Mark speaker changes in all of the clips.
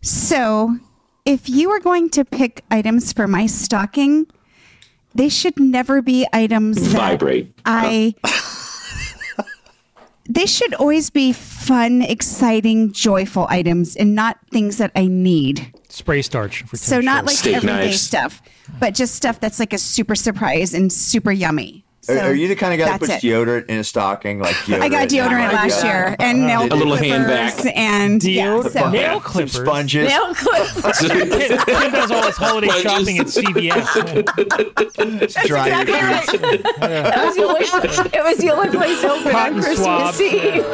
Speaker 1: So, if you were going to pick items for my stocking, they should never be items that
Speaker 2: Vibrate.
Speaker 1: I. they should always be fun, exciting, joyful items, and not things that I need.
Speaker 3: Spray starch. For
Speaker 1: So
Speaker 3: Tim
Speaker 1: not
Speaker 3: Short.
Speaker 1: like
Speaker 2: Steak
Speaker 1: everyday
Speaker 2: knives.
Speaker 1: stuff, but just stuff that's like a super surprise and super yummy. So
Speaker 4: Are, are you the kind of guy that
Speaker 1: that's
Speaker 4: puts
Speaker 1: it.
Speaker 4: deodorant in a stocking? Like deodorant,
Speaker 1: I got
Speaker 4: like,
Speaker 1: deodorant last
Speaker 4: uh,
Speaker 1: year and nail
Speaker 2: A little hand
Speaker 1: clippers
Speaker 2: back.
Speaker 1: and yeah,
Speaker 3: Deodorant.
Speaker 1: so-
Speaker 3: Nail
Speaker 4: some
Speaker 3: clippers.
Speaker 4: sponges.
Speaker 5: Nail clip.
Speaker 3: Tim Tim does all his holiday
Speaker 2: Sponges.
Speaker 3: shopping at CVS.
Speaker 4: dry
Speaker 5: exactly
Speaker 4: your
Speaker 5: right. That was the only- it was the only place open
Speaker 3: Cotton
Speaker 5: on Christmas
Speaker 3: swabs.
Speaker 5: Eve.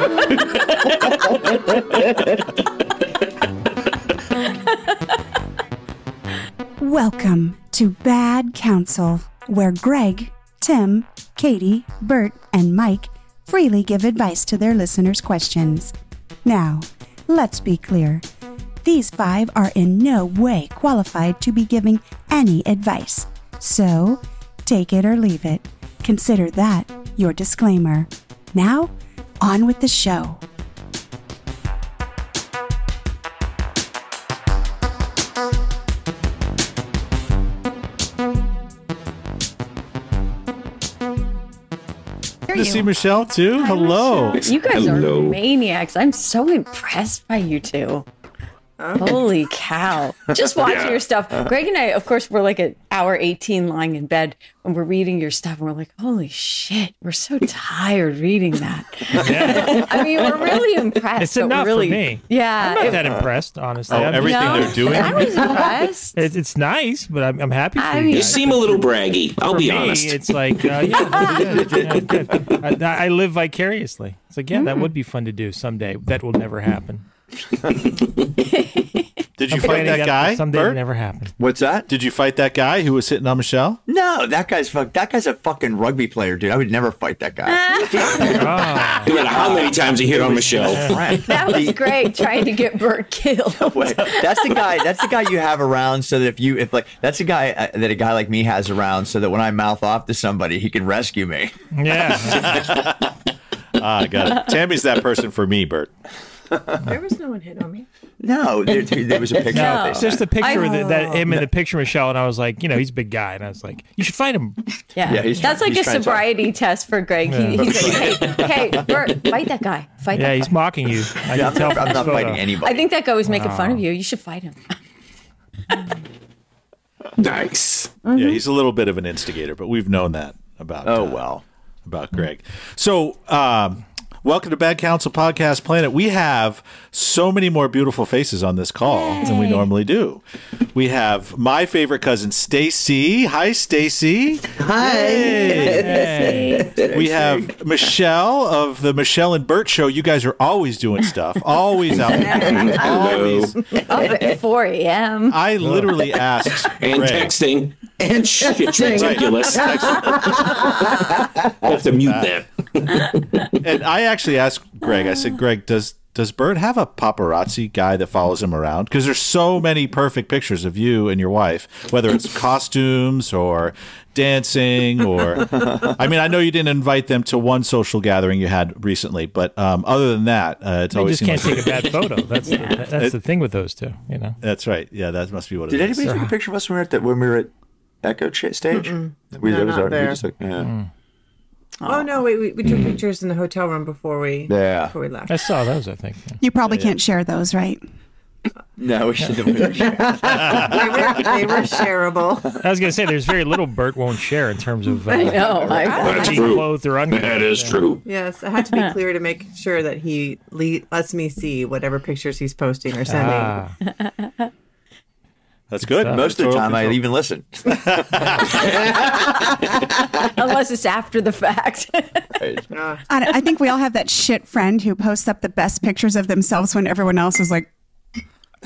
Speaker 1: Welcome to Bad Counsel, where Greg, Tim, Katie, Bert, and Mike freely give advice to their listeners' questions. Now, let's be clear. These five are in no way qualified to be giving any advice. So, take it or leave it. Consider that your disclaimer. Now, on with the show.
Speaker 6: to see Michelle too. Hello.
Speaker 5: You guys
Speaker 2: Hello.
Speaker 5: are maniacs. I'm so impressed by you two. Holy cow. Just watching
Speaker 2: Yeah.
Speaker 5: your stuff. Greg and I, of course, we're like at hour 18 lying in bed and we're reading your stuff and we're like, holy shit, we're so tired reading that. I mean, we're really impressed.
Speaker 3: It's
Speaker 5: but we're
Speaker 3: enough for
Speaker 5: really,
Speaker 3: me.
Speaker 5: Yeah.
Speaker 3: I'm not
Speaker 5: it-
Speaker 3: that impressed, honestly.
Speaker 6: Oh,
Speaker 3: I'm-
Speaker 6: everything
Speaker 5: no,
Speaker 6: they're doing.
Speaker 5: I was impressed.
Speaker 3: It's, it's nice, but I'm, I'm happy for
Speaker 5: I
Speaker 3: you
Speaker 5: mean-
Speaker 3: guys.
Speaker 2: You seem a little braggy. I'll
Speaker 3: For
Speaker 2: be
Speaker 3: me,
Speaker 2: honest.
Speaker 3: It's like, uh, yeah, good, yeah, good. I, I live vicariously. It's like, yeah, that would be fun to do someday. That will never happen.
Speaker 6: Did you fight
Speaker 3: Planning
Speaker 6: that guy?
Speaker 3: Someday it
Speaker 6: Bert?
Speaker 3: never happened.
Speaker 4: What's that?
Speaker 6: Did you fight that guy who was hitting on Michelle?
Speaker 4: No, that guy's fuck. That guy's a fucking rugby player, dude. I would never fight that guy.
Speaker 3: Oh,
Speaker 2: No matter how many times you hit on Michelle.
Speaker 4: Frank.
Speaker 5: That was Greg trying to get Bert killed.
Speaker 4: Wait, that's the guy. That's the guy you have around, so that if you, if like, that's the guy uh, that a guy like me has around, so that when I mouth off to somebody, he can rescue me.
Speaker 3: yeah.
Speaker 6: Ah, I got it. Tammy's that person for me, Bert.
Speaker 5: There was no one hit on me.
Speaker 4: No, there, there was a picture.
Speaker 5: No.
Speaker 4: of
Speaker 3: It's just the picture
Speaker 5: I-
Speaker 3: of the, that him in the picture, Michelle, and I was like, you know, he's a big guy, and I was like, you should fight him.
Speaker 5: Yeah,
Speaker 4: Yeah, he's
Speaker 5: that's
Speaker 4: trying-
Speaker 5: like
Speaker 4: he's
Speaker 5: a
Speaker 4: trying to-
Speaker 5: sobriety test for Greg. He,
Speaker 3: Yeah.
Speaker 5: he's like, hey, hey, Bert, fight that guy. Fight
Speaker 3: Yeah,
Speaker 5: that
Speaker 3: he's mocking you.
Speaker 4: Yeah,
Speaker 3: I can
Speaker 4: I'm
Speaker 3: tell
Speaker 4: not,
Speaker 3: from
Speaker 4: I'm
Speaker 3: this
Speaker 4: not
Speaker 3: photo.
Speaker 4: fighting anybody.
Speaker 5: I think that guy was making fun of you. You should fight him.
Speaker 2: Nice.
Speaker 6: Yeah, he's a little bit of an instigator, but we've known that about.
Speaker 4: oh
Speaker 6: uh,
Speaker 4: well.
Speaker 6: about Greg. So, um, welcome to Bad Counsel Podcast Planet. We have so many more beautiful faces on this call than we normally do. We have my favorite cousin, Stacy. Hi, Stacy. Hi.
Speaker 3: Hey.
Speaker 6: We have Michelle of the Michelle and Bert Show. You guys are always doing stuff, always out. there.
Speaker 2: Hello.
Speaker 6: always.
Speaker 5: Up at 4 a.m.
Speaker 6: I literally asked
Speaker 2: And
Speaker 6: Greg-
Speaker 2: texting. And shit. It's ridiculous. I have to mute that.
Speaker 6: and I actually asked Greg. I said, Greg, does does Bird have a paparazzi guy that follows him around? Because there's so many perfect pictures of you and your wife, whether it's costumes or dancing or I mean, I know you didn't invite them to one social gathering you had recently, but um, other than that, uh, it's
Speaker 3: You
Speaker 6: always
Speaker 3: just can't
Speaker 6: seemed like
Speaker 3: take a bad photo. That's the, that's the thing with those two, you know.
Speaker 6: that's right. Yeah, that must be what it
Speaker 4: Did
Speaker 6: is.
Speaker 4: anybody take a picture of us when we were at the, when we were at Echo Ch- stage? We, that was our-
Speaker 7: not
Speaker 4: we
Speaker 7: there.
Speaker 4: just, like, yeah.
Speaker 7: Oh no, wait, we, we took pictures in the hotel room before we
Speaker 4: Yeah.
Speaker 7: before we left.
Speaker 3: I saw those, Oh, I think. yeah.
Speaker 1: You probably can't share those, right?
Speaker 4: No, we should have.
Speaker 7: they, were, they were shareable.
Speaker 3: I was going to say, there's very little Bert won't share in terms of uh,
Speaker 5: No, I,
Speaker 2: That's
Speaker 3: being
Speaker 2: true.
Speaker 3: clothed or unclothed.
Speaker 2: That is true.
Speaker 7: Yes, I had to be clear to make sure that he le- lets me see whatever pictures he's posting or sending.
Speaker 3: Ah,
Speaker 6: That's good.
Speaker 4: Most of the time, I
Speaker 6: Control.
Speaker 4: even listen.
Speaker 5: unless it's after the fact.
Speaker 1: I, I think we all have that shit friend who posts up the best pictures of themselves when everyone else is like,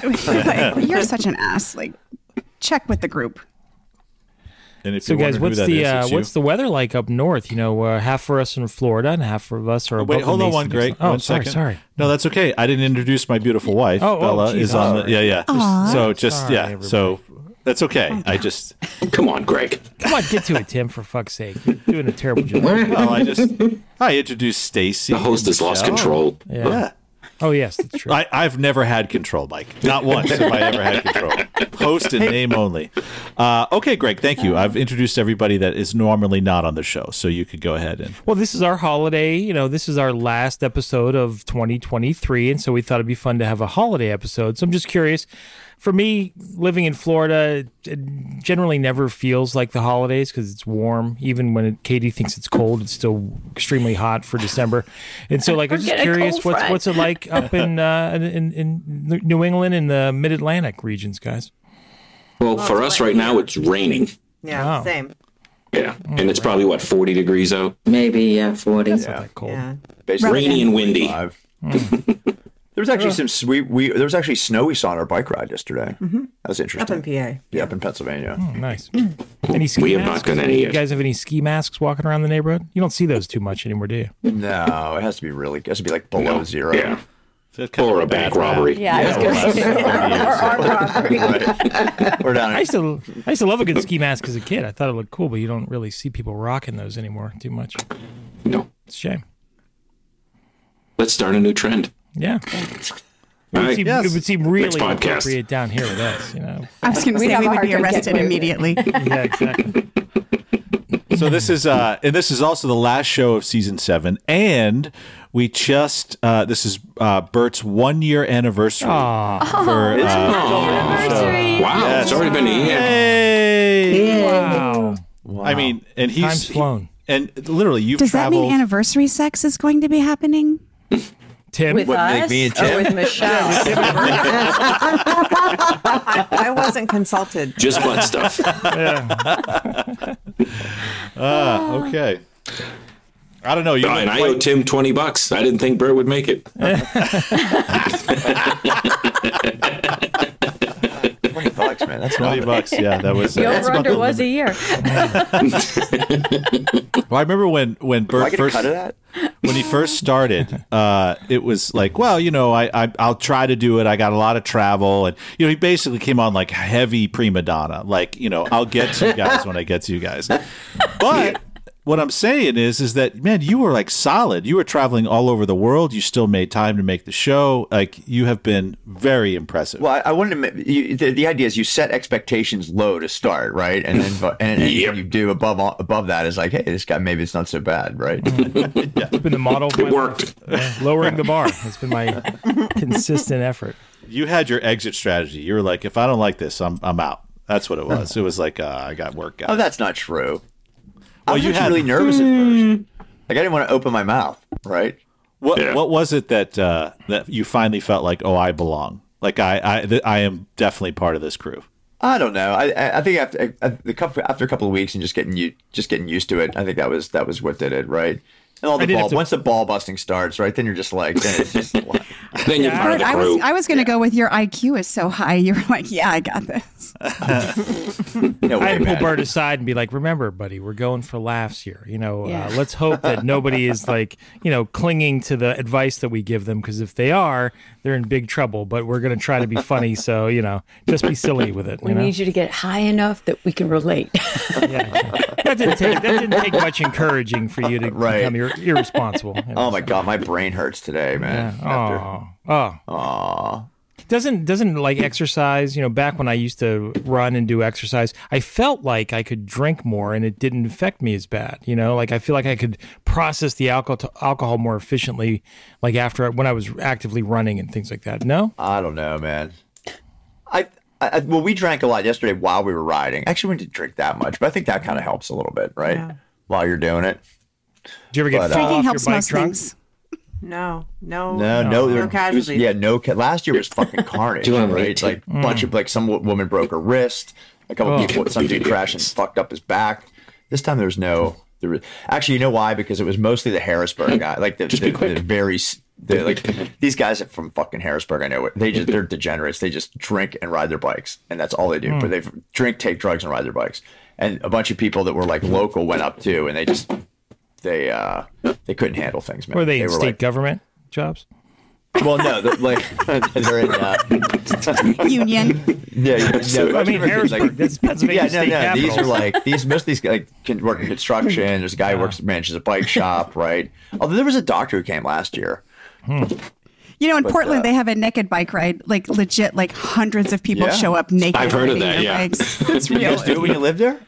Speaker 1: like, "You're such an ass." Like, check with the group.
Speaker 6: And if
Speaker 3: so,
Speaker 6: you're
Speaker 3: guys, what's
Speaker 6: wondering who that
Speaker 3: the
Speaker 6: is,
Speaker 3: uh,
Speaker 6: it's you.
Speaker 3: what's the weather like up north? You know, uh, half for us in Florida and half of us are.
Speaker 6: Oh, Wait,
Speaker 3: above
Speaker 6: hold
Speaker 3: the
Speaker 6: on
Speaker 3: Mason
Speaker 6: one, Greg.
Speaker 3: Dixon- Oh,
Speaker 6: one
Speaker 3: sorry,
Speaker 6: second.
Speaker 3: sorry.
Speaker 6: No, that's okay. I didn't introduce my beautiful wife.
Speaker 3: Oh, oh,
Speaker 6: Bella
Speaker 3: geez,
Speaker 6: is
Speaker 3: I'm
Speaker 6: on the
Speaker 3: sorry.
Speaker 6: yeah, yeah. So just
Speaker 3: Sorry,
Speaker 6: yeah. So that's okay. I just
Speaker 2: Come on, Greg.
Speaker 3: Come on, get to it, Tim. For fuck's sake, You're doing a terrible job.
Speaker 6: well, Oh, I just I introduced Stacy.
Speaker 2: The host has lost
Speaker 6: Michelle.
Speaker 2: control.
Speaker 6: Yeah.
Speaker 3: Oh yes, that's true.
Speaker 6: I, I've never had control, Mike. Not once have I ever had control. Post and name only. Uh, okay, Greg, thank you. I've introduced everybody that is normally not on the show, so you could go ahead and.
Speaker 3: Well, this is our holiday. You know, this is our last episode of 2023, and so we thought it'd be fun to have a holiday episode. So I'm just curious. For me, living in Florida, it generally never feels like the holidays because it's warm. Even when it, Katie thinks it's cold, it's still extremely hot for December. And so, like, I'm
Speaker 5: We're
Speaker 3: just
Speaker 5: getting
Speaker 3: curious,
Speaker 5: cold
Speaker 3: what's
Speaker 5: front.
Speaker 3: what's it like up in uh, in, in New England and the Mid Atlantic regions, guys?
Speaker 2: Well, for us right now, it's raining.
Speaker 7: Yeah,
Speaker 3: Wow.
Speaker 7: same.
Speaker 2: Yeah, and it's probably what 40 degrees out.
Speaker 5: Maybe yeah, forty.
Speaker 3: It's not that cold.
Speaker 7: Yeah.
Speaker 4: Basically,
Speaker 2: Rainy and windy.
Speaker 4: five. there was actually some sweet. We there was actually snow we saw on our bike ride yesterday. That was
Speaker 7: Up
Speaker 4: interesting.
Speaker 7: in PA.
Speaker 4: yeah, up in Pennsylvania.
Speaker 3: Hmm, Nice. Any ski
Speaker 2: We have not
Speaker 3: masks?
Speaker 2: done any
Speaker 3: You
Speaker 2: yet.
Speaker 3: guys have any ski masks walking around the neighborhood? You don't see those too much anymore, do you?
Speaker 4: No, it has to be really. It has to be like below zero.
Speaker 2: Yeah, or a bank robbery.
Speaker 5: Yeah, I was
Speaker 6: Yeah,
Speaker 5: gonna
Speaker 6: well,
Speaker 5: say
Speaker 4: We're down.
Speaker 3: I used to, I used to love a good ski mask as a kid. I thought it looked cool, but you don't really see people rocking those anymore too much.
Speaker 2: No,
Speaker 3: It's a shame.
Speaker 2: let's start a new trend.
Speaker 3: Yeah,
Speaker 2: All
Speaker 3: it would
Speaker 2: right.
Speaker 3: seem, it would seem really
Speaker 2: podcast.
Speaker 3: appropriate down here with us. You know,
Speaker 8: I was going to
Speaker 5: We'd
Speaker 8: say
Speaker 5: have
Speaker 8: we
Speaker 5: a
Speaker 8: would
Speaker 5: hard
Speaker 8: be
Speaker 5: time getting
Speaker 8: arrested
Speaker 5: away with it.
Speaker 8: immediately.
Speaker 3: yeah, exactly.
Speaker 6: So this is uh, and this is also the last show of season seven, and we just uh, this is uh, Bert's one year anniversary.
Speaker 3: Oh,
Speaker 6: For, uh,
Speaker 2: Wow, it's already been a year.
Speaker 6: hey,
Speaker 3: Wow,
Speaker 6: I mean, and he's
Speaker 3: Time's flown.
Speaker 6: and literally, you've
Speaker 8: Does that
Speaker 6: traveled.
Speaker 8: mean anniversary sex is going to be happening?
Speaker 3: Tim.
Speaker 5: with
Speaker 4: What, make
Speaker 5: us
Speaker 4: me and
Speaker 6: Oh,
Speaker 5: or
Speaker 4: Tim?
Speaker 5: with Michelle.
Speaker 7: I wasn't consulted.
Speaker 2: Just butt stuff.
Speaker 6: Ah, okay. I don't know. You
Speaker 2: Oh, and
Speaker 6: might-
Speaker 2: I owe Tim 20 bucks. I didn't think Bert would make it.
Speaker 4: twenty bucks, man. That's
Speaker 6: twenty
Speaker 4: not.
Speaker 6: bucks. Yeah, that was. uh,
Speaker 5: The
Speaker 6: that's
Speaker 5: over
Speaker 6: about
Speaker 5: under
Speaker 6: the
Speaker 5: was a year.
Speaker 6: Well, I remember when when
Speaker 4: Do I
Speaker 6: Bert
Speaker 4: get a
Speaker 6: first
Speaker 4: cut of that?
Speaker 6: when he first started, uh, it was like, well, you know, I, I I'll try to do it. I got a lot of travel, and you know, he basically came on like heavy prima donna, like you know, I'll get to you guys when I get to you guys. But what I'm saying is, is that man, you were like solid. You were traveling all over the world. You still made time to make the show. Like you have been very impressive.
Speaker 4: Well, I, I wanted to. ma- You, the, the idea is you set expectations low to start, right? And then bu- and anything
Speaker 2: Yep.
Speaker 4: you do above all- above that is like, hey, this guy maybe it's not so bad, right?
Speaker 3: It's been the model. of my life.
Speaker 2: It worked.
Speaker 3: Yeah, lowering the bar has been my consistent effort.
Speaker 6: you had your exit strategy. You were like, if I don't like this, I'm I'm out. That's what it was. It was like uh, I got work. Guys.
Speaker 4: oh, that's not true. I
Speaker 6: Well,
Speaker 4: was
Speaker 6: you
Speaker 4: actually
Speaker 6: had-
Speaker 4: really nervous at
Speaker 8: Hmm.
Speaker 4: first. Like I didn't want to open my mouth, right?
Speaker 6: What
Speaker 2: Yeah.
Speaker 6: What was it that uh, that you finally felt like? Oh, I belong. Like I I, th- I am definitely part of this crew.
Speaker 4: I don't know. I- I I think after a, the couple after a couple of weeks and just getting you just getting used to it, I think that was that was what did it, right? And all the
Speaker 3: did have
Speaker 4: ball
Speaker 3: to-
Speaker 4: once the ball busting starts, right? Then you're just like, then it's just I
Speaker 2: Then you're part of the
Speaker 8: I
Speaker 2: crew.
Speaker 8: was I was going to go with your IQ is so high. You were like, yeah, I got this.
Speaker 4: no
Speaker 3: I
Speaker 4: way,
Speaker 3: pull
Speaker 4: man.
Speaker 3: Bert aside and be like, "Remember, buddy, we're going for laughs here. You know,
Speaker 5: Yeah.
Speaker 3: uh, let's hope that nobody is like, you know, clinging to the advice that we give them because if they are, they're in big trouble. But we're going to try to be funny, so you know, just be silly with it. You
Speaker 5: We
Speaker 3: know,
Speaker 5: need you to get high enough that we can relate.
Speaker 3: that didn't take that didn't take much encouraging for you to
Speaker 4: Right.
Speaker 3: become ir- irresponsible.
Speaker 4: Oh my god, my brain hurts today, man. After-
Speaker 3: Oh, oh. Doesn't doesn't like exercise, you know, back when I used to run and do exercise, I felt like I could drink more and it didn't affect me as bad, you know? Like I feel like I could process the alcohol alcohol more efficiently like after when I was actively running and things like that. No?
Speaker 4: I don't know, man. I, I I- well, we drank a lot yesterday while we were riding. Actually, we didn't drink that much, but I think that kind of helps a little bit, right? While you're doing it.
Speaker 3: Did you ever get
Speaker 4: But, uh,
Speaker 3: fall
Speaker 8: Drinking
Speaker 3: off
Speaker 8: helps
Speaker 3: your bike
Speaker 8: most
Speaker 3: drunk?
Speaker 8: things.
Speaker 7: No, no.
Speaker 4: No, no, there- it was-
Speaker 7: casualties.
Speaker 4: yeah, no. Ca- last year was fucking carnage. right? It's like a bunch of like some wo- woman broke her wrist. A couple people, some dude crashed and fucked up his back. This time there was no. There was, actually, you know why? Because it was mostly the Harrisburg guy, like the, the, the very s- the, like these guys are from fucking Harrisburg. I know it. They just they're degenerates. They just drink and ride their bikes, and that's all they do. But they drink, take drugs, and ride their bikes. And a bunch of people that were like local went up too, and they just they uh they couldn't handle things. Man.
Speaker 3: Were they in
Speaker 4: were
Speaker 3: state
Speaker 4: like,
Speaker 3: government jobs?
Speaker 4: well, no, the, like they're in. Uh,
Speaker 8: Union.
Speaker 4: yeah, yeah, no,
Speaker 3: I mean, Harrisburg, that's Pennsylvania
Speaker 4: yeah, no,
Speaker 3: state
Speaker 4: no.
Speaker 3: capital.
Speaker 4: These are like these. Most of these like can work in construction. There's a
Speaker 3: Hmm.
Speaker 4: guy who works manages a bike shop, right? Although there was a doctor who came last year.
Speaker 8: You know, in
Speaker 4: But,
Speaker 8: Portland,
Speaker 4: uh,
Speaker 8: they have a naked bike ride. Like legit, like hundreds of people
Speaker 4: Yeah.
Speaker 8: show up naked.
Speaker 2: I've heard of
Speaker 8: riding their
Speaker 2: that, yeah.
Speaker 8: bikes. It's
Speaker 4: You
Speaker 8: real.
Speaker 4: guys do it when you live there?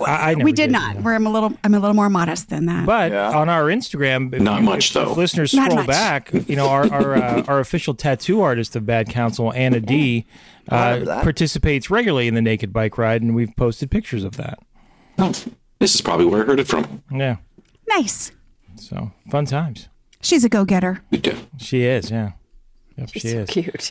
Speaker 3: I, I never
Speaker 8: we did,
Speaker 3: you
Speaker 8: not.
Speaker 3: know.
Speaker 8: We're I'm a little. I'm a little more modest than that.
Speaker 3: But
Speaker 4: Yeah.
Speaker 3: on our Instagram, if
Speaker 2: Not
Speaker 3: you-
Speaker 2: much,
Speaker 3: if
Speaker 2: though.
Speaker 3: listeners
Speaker 8: Not
Speaker 3: scroll
Speaker 8: much.
Speaker 3: back, you know, our our, uh, our official tattoo artist of Bad Counsel, Anna D,
Speaker 4: remember
Speaker 3: uh,
Speaker 4: that.
Speaker 3: participates regularly in the naked bike ride, and we've posted pictures of that.
Speaker 2: Oh, this is probably where I heard it from.
Speaker 3: Yeah,
Speaker 8: nice.
Speaker 3: so fun times.
Speaker 8: She's a go-getter.
Speaker 2: Good deal.
Speaker 3: She is, yeah, yep, she
Speaker 5: So
Speaker 3: is.
Speaker 5: cute.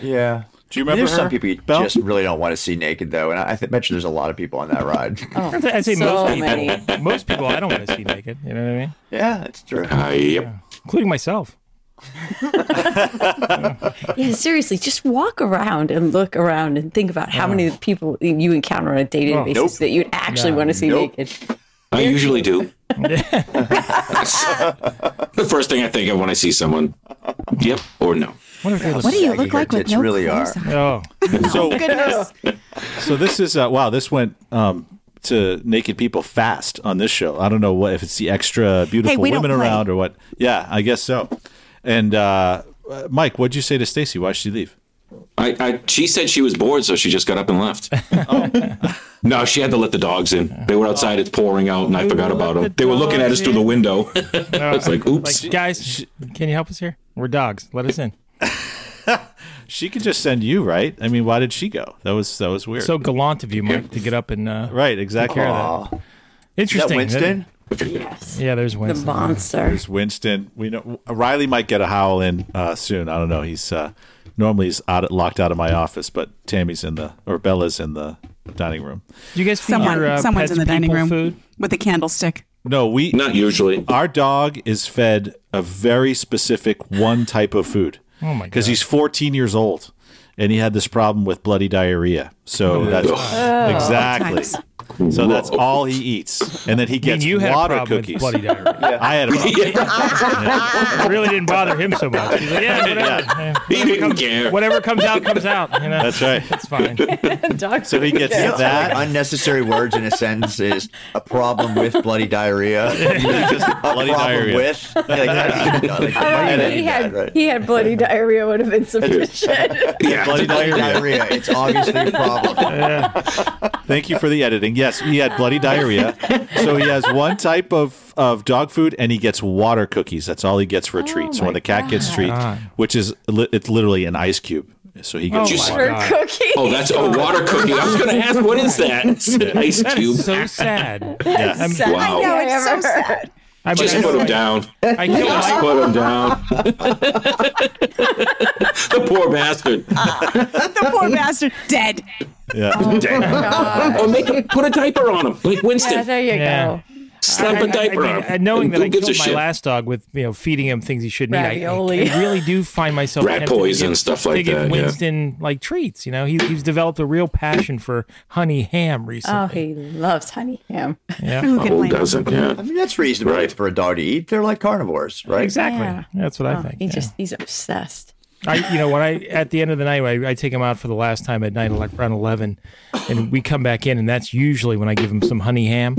Speaker 4: Yeah.
Speaker 6: Do you remember
Speaker 4: There's some
Speaker 6: her,
Speaker 4: people you
Speaker 6: Belle?
Speaker 4: just really don't want to see naked, though. And I, I th- bet you there's a lot of people on that ride.
Speaker 5: Oh,
Speaker 3: I'd say
Speaker 5: so
Speaker 3: most people.
Speaker 5: many.
Speaker 3: Most people I don't want to see naked. You know what I mean?
Speaker 4: yeah, that's true.
Speaker 2: Uh, yep.
Speaker 3: Including myself.
Speaker 5: Yeah, seriously, just walk around and look around and think about how many people you encounter on a daily
Speaker 3: Oh.
Speaker 5: basis
Speaker 4: Uh-huh. Nope.
Speaker 5: that you'd actually
Speaker 3: No.
Speaker 5: want to see
Speaker 4: Nope.
Speaker 5: naked.
Speaker 2: I usually do. the first thing I think of when I see someone. Yep or no.
Speaker 3: What if they
Speaker 8: What do you
Speaker 4: Shaggy
Speaker 8: look like with
Speaker 4: tits
Speaker 8: no
Speaker 4: really
Speaker 8: clothes
Speaker 4: are.
Speaker 8: on?
Speaker 3: Oh,
Speaker 6: So
Speaker 8: Goodness.
Speaker 6: So this is uh, wow. This went um, to naked people fast on this show. I don't know what if it's the extra beautiful
Speaker 8: we don't
Speaker 6: women
Speaker 8: play.
Speaker 6: around or what. Yeah, I guess so. And uh, uh, Mike, what'd you say to Stacy? Why'd she leave?
Speaker 2: I, I she said she was bored, so she just got up and left.
Speaker 3: Oh.
Speaker 2: no, she had to let the dogs in. They were outside, it's pouring out, and I forgot about them. they were looking at us through the window. it's like, oops.
Speaker 3: like guys, can you help us here? We're dogs. Let us in.
Speaker 6: She could just send you, right? I mean, why did she go? That was that was weird.
Speaker 3: So gallant of you, Mike, to get up and uh,
Speaker 6: right, exactly.
Speaker 3: care of that.
Speaker 4: Aw. Is that
Speaker 3: Interesting.
Speaker 4: Winston?
Speaker 3: Yeah, there's
Speaker 5: The
Speaker 3: Winston.
Speaker 5: monster.
Speaker 6: There's Winston. We know Riley might get a howl in uh, soon. I don't know. He's uh, normally he's out, locked out of my office, but Tammy's in the or Bella's in the dining room.
Speaker 3: Do you guys feed
Speaker 8: Someone,
Speaker 3: your uh,
Speaker 8: someone's
Speaker 3: pets
Speaker 8: in the dining
Speaker 3: people
Speaker 8: room
Speaker 3: food?
Speaker 8: with a candlestick.
Speaker 6: No, we
Speaker 2: Not usually.
Speaker 6: our dog is fed a very specific one type of food. Oh
Speaker 3: my
Speaker 6: Because
Speaker 3: God.
Speaker 6: he's 14 years old, and he had this problem with bloody diarrhea.
Speaker 3: Oh
Speaker 6: So that's exactly. So that's all he eats, and then he
Speaker 3: And
Speaker 6: gets
Speaker 3: you had a
Speaker 6: water
Speaker 3: problem
Speaker 6: cookies.
Speaker 3: with bloody diarrhea.
Speaker 6: I had a problem.
Speaker 3: It really didn't bother him so much. He's like, yeah, whatever. Yeah.
Speaker 2: He didn't care.
Speaker 3: Whatever comes out, comes out. You know,
Speaker 6: That's right.
Speaker 3: it's fine.
Speaker 6: So he gets that.
Speaker 4: Like, unnecessary words in a sentence is a problem with bloody diarrhea. just a problem
Speaker 6: bloody diarrhea.
Speaker 4: with. Like, like, like,
Speaker 5: I
Speaker 4: why
Speaker 5: mean,
Speaker 4: did
Speaker 5: he
Speaker 4: you
Speaker 5: had
Speaker 4: do that, right?
Speaker 5: he had bloody diarrhea would have been sufficient.
Speaker 2: Yeah.
Speaker 6: Bloody
Speaker 4: Bloody
Speaker 6: diarrhea.
Speaker 4: diarrhea. It's obviously a problem.
Speaker 6: Thank you for the editing. Yes, he had bloody diarrhea. So he has one type of, of dog food and he gets water cookies. That's all he gets for a treat. So when the cat gets a treat, which is li- it's literally an ice cube. So he gets
Speaker 3: Oh
Speaker 2: my
Speaker 6: water.
Speaker 5: Or cookie.
Speaker 2: Oh, that's a water cookie. I was going to ask, what is that? It's an ice
Speaker 3: That
Speaker 2: cube.
Speaker 3: is so sad.
Speaker 6: Yeah.
Speaker 5: Sad thing
Speaker 2: Wow.
Speaker 8: I know, it's so
Speaker 5: ever heard.
Speaker 8: sad.
Speaker 3: I mean,
Speaker 2: Just
Speaker 3: I,
Speaker 2: put him down.
Speaker 3: I killed
Speaker 2: Just
Speaker 3: Mike.
Speaker 2: put him down. the poor bastard.
Speaker 5: Ah.
Speaker 8: The poor bastard, dead.
Speaker 6: Yeah.
Speaker 2: Or make him put a diaper on him, like
Speaker 5: Oh, Yeah,
Speaker 2: Winston.
Speaker 5: there you
Speaker 3: Yeah.
Speaker 5: go.
Speaker 2: Slap
Speaker 3: I-
Speaker 2: a
Speaker 3: I- I
Speaker 2: diaper
Speaker 3: mean,
Speaker 2: on him.
Speaker 3: and knowing that
Speaker 2: Who
Speaker 3: I
Speaker 2: gives
Speaker 3: killed
Speaker 2: a
Speaker 3: my
Speaker 2: shit?
Speaker 3: last dog with you know feeding him things he shouldn't eat,
Speaker 5: Ravioli.
Speaker 3: I- I- I, really do find myself
Speaker 2: Rat
Speaker 3: tempted to
Speaker 2: poison
Speaker 3: give-
Speaker 2: and stuff like
Speaker 3: to give
Speaker 2: that, yeah.
Speaker 3: Winston like treats. You know, he, he's developed a real passion for honey ham
Speaker 5: Oh,
Speaker 3: recently.
Speaker 5: he loves honey ham.
Speaker 3: yeah,
Speaker 8: Who can
Speaker 2: Who
Speaker 8: blame him?
Speaker 2: doesn't? Yeah.
Speaker 4: I mean, that's reasonable
Speaker 2: Right.
Speaker 4: for a dog to eat. They're like carnivores, right?
Speaker 3: exactly.
Speaker 5: Yeah.
Speaker 3: That's what I
Speaker 5: Oh,
Speaker 3: think.
Speaker 5: he
Speaker 3: yeah.
Speaker 5: just he's obsessed.
Speaker 3: I, you know, when I at the end of the night, when I, I take him out for the last time at night, like around eleven, and we come back in, and that's usually when I give him some honey ham,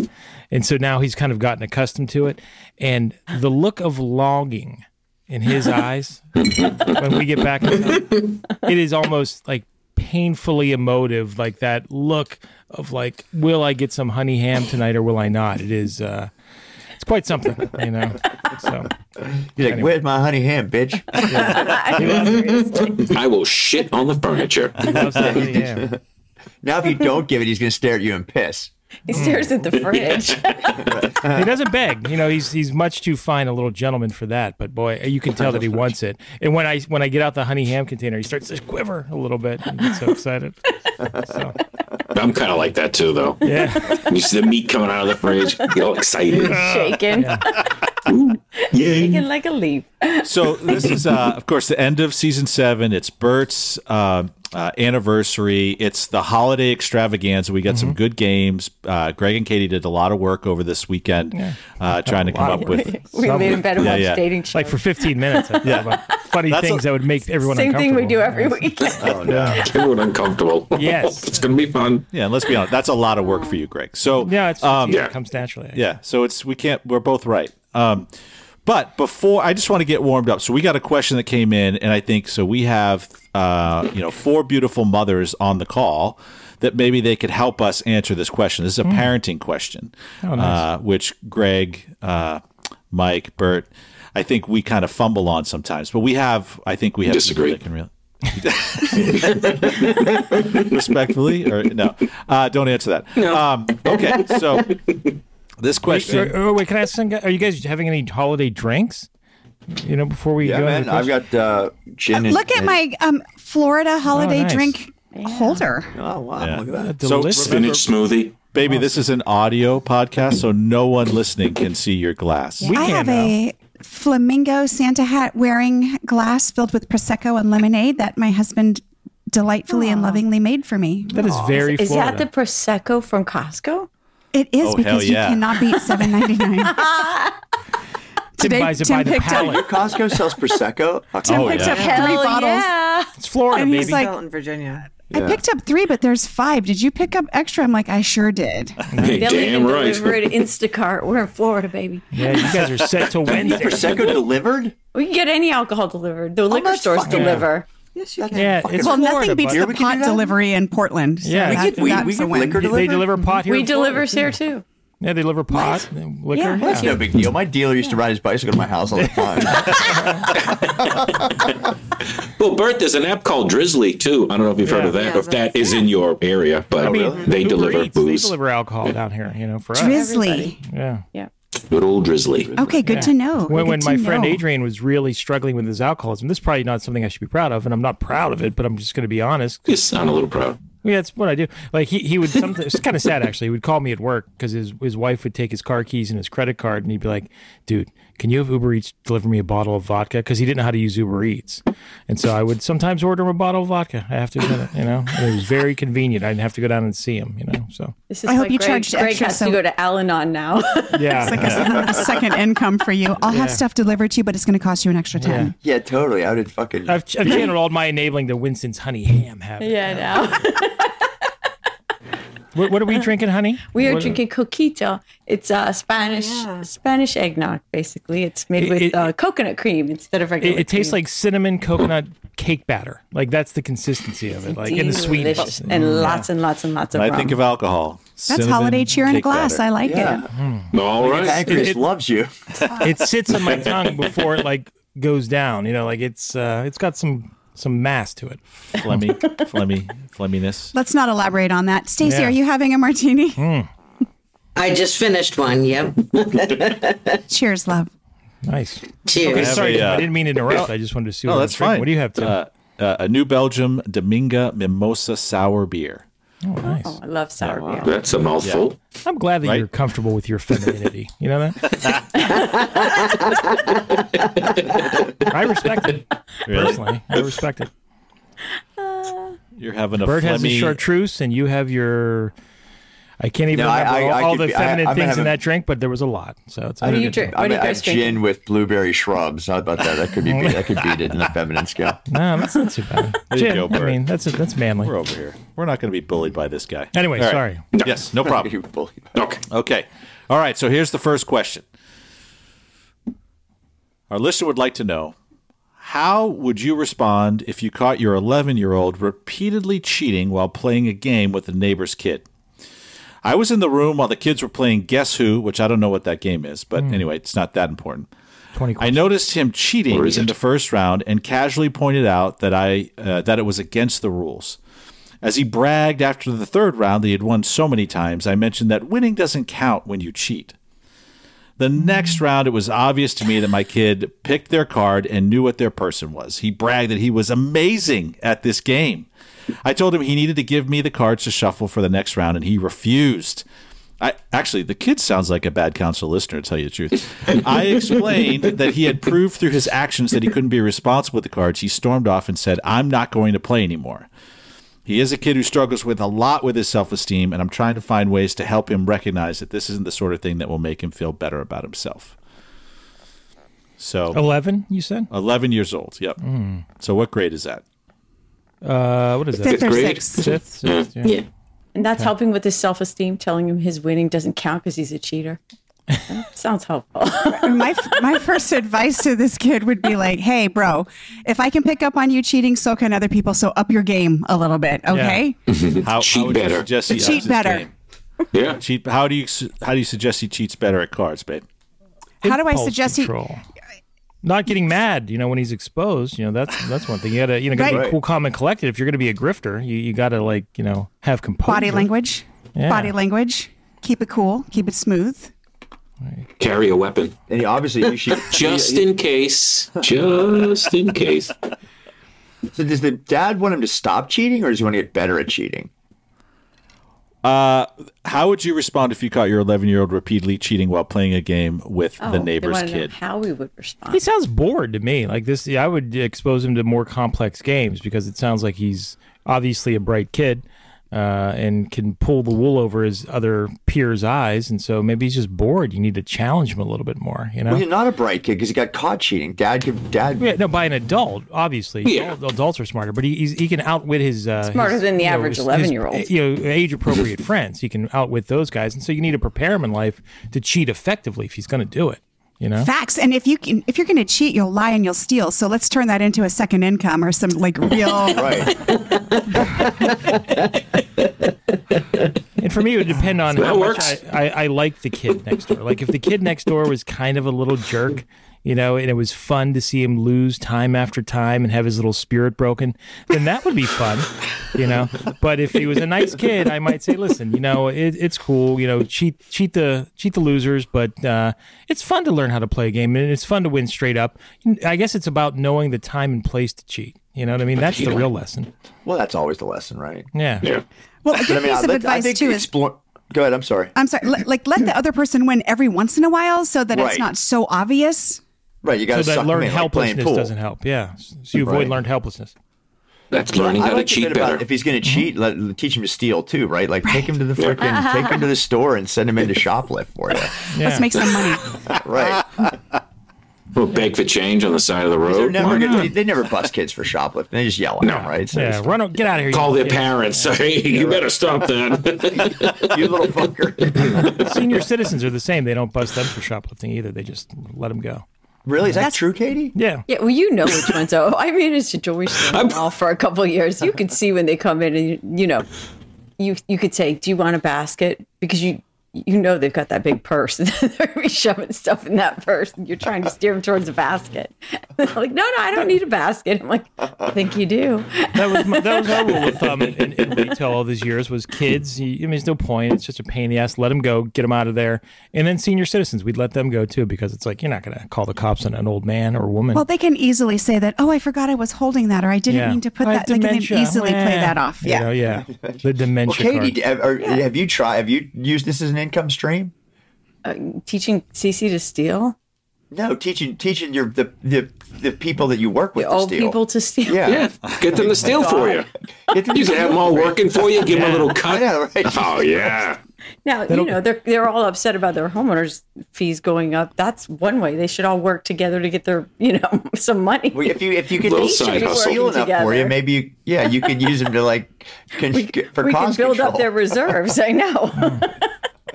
Speaker 3: and so now he's kind of gotten accustomed to it, and the look of longing in his eyes when we get back, it is almost like painfully emotive, like that look of like, will I get some honey ham tonight or will I not? It is, uh, it's quite something, you know. So
Speaker 4: He's like, where's my honey ham, bitch?
Speaker 2: I will shit on the furniture.
Speaker 3: he loves that honey ham.
Speaker 4: now, if you don't give it, he's going to stare at you and piss.
Speaker 5: He stares at the fridge.
Speaker 3: he doesn't beg. You know, he's he's much too fine a little gentleman for that. But boy, you can tell that he wants it. And when I when I get out the honey ham container, he starts to quiver a little bit. He gets so excited. So
Speaker 2: I'm kind of like that too, though.
Speaker 3: yeah,
Speaker 2: You see the meat coming out of the fridge, get all excited.
Speaker 5: shaking,
Speaker 2: Yay.
Speaker 5: shaking like a leaf.
Speaker 6: So this is, uh, of course, the end of season seven. It's Bert's uh, uh, anniversary. It's the holiday extravaganza. We got some good games. Uh, Greg and Katie did a lot of work over this weekend uh, trying to come up with
Speaker 5: We made him better
Speaker 6: Yeah,
Speaker 5: watch
Speaker 6: yeah.
Speaker 5: dating shows.
Speaker 3: like for 15 minutes. I yeah, about funny
Speaker 6: That's
Speaker 3: things
Speaker 6: a-
Speaker 3: that would make everyone
Speaker 5: Same thing
Speaker 3: uncomfortable.
Speaker 5: we do every week.
Speaker 4: Oh, no.
Speaker 2: Everyone uncomfortable.
Speaker 3: Yes.
Speaker 2: it's going to be fun.
Speaker 6: Yeah, and let's be honest, that's a lot of work for you, Greg. So
Speaker 3: Yeah, it's
Speaker 6: um,
Speaker 3: yeah.
Speaker 2: Yeah.
Speaker 3: it comes naturally.
Speaker 6: yeah, so it's we can't. We're both right. Um, But before, I just want to get warmed up. So we got a question that came in, and I think so. We have, uh, you know, four beautiful mothers on the call that maybe they could help us answer this question. This is a
Speaker 3: Hmm.
Speaker 6: parenting question,
Speaker 3: Oh,
Speaker 6: uh, which Greg, uh, Mike, Bert, I think we kind of fumble on sometimes. But we have, I think we have people
Speaker 2: Disagree.
Speaker 6: that can really. respectfully or no uh don't answer that no. um okay so this question
Speaker 3: Or, or wait, can I ask? Some, guy- are you guys having any holiday drinks? You know, before we
Speaker 4: Yeah,
Speaker 3: go. into
Speaker 4: man.
Speaker 3: the
Speaker 4: I've
Speaker 3: question?
Speaker 4: got uh, gin. and-
Speaker 8: Look at
Speaker 4: and-
Speaker 8: my um, Florida holiday
Speaker 3: Oh, nice.
Speaker 8: drink holder.
Speaker 4: Oh wow!
Speaker 6: Yeah.
Speaker 4: Look at that.
Speaker 3: uh, Delicious.
Speaker 6: So, remember,
Speaker 2: Spinach smoothie.
Speaker 6: baby, this is an audio podcast, so no one listening can see your glass.
Speaker 3: We
Speaker 8: I
Speaker 3: can
Speaker 8: have
Speaker 3: now.
Speaker 8: a flamingo Santa hat wearing glass filled with prosecco and lemonade that my husband delightfully and lovingly made for me.
Speaker 3: that is very
Speaker 5: Is
Speaker 3: Florida.
Speaker 5: that the prosecco from Costco?
Speaker 8: It is
Speaker 6: Oh, hell
Speaker 8: because
Speaker 6: yeah.
Speaker 8: you cannot beat seven ninety nine. Today,
Speaker 3: buys it
Speaker 8: Tim
Speaker 3: by the
Speaker 8: picked up.
Speaker 3: pallet.
Speaker 4: Costco sells prosecco.
Speaker 8: Tim
Speaker 6: Oh,
Speaker 8: picked
Speaker 6: yeah.
Speaker 8: up three bottles.
Speaker 5: yeah!
Speaker 3: It's Florida,
Speaker 8: And
Speaker 3: baby.
Speaker 8: he's like-
Speaker 7: Fell in Virginia.
Speaker 8: I picked up three, but there's five. Did you pick up extra? I'm like, I sure did.
Speaker 2: Hey,
Speaker 5: They'll
Speaker 2: damn
Speaker 5: even
Speaker 2: right.
Speaker 5: deliver it at Instacart. We're in Florida, baby.
Speaker 3: yeah, you guys are set to Wednesday.
Speaker 4: prosecco delivered?
Speaker 5: We can get any alcohol delivered. The liquor
Speaker 4: Oh, that's
Speaker 5: stores
Speaker 4: fucking-
Speaker 5: deliver.
Speaker 4: Yes, you
Speaker 3: Yeah, it's
Speaker 8: well,
Speaker 3: Florida,
Speaker 8: nothing beats
Speaker 3: but-
Speaker 8: the
Speaker 4: we can do
Speaker 8: pot
Speaker 4: that?
Speaker 8: delivery in Portland. So
Speaker 3: Yeah. We
Speaker 8: that-
Speaker 3: get-
Speaker 4: we,
Speaker 8: that's
Speaker 4: we
Speaker 8: a
Speaker 4: get
Speaker 8: win.
Speaker 4: liquor
Speaker 3: They
Speaker 4: delivered.
Speaker 3: deliver pot here.
Speaker 5: We
Speaker 3: in Florida,
Speaker 5: delivers here
Speaker 3: too.
Speaker 5: too.
Speaker 3: Yeah, they deliver pot, and liquor.
Speaker 5: Yeah.
Speaker 4: That's no big deal. My dealer used to ride his bicycle to my house all the time.
Speaker 2: Well, Bert, there's an app called Drizzly too. I don't know if you've heard of that,
Speaker 7: Yeah,
Speaker 2: or if that is in your area, but
Speaker 4: Oh, really?
Speaker 2: they
Speaker 3: Uber
Speaker 2: deliver
Speaker 3: Eats, They
Speaker 2: booze.
Speaker 3: deliver alcohol down here. You know, for us.
Speaker 8: Drizzly.
Speaker 3: Yeah.
Speaker 2: Good old Drizzly.
Speaker 8: Okay, good to know.
Speaker 3: When, when
Speaker 8: Good to
Speaker 3: my friend
Speaker 8: know.
Speaker 3: Adrian was really struggling with his alcoholism, this is probably not something I should be proud of, and I'm not proud of it, but I'm just going to be honest.
Speaker 2: You sound a little proud.
Speaker 3: Yeah, that's what I do. Like he, he would sometimes it's kind of sad actually. He would call me at work because his his wife would take his car keys and his credit card, and he'd be like, "Dude, can you have Uber Eats deliver me a bottle of vodka?" Because he didn't know how to use Uber Eats, and so I would sometimes order him a bottle of vodka. I have to admit it, you know, and it was very convenient. I didn't have to go down and see him, you know. So
Speaker 5: This is
Speaker 8: I hope
Speaker 5: why
Speaker 8: you
Speaker 5: Greg,
Speaker 8: charged
Speaker 5: Greg
Speaker 8: extra
Speaker 5: has
Speaker 8: so-
Speaker 5: to go to Al-Anon now.
Speaker 3: yeah,
Speaker 8: It's like a, a second income for you. I'll have stuff delivered to you, but it's going to cost you an extra ten.
Speaker 4: yeah, totally. I did fucking.
Speaker 3: I've, I've channeled all my enabling to Winston's honey ham habit.
Speaker 5: yeah, now
Speaker 3: What, what are we drinking, honey?
Speaker 5: Uh-huh. we are
Speaker 3: What-
Speaker 5: drinking coquito. It's uh, Spanish Spanish eggnog, basically. It's made
Speaker 3: It-
Speaker 5: with
Speaker 3: it-
Speaker 5: uh, coconut cream instead of regular.
Speaker 3: It, it tastes
Speaker 5: cream.
Speaker 3: like cinnamon coconut cake batter. Like that's the consistency of it. Like and the
Speaker 5: Delicious.
Speaker 3: sweetness. Mm,
Speaker 5: and lots and lots and lots of.
Speaker 6: I
Speaker 5: rum.
Speaker 6: think of alcohol.
Speaker 8: That's holiday cheer in a glass. I like
Speaker 4: yeah,
Speaker 8: it.
Speaker 3: Hmm.
Speaker 2: All right.
Speaker 4: Pancreas
Speaker 3: it-
Speaker 4: loves you.
Speaker 3: it sits on my tongue before it like goes down. You know, like it's uh, it's got some some mass to it.
Speaker 6: Flemmy, Flemmy, Flemminess.
Speaker 8: Let's not elaborate on that. Stacey,
Speaker 3: Yeah. Hmm.
Speaker 8: are you having a martini?
Speaker 9: I just finished one. Yep.
Speaker 8: Cheers, love.
Speaker 3: Nice.
Speaker 9: Cheers.
Speaker 6: have
Speaker 3: Sorry,
Speaker 6: a,
Speaker 3: Tim,
Speaker 6: uh,
Speaker 3: I didn't mean to interrupt. I just wanted to see.
Speaker 6: No,
Speaker 3: what
Speaker 6: that's
Speaker 3: I'm drinking.
Speaker 6: fine.
Speaker 3: What do you have, Tim?
Speaker 6: Uh, uh, a New Belgium Dominga Mimosa Sour Beer.
Speaker 3: oh, nice.
Speaker 5: Oh, I love sour beer.
Speaker 2: That's a mouthful.
Speaker 3: I'm glad that
Speaker 6: right.
Speaker 3: you're comfortable with your femininity. You know that. I respect it personally. I respect it.
Speaker 6: You're having a
Speaker 3: Bert has his
Speaker 6: Flemmy.
Speaker 3: chartreuse, and you have your. I can't even
Speaker 4: No, I-
Speaker 3: remember
Speaker 4: I-
Speaker 3: all,
Speaker 4: I
Speaker 3: all
Speaker 4: could
Speaker 3: the
Speaker 4: be- I-
Speaker 3: feminine
Speaker 4: I'm
Speaker 3: things in
Speaker 4: having-
Speaker 3: that drink, but there was a lot. So it's.
Speaker 5: What do you drink? What
Speaker 4: I'm
Speaker 5: do
Speaker 4: a,
Speaker 5: you
Speaker 4: I
Speaker 5: guys
Speaker 4: have
Speaker 5: drink?
Speaker 4: gin with blueberry shrubs. How about that? That could be that could beat it in the feminine scale.
Speaker 3: No, that's not too bad.
Speaker 6: you
Speaker 3: Gin,
Speaker 6: go,
Speaker 3: I
Speaker 6: Bert.
Speaker 3: mean, that's that's manly.
Speaker 6: We're over here. We're not going to be bullied by this guy.
Speaker 3: Anyway,
Speaker 6: All right.
Speaker 3: sorry.
Speaker 6: Yes, no problem.
Speaker 4: You bully.
Speaker 2: Okay.
Speaker 6: Okay. All right. So here's the first question. Our listener would like to know how would you respond if you caught your 11 year old repeatedly cheating while playing a game with a neighbor's kid? I was in the room while the kids were playing Guess Who, which I don't know what that game is, but anyway, it's not that important.
Speaker 3: 20
Speaker 6: I noticed him cheating
Speaker 2: Or is
Speaker 6: in
Speaker 2: it?
Speaker 6: the first round and casually pointed out that I uh, that it was against the rules. As he bragged after the third round that he had won so many times, I mentioned that winning doesn't count when you cheat. The next round, it was obvious to me that my kid picked their card and knew what their person was. He bragged that he was amazing at this game. I told him he needed to give me the cards to shuffle for the next round, and he refused. I actually, the kid sounds like a bad counsel listener. To tell you the truth, I explained that he had proved through his actions that he couldn't be responsible with the cards. He stormed off and said, "I'm not going to play anymore." He is a kid who struggles with a lot with his self esteem, and I'm trying to find ways to help him recognize that this isn't the sort of thing that will make him feel better about himself. So,
Speaker 3: 11, you said? Hmm.
Speaker 6: 11 years old. Yep. So, what grade is that?
Speaker 3: Uh, what is that?
Speaker 8: Fifth or
Speaker 2: grade.
Speaker 8: sixth.
Speaker 3: Fifth?
Speaker 6: Mm-hmm.
Speaker 3: Sixth, yeah.
Speaker 5: And that's helping with his self esteem, telling him his winning doesn't count because he's a cheater. Sounds helpful.
Speaker 8: my my first advice to this kid would be like, "Hey, bro, if I can pick up on you cheating, so can other people. So up your game a little bit, okay?
Speaker 6: How,
Speaker 2: Cheat
Speaker 6: would you
Speaker 2: better.
Speaker 6: suggest he ups
Speaker 8: Cheat
Speaker 6: his
Speaker 8: better.
Speaker 6: game?
Speaker 2: Yeah.
Speaker 6: Cheat. How do you su- how do you suggest he cheats better at cards, babe?
Speaker 8: How do I
Speaker 3: Impulse
Speaker 8: suggest
Speaker 3: control. Not getting mad, you know, when he's exposed, you know, that's that's one thing. You gotta, you know, gotta
Speaker 4: Right.
Speaker 3: be cool, calm, and collected. If you're gonna be a grifter, you, you gotta like, you know, have
Speaker 8: he
Speaker 3: composure.
Speaker 8: body language?
Speaker 3: Yeah.
Speaker 8: Body language. Keep it cool. Keep it smooth.
Speaker 2: Carry a weapon.
Speaker 4: And he obviously you should
Speaker 2: Just in case. Just in case.
Speaker 4: So does the dad want him to stop cheating, or does he want to get better at cheating?
Speaker 6: Uh, How would you respond if you caught your 11 year old repeatedly cheating while playing a game with
Speaker 5: Oh,
Speaker 6: the
Speaker 5: they
Speaker 6: neighbor's
Speaker 5: wanna know
Speaker 6: kid?
Speaker 5: How we would respond.
Speaker 3: He sounds bored to me. Like this, I would expose him to more complex games because it sounds like he's obviously a bright kid uh, and can pull the wool over his other peers' eyes. And so maybe he's just bored. You need to challenge him a little bit more. You know?
Speaker 4: Well, he's not a bright kid because he got caught cheating. Dad could dad.
Speaker 3: yeah, no, by an adult, obviously.
Speaker 2: Yeah.
Speaker 3: Adult- Adults are smarter, but he he's, he can outwit his uh,
Speaker 5: Smarter
Speaker 3: his,
Speaker 5: than the
Speaker 3: you know,
Speaker 5: average
Speaker 3: his- his,
Speaker 5: 11-year-old.
Speaker 3: You know, age-appropriate friends. He can outwit those guys, and so you need to prepare him in life to cheat effectively if he's going to do it. You know?
Speaker 8: Facts. And if you can, if you're going to cheat, you'll lie and you'll steal. So let's turn that into a second income or some like real.
Speaker 4: Right.
Speaker 3: And for me, it would depend on
Speaker 2: That
Speaker 3: how
Speaker 2: works.
Speaker 3: much I, I, I like the kid next door. Like if the kid next door was kind of a little jerk, you know, and it was fun to see him lose time after time and have his little spirit broken, then that would be fun, you know. But if he was a nice kid, I might say, listen, you know, it, it's cool, you know, cheat cheat the cheat the losers, but uh, it's fun to learn how to play a game and it's fun to win straight up. I guess it's about knowing the time and place to cheat. You know what I mean? That's the real lesson.
Speaker 4: Well, that's always the lesson, right?
Speaker 3: Yeah.
Speaker 2: Yeah.
Speaker 8: Well, a
Speaker 4: But
Speaker 8: good
Speaker 4: I mean,
Speaker 8: piece of
Speaker 4: I, let- I
Speaker 8: advice
Speaker 4: think
Speaker 8: too is.
Speaker 4: explore. Go ahead. I'm sorry.
Speaker 8: I'm sorry. Let, like, let the other person win every once in a while, so that it's
Speaker 4: Right.
Speaker 8: not so obvious.
Speaker 4: Right, you got
Speaker 3: So
Speaker 4: to
Speaker 3: that
Speaker 4: suck
Speaker 3: learned
Speaker 4: him in, like playing
Speaker 3: helplessness
Speaker 4: pool.
Speaker 3: doesn't help. Yeah. So you avoid
Speaker 4: Right.
Speaker 3: learned helplessness.
Speaker 2: That's learning
Speaker 4: I
Speaker 2: how to
Speaker 4: like the
Speaker 2: cheat
Speaker 4: bit about
Speaker 2: better.
Speaker 4: if he's going to
Speaker 3: Mm-hmm.
Speaker 4: cheat, let, let- teach him to steal too, right? Like take him to the freaking, take him to the store and send him into shoplift for you,
Speaker 3: Yeah.
Speaker 8: Let's make some money.
Speaker 4: right?
Speaker 2: Or beg for change on the side of the
Speaker 4: They're
Speaker 2: road.
Speaker 4: never, gonna- they, they never bust kids for shoplifting. They just yell at them, right? So
Speaker 3: Yeah,
Speaker 4: just,
Speaker 3: run! o- Get out of here!
Speaker 2: Call
Speaker 3: you
Speaker 2: their parents. Hey, you better stop that.
Speaker 4: you little fucker.
Speaker 3: Senior citizens are the same. They don't bust them for shoplifting either. They just let them go.
Speaker 4: really? Is that true, Katie?
Speaker 3: Yeah,
Speaker 5: Yeah, well, you know which ones. Oh, I managed a jewelry store in the mall for a couple of years. You could see when they come in, and you, you know, you you could say, "Do you want a basket?" Because you you know they've got that big purse, and they're gonna be shoving stuff in that purse, and you're trying to steer them towards a basket. They're like, "No, no, I don't need a basket." I'm like, "I think you do."
Speaker 3: that was my, that was our rule of thumb in, in retail all these years was kids. You, I mean, there's no point. It's just a pain in the ass. Let them go. Get them out of there. And then senior citizens, we'd let them go too because it's like you're not gonna call the cops on an old man or woman.
Speaker 8: Well, they can easily say that. Oh, I forgot I was holding that, or I didn't mean to put
Speaker 3: I have
Speaker 8: that. They can
Speaker 3: dementia.
Speaker 8: easily play
Speaker 3: Wah.
Speaker 8: that off.
Speaker 3: You
Speaker 8: Yeah.
Speaker 3: know, yeah. The
Speaker 4: Well,
Speaker 3: dementia card.
Speaker 4: Katie, have, are, have you tried? Have you used this as an income stream?
Speaker 5: Uh, Teaching Cece to steal,
Speaker 4: No, teaching teaching your the the, the people that you work with to
Speaker 5: old
Speaker 4: steal.
Speaker 5: people to steal. Oh
Speaker 4: yeah.
Speaker 2: Yeah, get them to steal for you.
Speaker 4: Get them
Speaker 2: You
Speaker 4: to
Speaker 2: can have them
Speaker 4: steal
Speaker 2: all
Speaker 4: for you.
Speaker 2: working for you. Give them a little
Speaker 4: I
Speaker 2: cut.
Speaker 4: know, right?
Speaker 2: Oh yeah.
Speaker 5: Now you know they're they're all upset about their homeowners fees going up. That's one way they should all work together to get their you know some money.
Speaker 4: Well, if you if you can
Speaker 2: Little
Speaker 4: teach
Speaker 2: side
Speaker 4: them to
Speaker 2: hustle.
Speaker 4: steal enough for you,
Speaker 5: Together.
Speaker 4: maybe you, yeah, you could use them to like con- for
Speaker 5: we can
Speaker 4: cost
Speaker 5: build
Speaker 4: control.
Speaker 5: up their reserves. I know.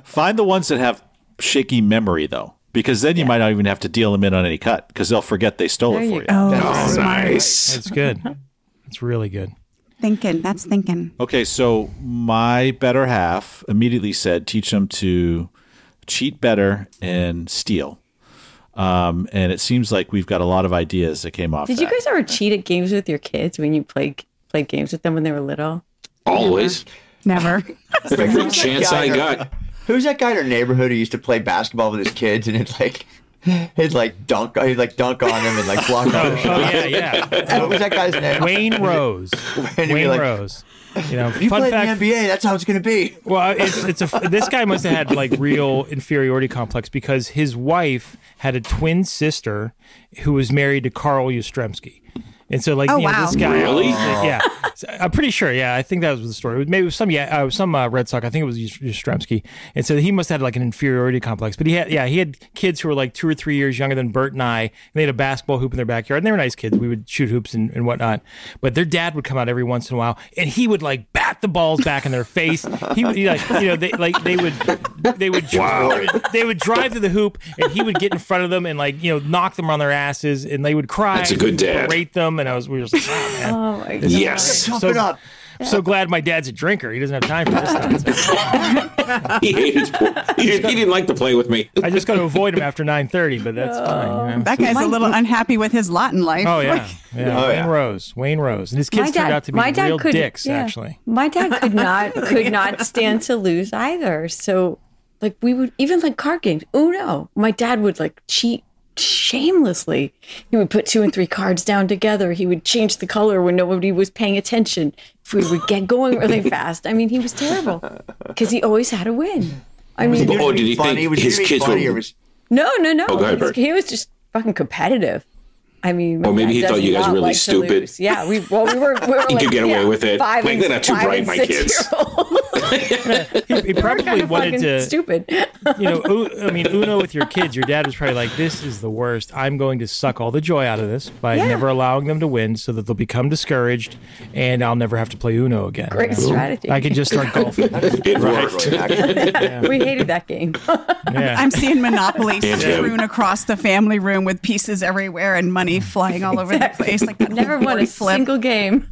Speaker 6: Find the ones that have shaky memory though, because then you might not even have to deal them in on any cut because they'll forget they stole it
Speaker 5: There
Speaker 6: for
Speaker 5: you
Speaker 6: you.
Speaker 8: Oh,
Speaker 2: Oh, nice.
Speaker 3: That's good. That's really good.
Speaker 8: thinking. That's thinking.
Speaker 6: Okay, so my better half immediately said, teach them to cheat better and steal. Um, and it seems like we've got a lot of ideas that came off.
Speaker 5: Did you
Speaker 6: that.
Speaker 5: guys ever cheat at games with your kids when you played played games with them when they were little?
Speaker 2: Always.
Speaker 8: Never.
Speaker 2: Every chance I got.
Speaker 4: Who's that guy in our neighborhood who used to play basketball with his kids and it's like he'd like dunk he'd like dunk on him and like block on him.
Speaker 3: Oh yeah, yeah.
Speaker 4: What was that guy's name?
Speaker 3: Wayne Rose.
Speaker 4: And he'd be
Speaker 3: Wayne
Speaker 4: like,
Speaker 3: Rose. You know,
Speaker 4: You
Speaker 3: fun
Speaker 4: played
Speaker 3: fact
Speaker 4: in the NBA. That's how it's gonna be.
Speaker 3: Well, it's it's a this guy must have had like real inferiority complex because his wife had a twin sister who was married to Carl Yastrzemski. And so, like,
Speaker 8: Oh,
Speaker 3: you know,
Speaker 8: wow.
Speaker 3: this guy,
Speaker 2: Really?
Speaker 3: yeah, So, I'm pretty sure. Yeah, I think that was the story. It was- Maybe it was some yeah, uh, some uh, Red Sox. I think it was Yas- Yastrzemski. And so he must have had like an inferiority complex. But he had yeah, he had kids who were like two or three years younger than Bert and I. And they had a basketball hoop in their backyard. And they were nice kids. We would shoot hoops and, and whatnot. But their dad would come out every once in a while, and he would like bat the balls back in their face. He would he, like you know they like they would they would drive, they would drive to the hoop, and he would get in front of them and like you know knock them on their asses, and they would cry.
Speaker 2: That's a good dad.
Speaker 3: Berate them, and I was we were just like, wow, man.
Speaker 5: Oh my god.
Speaker 2: Yes.
Speaker 4: Tough
Speaker 3: So-
Speaker 4: it up.
Speaker 3: I'm so glad my dad's a drinker. He doesn't have time for this nonsense.
Speaker 2: He hated sport. He, he didn't like to play with me.
Speaker 3: I just got to avoid him after 9:30, but that's fine. you know?
Speaker 1: That guy's a little unhappy with his lot in life.
Speaker 3: Oh yeah, yeah.
Speaker 4: Oh,
Speaker 3: Wayne
Speaker 4: yeah.
Speaker 3: Rose, Wayne Rose, and his kids turned out to be real dicks.
Speaker 5: yeah.
Speaker 3: Actually,
Speaker 5: My dad could not could not stand to lose either. So like we would even like card games. Uno. My dad would like cheat shamelessly. He would put two and three cards down together. He would change the color when nobody was paying attention. If we would get going really fast. I mean, he was terrible because he always had a win. I mean,
Speaker 2: Oh, did he
Speaker 4: Funny,
Speaker 2: think
Speaker 4: was
Speaker 2: his
Speaker 4: really
Speaker 2: kids
Speaker 4: funny,
Speaker 2: were-
Speaker 4: or was-
Speaker 5: No, no, no.
Speaker 2: Oh, go ahead,
Speaker 5: He was-
Speaker 2: Bert.
Speaker 5: he was just fucking competitive. I mean, my
Speaker 2: Or maybe
Speaker 5: dad
Speaker 2: he thought
Speaker 5: does
Speaker 2: you guys
Speaker 5: not
Speaker 2: were really
Speaker 5: like to
Speaker 2: stupid.
Speaker 5: lose. Yeah, we well, we were. We were
Speaker 2: You
Speaker 5: like,
Speaker 2: could get away
Speaker 5: yeah,
Speaker 2: with it.
Speaker 5: Five
Speaker 2: Like,
Speaker 5: and,
Speaker 2: they're not too
Speaker 5: five
Speaker 2: bright,
Speaker 5: and
Speaker 2: my
Speaker 5: six
Speaker 2: kids.
Speaker 5: year olds.
Speaker 3: he, he probably
Speaker 5: Kinda
Speaker 3: wanted
Speaker 5: fucking
Speaker 3: to,
Speaker 5: stupid.
Speaker 3: you know, U- I mean, Uno with your kids. Your dad was probably like, "This is the worst. I'm going to suck all the joy out of this by
Speaker 5: Yeah.
Speaker 3: never allowing them to win, so that they'll become discouraged, and I'll never have to play Uno again."
Speaker 5: Great
Speaker 3: you know?
Speaker 5: strategy.
Speaker 3: I can just start golfing.
Speaker 2: It worked.
Speaker 5: we hated that game.
Speaker 3: Yeah.
Speaker 1: I'm seeing Monopoly
Speaker 2: Yeah.
Speaker 1: strewn across the family room with pieces everywhere and money flying all over the place. Like that
Speaker 5: Never
Speaker 1: little
Speaker 5: won a
Speaker 1: board flip.
Speaker 5: single game.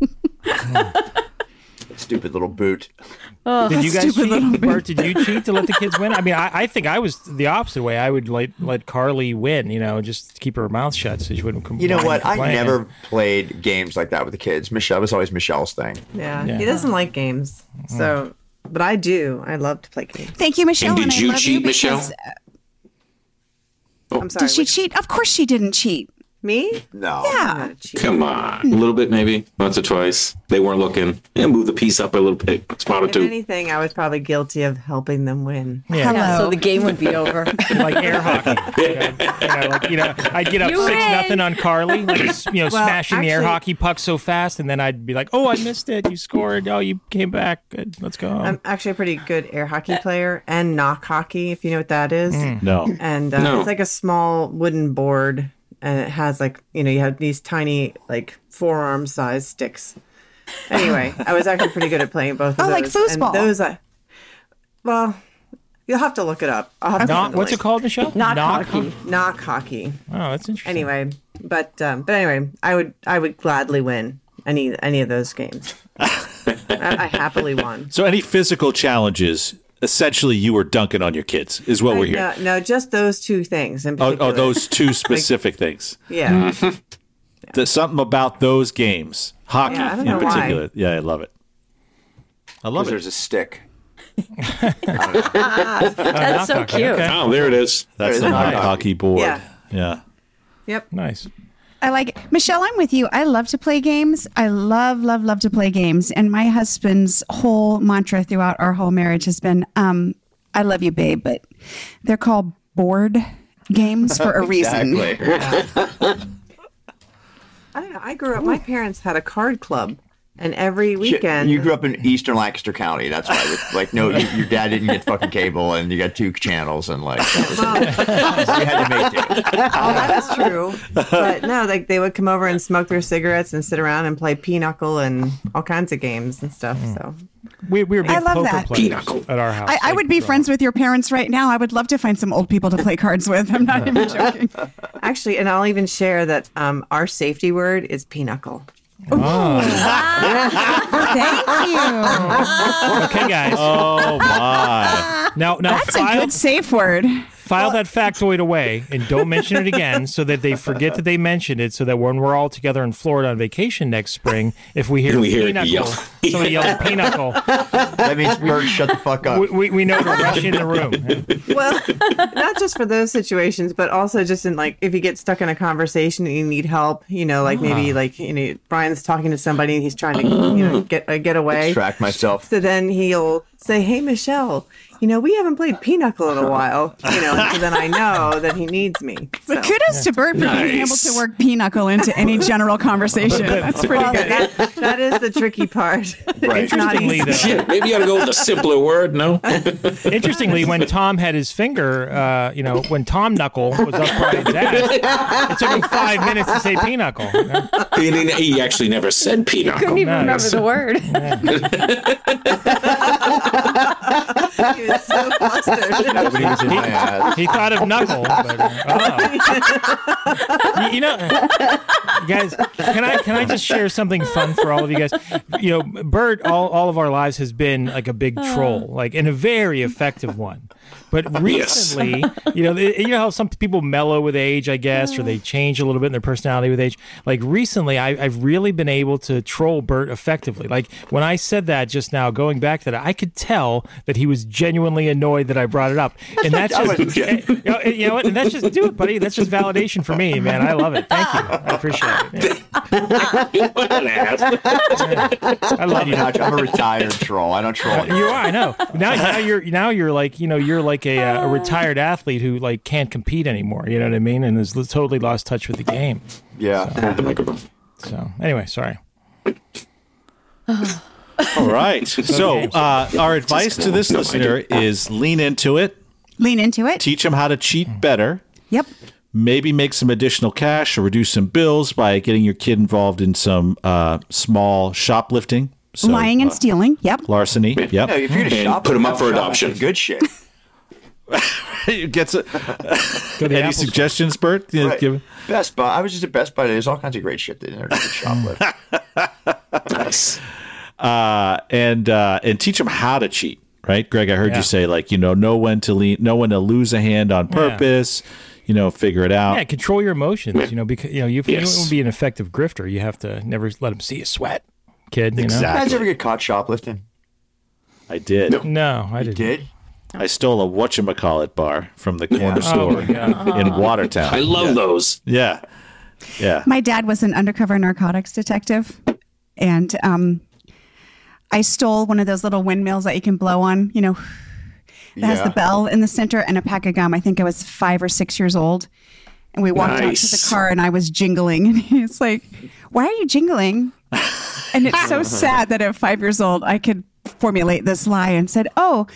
Speaker 4: Stupid little boot.
Speaker 3: Did you guys
Speaker 1: Oh, Stupid little
Speaker 3: cheat, Bert? Did you cheat to let the kids win? I mean, I, I think I was the opposite way. I would let let Carly win, you know, just keep her mouth shut so she wouldn't com-
Speaker 4: You know
Speaker 3: whine
Speaker 4: what?
Speaker 3: and complain.
Speaker 4: I never played games like that with the kids. Michelle it was always Michelle's thing.
Speaker 7: Yeah. He doesn't like games. So, but I do. I love to play games.
Speaker 8: Thank you, Michelle.
Speaker 2: And did
Speaker 8: I
Speaker 2: you
Speaker 8: love
Speaker 2: cheat,
Speaker 8: because-
Speaker 2: Michelle? Oh.
Speaker 7: I'm sorry.
Speaker 8: Did she
Speaker 7: what-
Speaker 8: cheat? Of course she didn't cheat.
Speaker 7: me?
Speaker 4: No.
Speaker 7: I'm not a cheater.
Speaker 2: Come
Speaker 7: Mm.
Speaker 2: on. A little bit, maybe. Once or twice. They weren't looking. Yeah, move the piece up a little bit. Spot or
Speaker 7: If
Speaker 2: two.
Speaker 7: anything, I was probably guilty of helping them win.
Speaker 3: Yeah.
Speaker 1: Hello.
Speaker 5: So the game would be over.
Speaker 3: like air hockey. You know, you know, like, you know, I'd get up
Speaker 5: You
Speaker 3: six
Speaker 5: win.
Speaker 3: nothing on Carly, like s- you know, smashing the air
Speaker 7: actually-
Speaker 3: hockey puck so fast, and then I'd be like, "Oh, I missed it. You scored. Oh, you came back. Good. Let's go." home."
Speaker 7: I'm actually a pretty good air hockey player and knock hockey, if you know what that is.
Speaker 3: Hmm.
Speaker 6: No.
Speaker 7: And uh,
Speaker 2: No.
Speaker 7: it's like a small wooden board, and it has like you know you have these tiny like forearm sized sticks. Anyway, I was actually pretty good at playing both. of
Speaker 8: Oh, like
Speaker 7: those,
Speaker 8: foosball.
Speaker 7: And those I, well, you'll have to look it up. I'll have to send
Speaker 3: Knock.
Speaker 7: the
Speaker 3: What's it
Speaker 7: link.
Speaker 3: called, Michelle?
Speaker 5: Not
Speaker 3: Knock
Speaker 5: hockey.
Speaker 7: Knock hockey.
Speaker 3: Oh, that's interesting.
Speaker 7: Anyway, but um, but anyway, I would I would gladly win any any of those games. I, I happily won.
Speaker 6: So any physical challenges, essentially you were dunking on your kids is what we're hearing.
Speaker 7: No, no, just those two things. In
Speaker 6: Oh, oh,
Speaker 7: particular.
Speaker 6: those two specific things.
Speaker 7: Yeah.
Speaker 2: Mm-hmm.
Speaker 6: There's something about those games, hockey
Speaker 7: Yeah, I
Speaker 6: in
Speaker 7: don't know why.
Speaker 6: particular. Yeah, I love it. I love
Speaker 4: Because
Speaker 6: it.
Speaker 4: there's a stick.
Speaker 5: That's so
Speaker 3: hockey,
Speaker 5: cute.
Speaker 3: okay.
Speaker 2: Oh, there it is.
Speaker 6: That's the
Speaker 4: knock
Speaker 6: knock hockey board.
Speaker 7: Yeah.
Speaker 6: yeah.
Speaker 7: Yep.
Speaker 3: Nice.
Speaker 8: I like it. Michelle, I'm with you. I love to play games. I love, love, love to play games. And my husband's whole mantra throughout our whole marriage has been, um, I love you, babe, but they're called board games for a reason.
Speaker 4: Exactly.
Speaker 7: I don't know. I grew up. My parents had a card club, and every weekend.
Speaker 4: You grew up in Eastern Lancaster County. That's why, it's like, no, you- your dad didn't get fucking cable, and you got two channels, and like, that was, you had to make do.
Speaker 7: oh, that is true. But no, like they would come over and smoke their cigarettes and sit around and play pinochle and all kinds of games and stuff. So
Speaker 3: We, we were big
Speaker 8: I love
Speaker 3: poker
Speaker 8: that.
Speaker 3: players
Speaker 2: Pinochle.
Speaker 3: at our house.
Speaker 8: I, I
Speaker 3: Like,
Speaker 8: would be friends with your parents right now. I would love to find some old people to play cards with. I'm not even joking.
Speaker 7: actually, and I'll even share that um, our safety word is pinochle.
Speaker 8: Thank you.
Speaker 3: okay, guys.
Speaker 6: Oh my.
Speaker 3: now, now
Speaker 8: That's a
Speaker 3: file,
Speaker 8: good safe word.
Speaker 3: file that factoid away and don't mention it again so that they forget that they mentioned it so that when we're all together in Florida on vacation next spring, if we hear,
Speaker 2: We hear it
Speaker 3: pinochle,
Speaker 2: yell.
Speaker 3: somebody yells pinochle,
Speaker 4: That means Bird, shut the fuck up.
Speaker 3: we, we, we know to rush in the room.
Speaker 7: Well, not just for those situations, but also just in like if you get stuck in a conversation and you need help, you know, like maybe like you know Brian's talking to somebody and he's trying to you know get uh, get away.
Speaker 4: Distract myself.
Speaker 7: So then he'll say, "Hey, Michelle, you know we haven't played Pinochle in a while, you know," and so then I know that he needs me. So.
Speaker 1: But kudos to Bert for being able to work Pinochle into any general conversation. That's pretty
Speaker 7: Well,
Speaker 1: good.
Speaker 7: that- that is the tricky part.
Speaker 2: Right.
Speaker 7: It's not
Speaker 3: Interestingly,
Speaker 7: easy.
Speaker 3: though,
Speaker 2: Shit, maybe you ought to go with a simpler word. No,
Speaker 3: Interestingly, when Tom had his finger, uh, you know, when Tom Knuckle was up Brian's ass, it took him five minutes to say Pinochle. you know?
Speaker 2: he, didn't- he actually never said
Speaker 5: Couldn't
Speaker 2: pinochle.
Speaker 5: even remember the word.
Speaker 7: He was so flustered.
Speaker 4: Nobody was in my ass.
Speaker 3: He thought of Knuckle. But, uh, oh. you, you know, guys, can I can I just share something fun for all of you guys? You know, Bert, all, all of our lives has been like a big troll, like and a very effective one. But
Speaker 2: Yes.
Speaker 3: recently, you know, you know how some people mellow with age, I guess, or they change a little bit in their personality with age. Like recently, I, I've really been able to troll Bert effectively. Like when I said that just now, going back to that, I could tell that he was genuinely annoyed that I brought it up, and that's just, eh, you know, and you know what, and that's just do it, buddy. That's just validation for me, man. I love it. Thank you. I appreciate it. Yeah.
Speaker 2: What an ass.
Speaker 3: I love you. Uh,
Speaker 4: Ouch, I'm a retired troll. I don't troll. anymore.
Speaker 3: You are. I know. Now, now you're now you're like you know you're like a, uh, a retired athlete who like can't compete anymore. You know what I mean? And has l- totally lost touch with the game.
Speaker 4: Yeah.
Speaker 2: The microphone.
Speaker 3: So anyway, sorry.
Speaker 6: All right. So, uh, our advice to this
Speaker 2: No, I
Speaker 6: listener is lean into it,
Speaker 1: Lean into it.
Speaker 6: teach them how to cheat better,
Speaker 1: Yep.
Speaker 6: maybe make some additional cash or reduce some bills by getting your kid involved in some uh, small shoplifting, so, uh,
Speaker 1: Lying and stealing. Yep.
Speaker 6: larceny.
Speaker 4: No,
Speaker 6: Yep.
Speaker 4: if you're to
Speaker 2: And
Speaker 4: shop,
Speaker 2: put 'em up
Speaker 4: shop
Speaker 2: for
Speaker 4: with
Speaker 2: adoption.
Speaker 4: the Good shit.
Speaker 6: Gets it.
Speaker 3: Go to the
Speaker 6: Any
Speaker 3: Apple Store.
Speaker 6: suggestions, Bert? Yeah,
Speaker 4: Right.
Speaker 6: give-
Speaker 4: Best Buy. I was just at Best Buy. There's all kinds of great shit that they're shoplift.
Speaker 2: Nice.
Speaker 6: uh, and uh, and teach them how to cheat. Right, Greg. I heard
Speaker 3: Yeah.
Speaker 6: you say like you know know when to lean, know when to lose a hand on purpose. You know, figure it out.
Speaker 3: Yeah, control your emotions. You know, because you know you, you
Speaker 2: Oh. Yes.
Speaker 3: want to be an effective grifter. You have to never let them see you sweat, kid. You
Speaker 4: You guys
Speaker 6: Exactly.
Speaker 4: ever get caught shoplifting?
Speaker 6: I did.
Speaker 3: know. No, I didn't. Oh,
Speaker 4: Did?
Speaker 6: I stole a whatchamacallit bar from the corner store in Watertown.
Speaker 2: Oh, I love those.
Speaker 6: yeah. Yeah.
Speaker 1: My dad was an undercover narcotics detective, and um, I stole one of those little windmills that you can blow on. You know, that has the
Speaker 4: Yeah.
Speaker 1: bell in the center and a pack of gum. I think I was five or six years old, and we walked out to the
Speaker 2: Nice.
Speaker 1: car, and I was jingling, and he's like, "Why are you jingling?" And it's so sad that at five years old, I could formulate this lie and said, "Oh."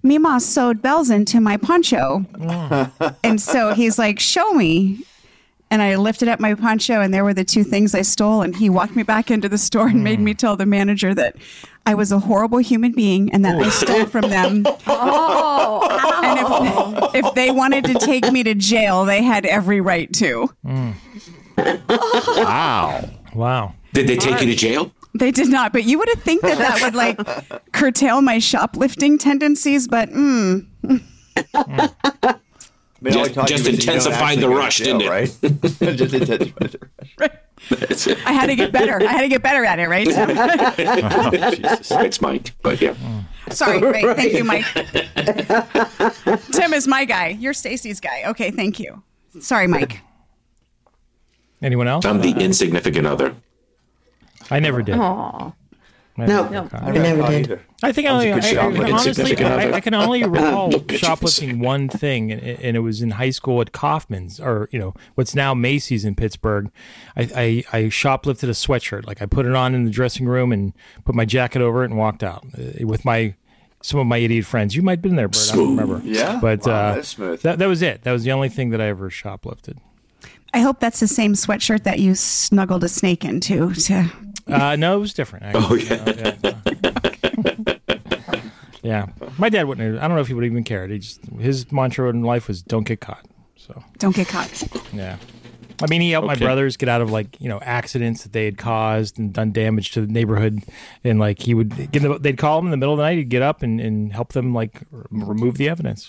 Speaker 1: Mima sewed bells into my poncho. And so he's like, Show me. And I lifted up my poncho, and there were the two things I stole. And he walked me back into the store and made me tell the manager that I was a horrible human being and that I stole from them. And if, if they wanted to take me to jail, they had every right to.
Speaker 6: Wow.
Speaker 3: Wow.
Speaker 2: Did they take you to jail?
Speaker 1: They did not. But you would have think that that would like curtail my shoplifting tendencies, but mm,
Speaker 4: They only
Speaker 2: Just-
Speaker 4: taught you
Speaker 2: just
Speaker 4: that you don't
Speaker 2: intensified
Speaker 4: actually
Speaker 2: the
Speaker 4: go to
Speaker 2: rush,
Speaker 4: jail,
Speaker 2: didn't it?
Speaker 4: Right? just intensified the rush.
Speaker 1: I had to get better. I had to get better at it,
Speaker 10: Oh,
Speaker 1: right?
Speaker 2: It's Mike, but yeah.
Speaker 3: Oh,
Speaker 1: Sorry, right. Thank you, Mike. Tim is my guy. You're Stacy's guy. Okay, thank you. Sorry, Mike.
Speaker 3: Anyone else?
Speaker 2: I'm the insignificant other.
Speaker 3: I never did.
Speaker 5: Aw.
Speaker 3: I
Speaker 9: No,
Speaker 3: never did.
Speaker 9: I never
Speaker 4: Not
Speaker 9: did.
Speaker 4: either.
Speaker 3: I think I only,
Speaker 4: a good
Speaker 3: I- I
Speaker 4: shot,
Speaker 3: can
Speaker 4: but it's
Speaker 3: honestly,
Speaker 2: significant
Speaker 3: I,
Speaker 2: other.
Speaker 3: I can only recall
Speaker 2: Look at you for
Speaker 3: shoplifting one thing, and, and it was in high school at Kaufman's, or you know what's now Macy's in Pittsburgh. I, I, I shoplifted a sweatshirt, like I put it on in the dressing room and put my jacket over it and walked out uh, with my some of my idiot friends. You might have been there, Bert. I don't remember.
Speaker 4: Yeah?
Speaker 3: but
Speaker 4: Wow,
Speaker 3: uh,
Speaker 4: that's smooth.
Speaker 3: That, that was it. That was the only thing that I ever shoplifted.
Speaker 1: I hope that's the same sweatshirt that you snuggled a snake into. To,
Speaker 3: Uh, no, it was different.
Speaker 2: Oh
Speaker 3: Actually.
Speaker 2: yeah.
Speaker 3: yeah, my dad wouldn't. have- I don't know if he would have even cared. He just his mantra in life was "Don't get caught." So.
Speaker 1: don't get caught.
Speaker 3: Yeah. I mean, he helped my
Speaker 6: Okay.
Speaker 3: brothers get out of like you know accidents that they had caused and done damage to the neighborhood, and like he would get the, they'd call him in the middle of the night, he'd get up and, and help them like r- remove the evidence.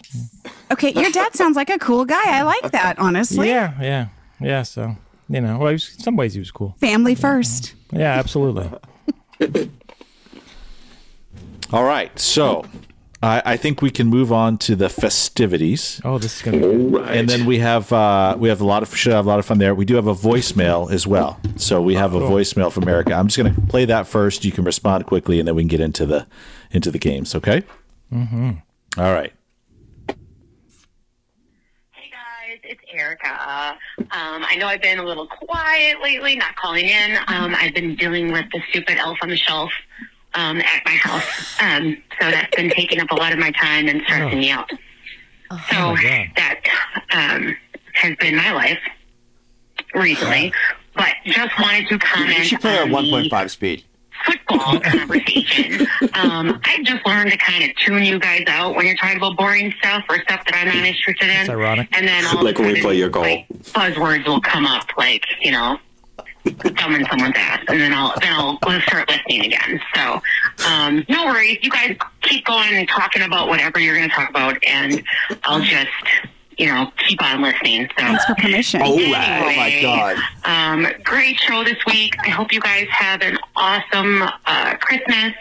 Speaker 1: Okay, your dad sounds like a cool guy. I like that, honestly.
Speaker 3: Yeah, yeah, yeah. So you know, well, he was, in some ways he was cool.
Speaker 1: Family first.
Speaker 3: Yeah, absolutely.
Speaker 6: All right. So I, I think we can move on to the festivities.
Speaker 3: Oh, this is gonna. be good.
Speaker 2: Right.
Speaker 6: And then we have uh, we have a lot of should have a lot of fun there. We do have a voicemail as well. So we have a voicemail from Erica. I'm just going to play that first. You can respond quickly, and then we can get into the into the games. Okay.
Speaker 3: Mm-hmm.
Speaker 6: All right.
Speaker 11: guys. It's Erica. Um, I know I've been a little quiet lately, not calling in. Um, I've been dealing with the stupid elf on the shelf um, at my house. Um, so that's been taking up a lot of my time and stressing me out.
Speaker 1: Oh.
Speaker 11: So
Speaker 3: Oh
Speaker 11: that um, has been my life recently. But just wanted to
Speaker 4: You
Speaker 11: comment
Speaker 4: should play at
Speaker 11: on the
Speaker 4: 1.5 speed.
Speaker 11: football conversation. Um, I've just learned to kind of tune you guys out when you're talking about boring stuff or stuff that I'm not interested in. That's
Speaker 3: ironic.
Speaker 11: And then all
Speaker 2: like
Speaker 11: of a
Speaker 2: when
Speaker 11: sudden,
Speaker 2: we play your goal.
Speaker 11: buzzwords will come up, like you know, thumbing someone's ass, and then I'll then I'll we'll start listening again. So, um, no worries. You guys keep going and talking about whatever you're going to talk about, and I'll just you know keep on listening. So.
Speaker 1: Thanks for permission.
Speaker 2: All right.
Speaker 11: Anyway,
Speaker 4: Oh my god.
Speaker 11: um, great show this week. I hope you guys have an awesome uh, Christmas,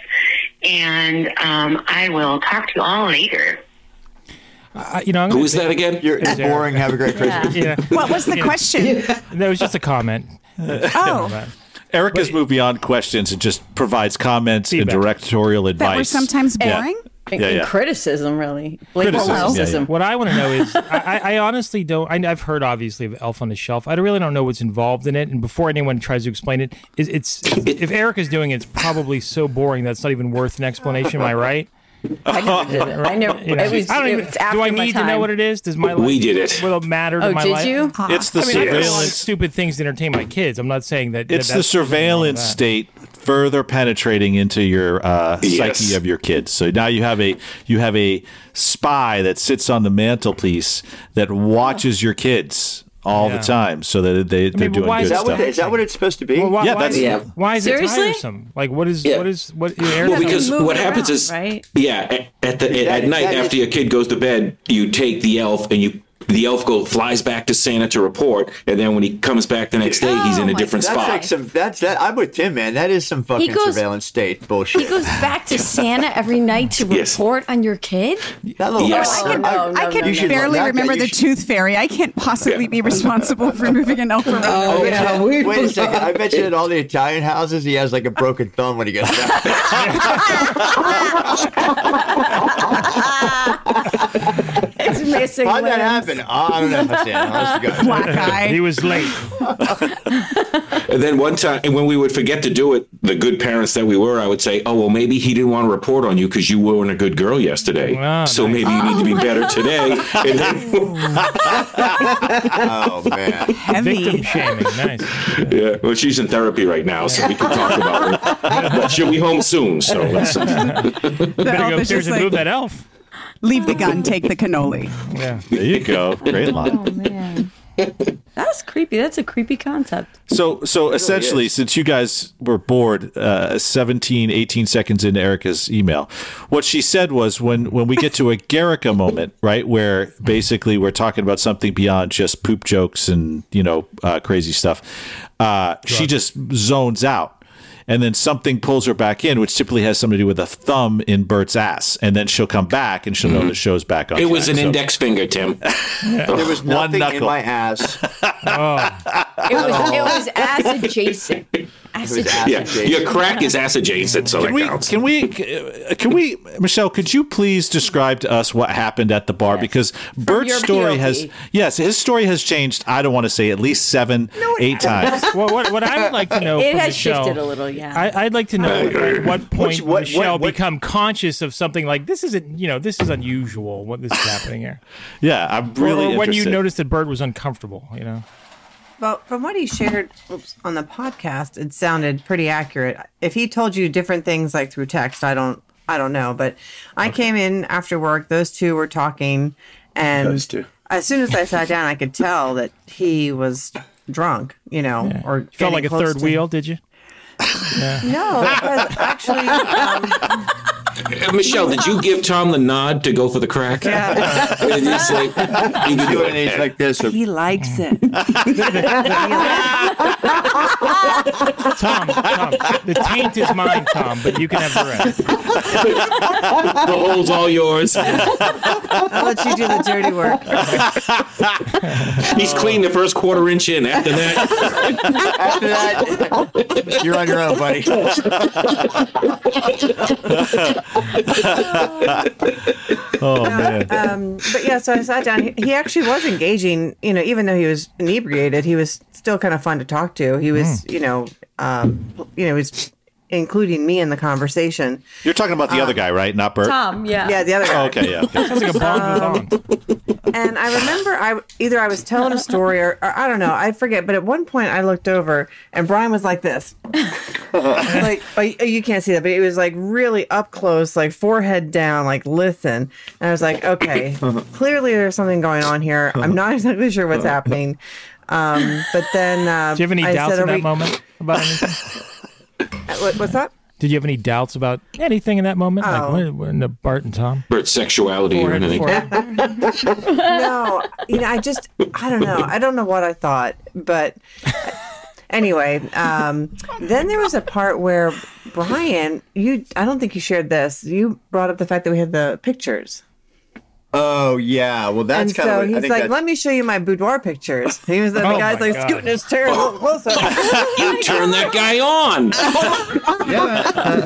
Speaker 11: and um, I will talk to you all later.
Speaker 3: I, you know, I'm
Speaker 2: Who
Speaker 3: gonna-
Speaker 2: is that again?
Speaker 4: You're it's boring. Have a great Christmas.
Speaker 3: Yeah,
Speaker 1: What was the question?
Speaker 3: that was just a comment.
Speaker 1: Oh,
Speaker 6: Erica's moved beyond questions and just provides comments
Speaker 3: Feedback.
Speaker 6: and directorial advice.
Speaker 1: that were sometimes
Speaker 6: Yeah.
Speaker 1: boring.
Speaker 5: And,
Speaker 6: Yeah, yeah.
Speaker 5: criticism, really. Blatant
Speaker 6: Criticism, yeah, yeah.
Speaker 3: What I want to know is, I, I I honestly don't. I, I've heard obviously of Elf on the Shelf. I really don't know what's involved in it. And before anyone tries to explain it, it it's if Erica's doing it, it's probably so boring that it's not even worth an explanation. Am I right?
Speaker 5: I never did it. I never.
Speaker 3: You know,
Speaker 5: it was,
Speaker 3: I don't
Speaker 5: it
Speaker 3: even-
Speaker 5: was after
Speaker 3: do I
Speaker 5: my
Speaker 3: need to
Speaker 5: time.
Speaker 3: know what it is? Does my life
Speaker 2: We did it.
Speaker 3: Will it matter to
Speaker 5: Oh,
Speaker 3: my
Speaker 5: did
Speaker 3: life?
Speaker 5: you?
Speaker 6: It's the
Speaker 3: I mean, I feel like
Speaker 6: surveillance.
Speaker 3: stupid things to entertain my kids. I'm not saying that.
Speaker 6: It's
Speaker 3: that
Speaker 6: the
Speaker 3: that's nothing wrong with
Speaker 6: surveillance
Speaker 3: that.
Speaker 6: state further penetrating into your uh,
Speaker 2: Yes.
Speaker 6: psyche of your kids. So now you have a you have a spy that sits on the mantelpiece that watches your kids all
Speaker 3: Yeah.
Speaker 6: the time, so that they they're
Speaker 3: but
Speaker 6: doing
Speaker 3: why is
Speaker 6: good
Speaker 4: Is that,
Speaker 6: stuff.
Speaker 4: what, is that what it's supposed to be?
Speaker 3: Well, why,
Speaker 6: Yeah,
Speaker 3: why is,
Speaker 6: that's-
Speaker 9: Yeah.
Speaker 3: why is it
Speaker 5: Seriously?
Speaker 3: tiresome? Like, what is
Speaker 2: Yeah.
Speaker 3: what is what?
Speaker 2: Well, because
Speaker 5: move
Speaker 2: what
Speaker 5: it
Speaker 2: happens
Speaker 5: around,
Speaker 2: is,
Speaker 5: right?
Speaker 2: yeah, at, at the at
Speaker 4: That-
Speaker 2: night
Speaker 4: that
Speaker 2: after
Speaker 4: is-
Speaker 2: your kid goes to bed, you take the elf and you the elf go flies back to Santa to report, and then when he comes back the next day, he's in a
Speaker 5: my
Speaker 2: different
Speaker 5: God.
Speaker 4: Oh, That's
Speaker 2: spot.
Speaker 4: like some. That's that. I'm with Tim, man. That is some fucking
Speaker 12: goes-
Speaker 4: surveillance state
Speaker 12: He
Speaker 4: bullshit.
Speaker 12: goes back to Santa every night to
Speaker 2: Yes.
Speaker 12: report on your kid. Oh,
Speaker 4: that little.
Speaker 2: Yes.
Speaker 4: I,
Speaker 5: No, no,
Speaker 1: I can
Speaker 5: no, no.
Speaker 1: barely
Speaker 4: that guy-
Speaker 1: remember
Speaker 4: you
Speaker 1: the
Speaker 4: should-
Speaker 1: tooth fairy. I can't possibly
Speaker 2: Yeah.
Speaker 1: be responsible for moving an elf around.
Speaker 9: Oh,
Speaker 4: Wait,
Speaker 9: yeah,
Speaker 4: a-
Speaker 9: we
Speaker 4: wait a second. I bet you
Speaker 9: belong.
Speaker 4: in all the Italian houses, he has like a broken thumb when he gets back.
Speaker 5: It's missing.
Speaker 4: How'd that
Speaker 5: limbs.
Speaker 4: happen? Oh, I don't know if I said. Honest to God.
Speaker 1: Black eye.
Speaker 3: he was late.
Speaker 2: And then one time, and when we would forget to do it, the good parents that we were, I would say, "Oh well, maybe he didn't want to report on you because you weren't a good girl yesterday.
Speaker 3: Wow,
Speaker 2: so
Speaker 3: Ah, nice.
Speaker 2: maybe you need to
Speaker 3: Oh,
Speaker 2: be better today." And then,
Speaker 4: Oh man.
Speaker 3: Victim shaming.
Speaker 1: Heavy.
Speaker 3: Nice.
Speaker 2: yeah, well, she's in therapy right now, so we can talk about it. But she'll be home soon, so that's
Speaker 1: The
Speaker 3: Better
Speaker 1: elf
Speaker 3: go
Speaker 1: is
Speaker 3: upstairs
Speaker 1: just
Speaker 3: and
Speaker 1: like,
Speaker 3: move that elf.
Speaker 1: leave the gun, take the cannoli.
Speaker 3: Yeah.
Speaker 6: There you go. Great line.
Speaker 5: Man. That's creepy. That's a creepy concept.
Speaker 6: So, so essentially, since you guys were bored, uh, 17, 18 seconds into Erica's email, what she said was when, when we get to a Garrica moment, right, where basically we're talking about something beyond just poop jokes and, you know, uh, crazy stuff, uh, she just zones out. And then something pulls her back in, which typically has something to do with a thumb in Bert's ass. And then she'll come back and she'll know the show's back on.
Speaker 2: Mm-hmm. it was
Speaker 6: track.
Speaker 2: an
Speaker 6: So-
Speaker 2: index finger, Tim.
Speaker 4: There was
Speaker 6: One
Speaker 4: nothing in
Speaker 6: knuckle.
Speaker 4: my ass.
Speaker 3: Oh.
Speaker 12: It was it was as adjacent. As
Speaker 4: It was
Speaker 12: adjacent.
Speaker 4: ass
Speaker 2: Yeah,
Speaker 4: adjacent.
Speaker 2: your crack is ass adjacent, so that
Speaker 6: Can we,
Speaker 2: counts.
Speaker 6: can we can we Michelle could you please describe to us what happened at the bar because Bert's
Speaker 5: your
Speaker 6: story
Speaker 5: POV.
Speaker 6: has yes his story has changed I don't want to say at least 7 8 times
Speaker 3: Well, what, what I would like to know
Speaker 5: It
Speaker 3: from
Speaker 5: has
Speaker 3: Michelle,
Speaker 5: shifted a little, yeah.
Speaker 3: I, I'd like to know at what point
Speaker 4: Which- what-
Speaker 3: Michelle
Speaker 4: what- what-
Speaker 3: become conscious of something like this isn't, you know, this is unusual. What this is happening here?
Speaker 6: yeah I'm really
Speaker 3: or, or when you
Speaker 6: interested.
Speaker 3: noticed that Bird was uncomfortable, you know.
Speaker 7: Well, from what he shared oops, on the podcast, it sounded pretty accurate. If he told you different things like through text, I don't I don't know, but I came in after work, those two were talking and
Speaker 4: Those two.
Speaker 7: as soon as I sat down, I could tell that he was drunk, you know, or
Speaker 3: Felt
Speaker 7: getting
Speaker 3: like a
Speaker 7: close
Speaker 3: third
Speaker 7: to-
Speaker 3: wheel, did you?
Speaker 7: No, it was actually um,
Speaker 2: Uh, Michelle, did you give Tom the nod to go for the crack?
Speaker 7: yeah,
Speaker 2: And he's like, you can do
Speaker 4: Doing
Speaker 2: it.
Speaker 4: it like this. Or,
Speaker 7: he likes it.
Speaker 3: Tom, Tom, the taint is mine, Tom, but you can have the rest.
Speaker 2: The hole's all yours.
Speaker 7: I'll let you do the dirty work.
Speaker 2: He's clean the first quarter inch in. After that,
Speaker 4: after that, you're on your own, buddy.
Speaker 6: oh
Speaker 7: No,
Speaker 6: man.
Speaker 7: um, but yeah, so I sat down. He, he actually was engaging. You know, even though he was inebriated, he was still kind of fun to talk to. He was,
Speaker 6: Mm.
Speaker 7: you know, um, you know, he was including me in the conversation.
Speaker 6: You're talking about the other guy, right? Not Bert.
Speaker 7: yeah, yeah, the other guy.
Speaker 6: Oh, okay, yeah. okay.
Speaker 7: Um, and I remember I either I was telling a story or, or I don't know, I forget. But at one point I looked over and Brian was like this, like but you can't see that, but it was like really up close, like forehead down, like listen. And I was like, okay, clearly there's something going on here. I'm not exactly sure what's happening. Um, but then uh,
Speaker 3: Do you have any
Speaker 7: I
Speaker 3: doubts
Speaker 7: said,
Speaker 3: in
Speaker 7: "Are
Speaker 3: that
Speaker 7: we-"
Speaker 3: moment about anything?
Speaker 7: What- what's that?
Speaker 3: Did you have any doubts about anything in that moment?
Speaker 7: Oh.
Speaker 3: Like when, when the Bart and Tom?
Speaker 2: Bert's sexuality or
Speaker 3: Forehead,
Speaker 2: anything.
Speaker 3: forehead.
Speaker 7: no, you know, I just, I don't know. I don't know what I thought, but anyway, um, then there was a part where Brian, you, I don't think you shared this. You brought up the fact that we had the pictures.
Speaker 4: Oh yeah, well that's
Speaker 7: and
Speaker 4: kind
Speaker 7: so
Speaker 4: of. I
Speaker 7: he's
Speaker 4: think
Speaker 7: like,
Speaker 4: that's-
Speaker 7: let me show you my boudoir pictures. He was the
Speaker 4: Oh
Speaker 7: guy's
Speaker 4: my
Speaker 7: like
Speaker 4: God.
Speaker 7: scooting his chair a little closer.
Speaker 2: You turn that guy on.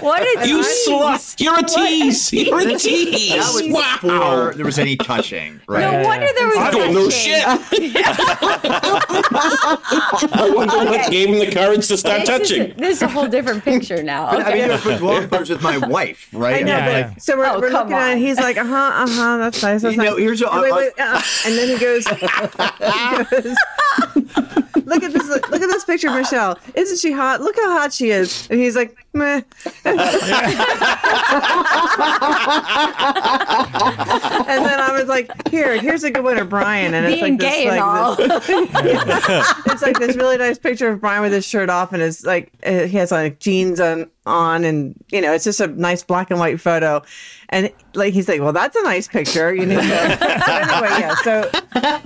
Speaker 5: What a
Speaker 2: You
Speaker 5: tease.
Speaker 2: slut. You're a tease. You're a tease.
Speaker 4: That was
Speaker 2: wow.
Speaker 4: before there was any touching, right?
Speaker 5: No wonder there was
Speaker 2: I don't know shit. I wonder
Speaker 5: Okay.
Speaker 2: what gave him the courage to start
Speaker 5: this
Speaker 2: touching.
Speaker 5: Is, this is a whole different picture now.
Speaker 4: But, I mean,
Speaker 5: Okay.
Speaker 4: I was boudoir pictures with my wife, right?
Speaker 7: I know,
Speaker 4: And,
Speaker 7: but
Speaker 4: like,
Speaker 7: so we're,
Speaker 5: Oh,
Speaker 7: we're
Speaker 5: come
Speaker 7: looking at it.
Speaker 5: on.
Speaker 7: And he's like, uh huh, uh huh, that's nice. That's
Speaker 4: You know,
Speaker 7: nice.
Speaker 4: here's uh, what
Speaker 7: And wait,
Speaker 4: I-
Speaker 7: wait, uh-uh. and then he goes, he goes, look at this, look at this picture, of Michelle. Isn't she hot? Look how hot she is. And he's like, meh. and then I was like, here, here's a good one of Brian, and it's
Speaker 5: Being
Speaker 7: like this,
Speaker 5: gay and all.
Speaker 7: like this- it's like this really nice picture of Brian with his shirt off and his like uh, he has like jeans on on and you know it's just a nice black and white photo, and like he's like, well, that's a nice picture, you know. So, anyway, yeah. So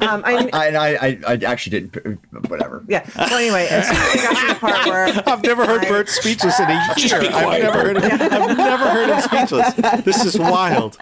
Speaker 7: um, I.
Speaker 4: I, and I, I, I actually didn't. Whatever.
Speaker 7: yeah. Well, anyway, as soon as I got to the part where
Speaker 6: I've never heard Bert speechless in a year.
Speaker 2: Just be
Speaker 6: I've
Speaker 2: quiet,
Speaker 6: never heard
Speaker 2: Bert.
Speaker 6: him. I've never heard him speechless. This is wild.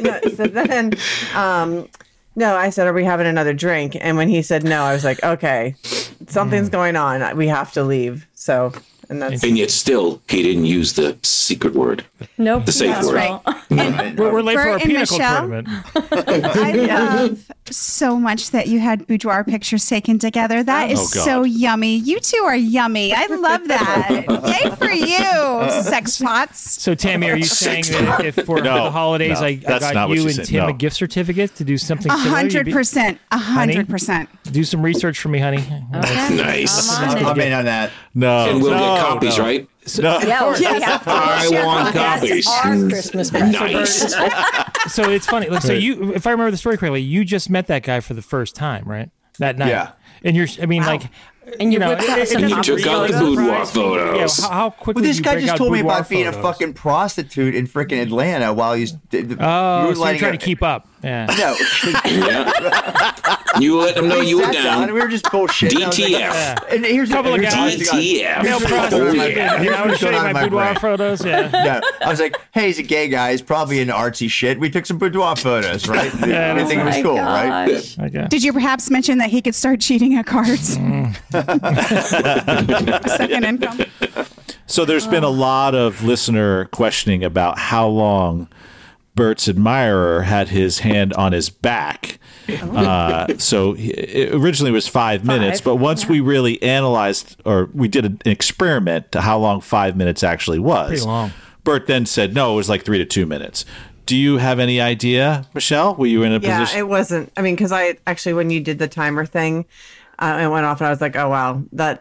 Speaker 7: no, so then, um, no, I said, "Are we having another drink?" And when he said no, I was like, "Okay,
Speaker 2: Mm.
Speaker 7: something's going on. We have to leave." So, and that's
Speaker 2: And yet, still, he didn't use the secret word.
Speaker 5: Nope.
Speaker 2: The safe
Speaker 5: that's
Speaker 2: word.
Speaker 5: right.
Speaker 3: We're, we're late
Speaker 1: Bert
Speaker 3: for
Speaker 1: and
Speaker 3: our pinnacle
Speaker 1: Michelle?
Speaker 3: tournament.
Speaker 1: I love so much that you had boudoir pictures taken together. That is
Speaker 6: Oh, God.
Speaker 1: so yummy. You two are yummy. I love that. Yay for you, sex pots.
Speaker 3: So Tammy, are you saying that if for
Speaker 6: No,
Speaker 3: the holidays
Speaker 6: no,
Speaker 3: I, I
Speaker 6: that's not
Speaker 3: got
Speaker 6: what
Speaker 3: you
Speaker 6: she
Speaker 3: and
Speaker 6: said,
Speaker 3: Tim
Speaker 6: no.
Speaker 3: a gift certificate to do something
Speaker 1: A
Speaker 3: similar? you'd
Speaker 1: hundred
Speaker 3: be-
Speaker 1: percent. A hundred percent.
Speaker 3: Do some research for me, honey.
Speaker 5: Okay.
Speaker 2: Nice.
Speaker 5: I'm on it.
Speaker 4: I'm in on that.
Speaker 6: No.
Speaker 2: and we'll
Speaker 6: uh, no,
Speaker 2: get copies,
Speaker 6: no.
Speaker 2: right?
Speaker 6: No.
Speaker 5: Yeah, we have to
Speaker 2: I
Speaker 5: share
Speaker 2: want
Speaker 5: that.
Speaker 2: copies.
Speaker 5: That's our Christmas present.
Speaker 2: Nice.
Speaker 3: So it's funny. Like, so
Speaker 6: Right.
Speaker 3: you, if I remember the story correctly, you just met that guy for the first time, right? That night.
Speaker 4: Yeah.
Speaker 3: And you're, I mean, like,
Speaker 5: And you
Speaker 3: know,
Speaker 5: whipped out
Speaker 3: it- it
Speaker 5: some
Speaker 3: doesn't
Speaker 2: You took out the
Speaker 5: photos.
Speaker 2: boudoir
Speaker 3: you know,
Speaker 2: photos.
Speaker 3: how, how quickly?
Speaker 4: Well, this
Speaker 3: you
Speaker 4: guy
Speaker 3: break
Speaker 4: just
Speaker 3: out
Speaker 4: told me
Speaker 3: boudoir
Speaker 4: about being a
Speaker 3: photos.
Speaker 4: fucking prostitute in freaking Atlanta while he's.
Speaker 3: Oh, so you're trying to keep up. Yeah.
Speaker 4: No.
Speaker 2: You let them know you were
Speaker 4: Sat down and
Speaker 2: down.
Speaker 4: we were just bullshit. And I was like-
Speaker 2: DTF.
Speaker 4: And here's
Speaker 3: Couple of
Speaker 4: here's the
Speaker 3: guys.
Speaker 4: honest to God-
Speaker 2: DTF.
Speaker 3: Male
Speaker 4: Here's what's
Speaker 3: prostitute.
Speaker 4: going on in my- here's
Speaker 3: Yeah. Yeah, I was
Speaker 4: what's going
Speaker 3: showing
Speaker 4: on
Speaker 3: my
Speaker 4: in my
Speaker 3: boudoir
Speaker 4: brain.
Speaker 3: photos. Yeah.
Speaker 4: No, I was like, "Hey, he's a gay guy. He's probably into artsy shit. We took some boudoir photos, right?
Speaker 3: Yeah,
Speaker 4: Yeah, we think it was
Speaker 5: My
Speaker 4: cool, right?
Speaker 5: gosh.
Speaker 3: Okay.
Speaker 1: Did you perhaps mention that he could start cheating at cards?
Speaker 3: Mm.
Speaker 1: Second income.
Speaker 6: So there's
Speaker 3: Oh.
Speaker 6: been a lot of listener questioning about how long Bert's admirer had his hand on his back.
Speaker 3: Oh.
Speaker 6: Uh, so he- it originally was five minutes, but once we really analyzed or we did an experiment to how long five minutes actually was,
Speaker 3: Pretty long.
Speaker 6: Bert then said, no, it was like three to two minutes. Do you have any idea, Michelle? Were you in a
Speaker 7: Yeah,
Speaker 6: position?
Speaker 7: it wasn't. I mean, because I actually, when you did the timer thing, uh, it went off, and I was like, "Oh wow, that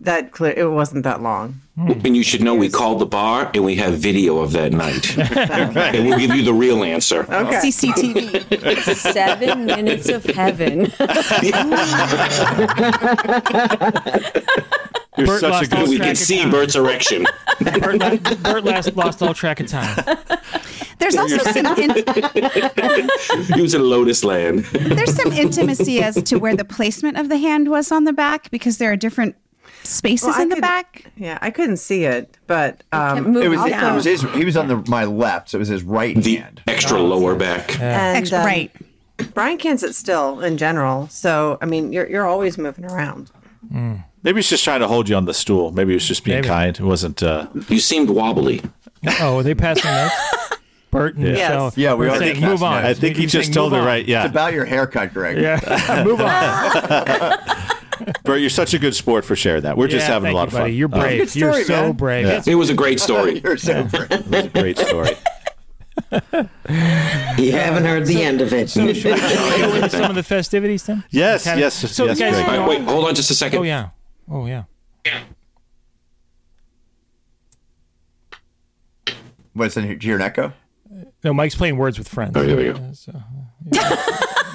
Speaker 7: that clear. It wasn't that long."
Speaker 2: And you should know we called the bar and we have video of that night. And we'll give you the real answer.
Speaker 7: Okay.
Speaker 1: CCTV.
Speaker 5: Seven minutes of heaven.
Speaker 6: You're
Speaker 3: Bert
Speaker 6: such a
Speaker 3: lost all
Speaker 6: good
Speaker 2: We
Speaker 3: track
Speaker 2: can
Speaker 3: of
Speaker 2: see
Speaker 3: time.
Speaker 2: Bert's erection.
Speaker 3: Bert, la- Bert last lost all track of time.
Speaker 1: There's also some in-
Speaker 2: He was in Lotus Land.
Speaker 1: there's some intimacy as to where the placement of the hand was on the back because there are different spaces
Speaker 7: Well, I
Speaker 1: in the
Speaker 7: could-
Speaker 1: back.
Speaker 7: Yeah, I couldn't see it, but um,
Speaker 5: Move
Speaker 4: It was,
Speaker 5: on.
Speaker 4: it was his. He was on the my left, so it was his right
Speaker 2: The
Speaker 4: hand.
Speaker 2: extra lower back.
Speaker 7: and
Speaker 1: Extra,
Speaker 7: um,
Speaker 1: right.
Speaker 7: Brian can't sit still in general. So I mean, you're you're always moving around.
Speaker 6: Maybe he's just trying to hold you on the stool. Maybe he was just being
Speaker 3: Maybe.
Speaker 6: kind. It wasn't. Uh,
Speaker 2: You seemed wobbly.
Speaker 3: Oh, are they passing notes? Burton.
Speaker 6: Yeah.
Speaker 3: So
Speaker 6: Yeah, we
Speaker 3: we're
Speaker 6: are
Speaker 3: saying
Speaker 6: the
Speaker 3: move
Speaker 6: cast,
Speaker 3: on.
Speaker 6: yeah. I think
Speaker 3: We
Speaker 6: he
Speaker 3: keep
Speaker 6: just
Speaker 3: saying
Speaker 6: told
Speaker 3: move
Speaker 6: her,
Speaker 3: on.
Speaker 6: right, yeah. It's
Speaker 4: about your haircut, Greg.
Speaker 3: Yeah, move on.
Speaker 6: Bert, you're such a good sport for sharing that. We're just
Speaker 3: Yeah, thank
Speaker 6: having a lot
Speaker 3: you,
Speaker 6: of
Speaker 3: buddy.
Speaker 6: fun. Um,
Speaker 3: You're brave. Good You're story, so man. brave. That's-
Speaker 2: It was a great story.
Speaker 4: You're so brave.
Speaker 6: it was a great story.
Speaker 9: You haven't heard the end of it.
Speaker 3: Go into some of the festivities, then.
Speaker 6: Yes,
Speaker 3: Kind of-
Speaker 6: yes,
Speaker 3: So
Speaker 6: yes,
Speaker 3: the guys,
Speaker 6: Greg.
Speaker 3: you know,
Speaker 2: Wait, hold on just a second.
Speaker 3: Oh yeah. Oh yeah.
Speaker 4: What's in here? Do you hear an echo?
Speaker 3: No, Mike's playing words with friends.
Speaker 2: Oh, here we go.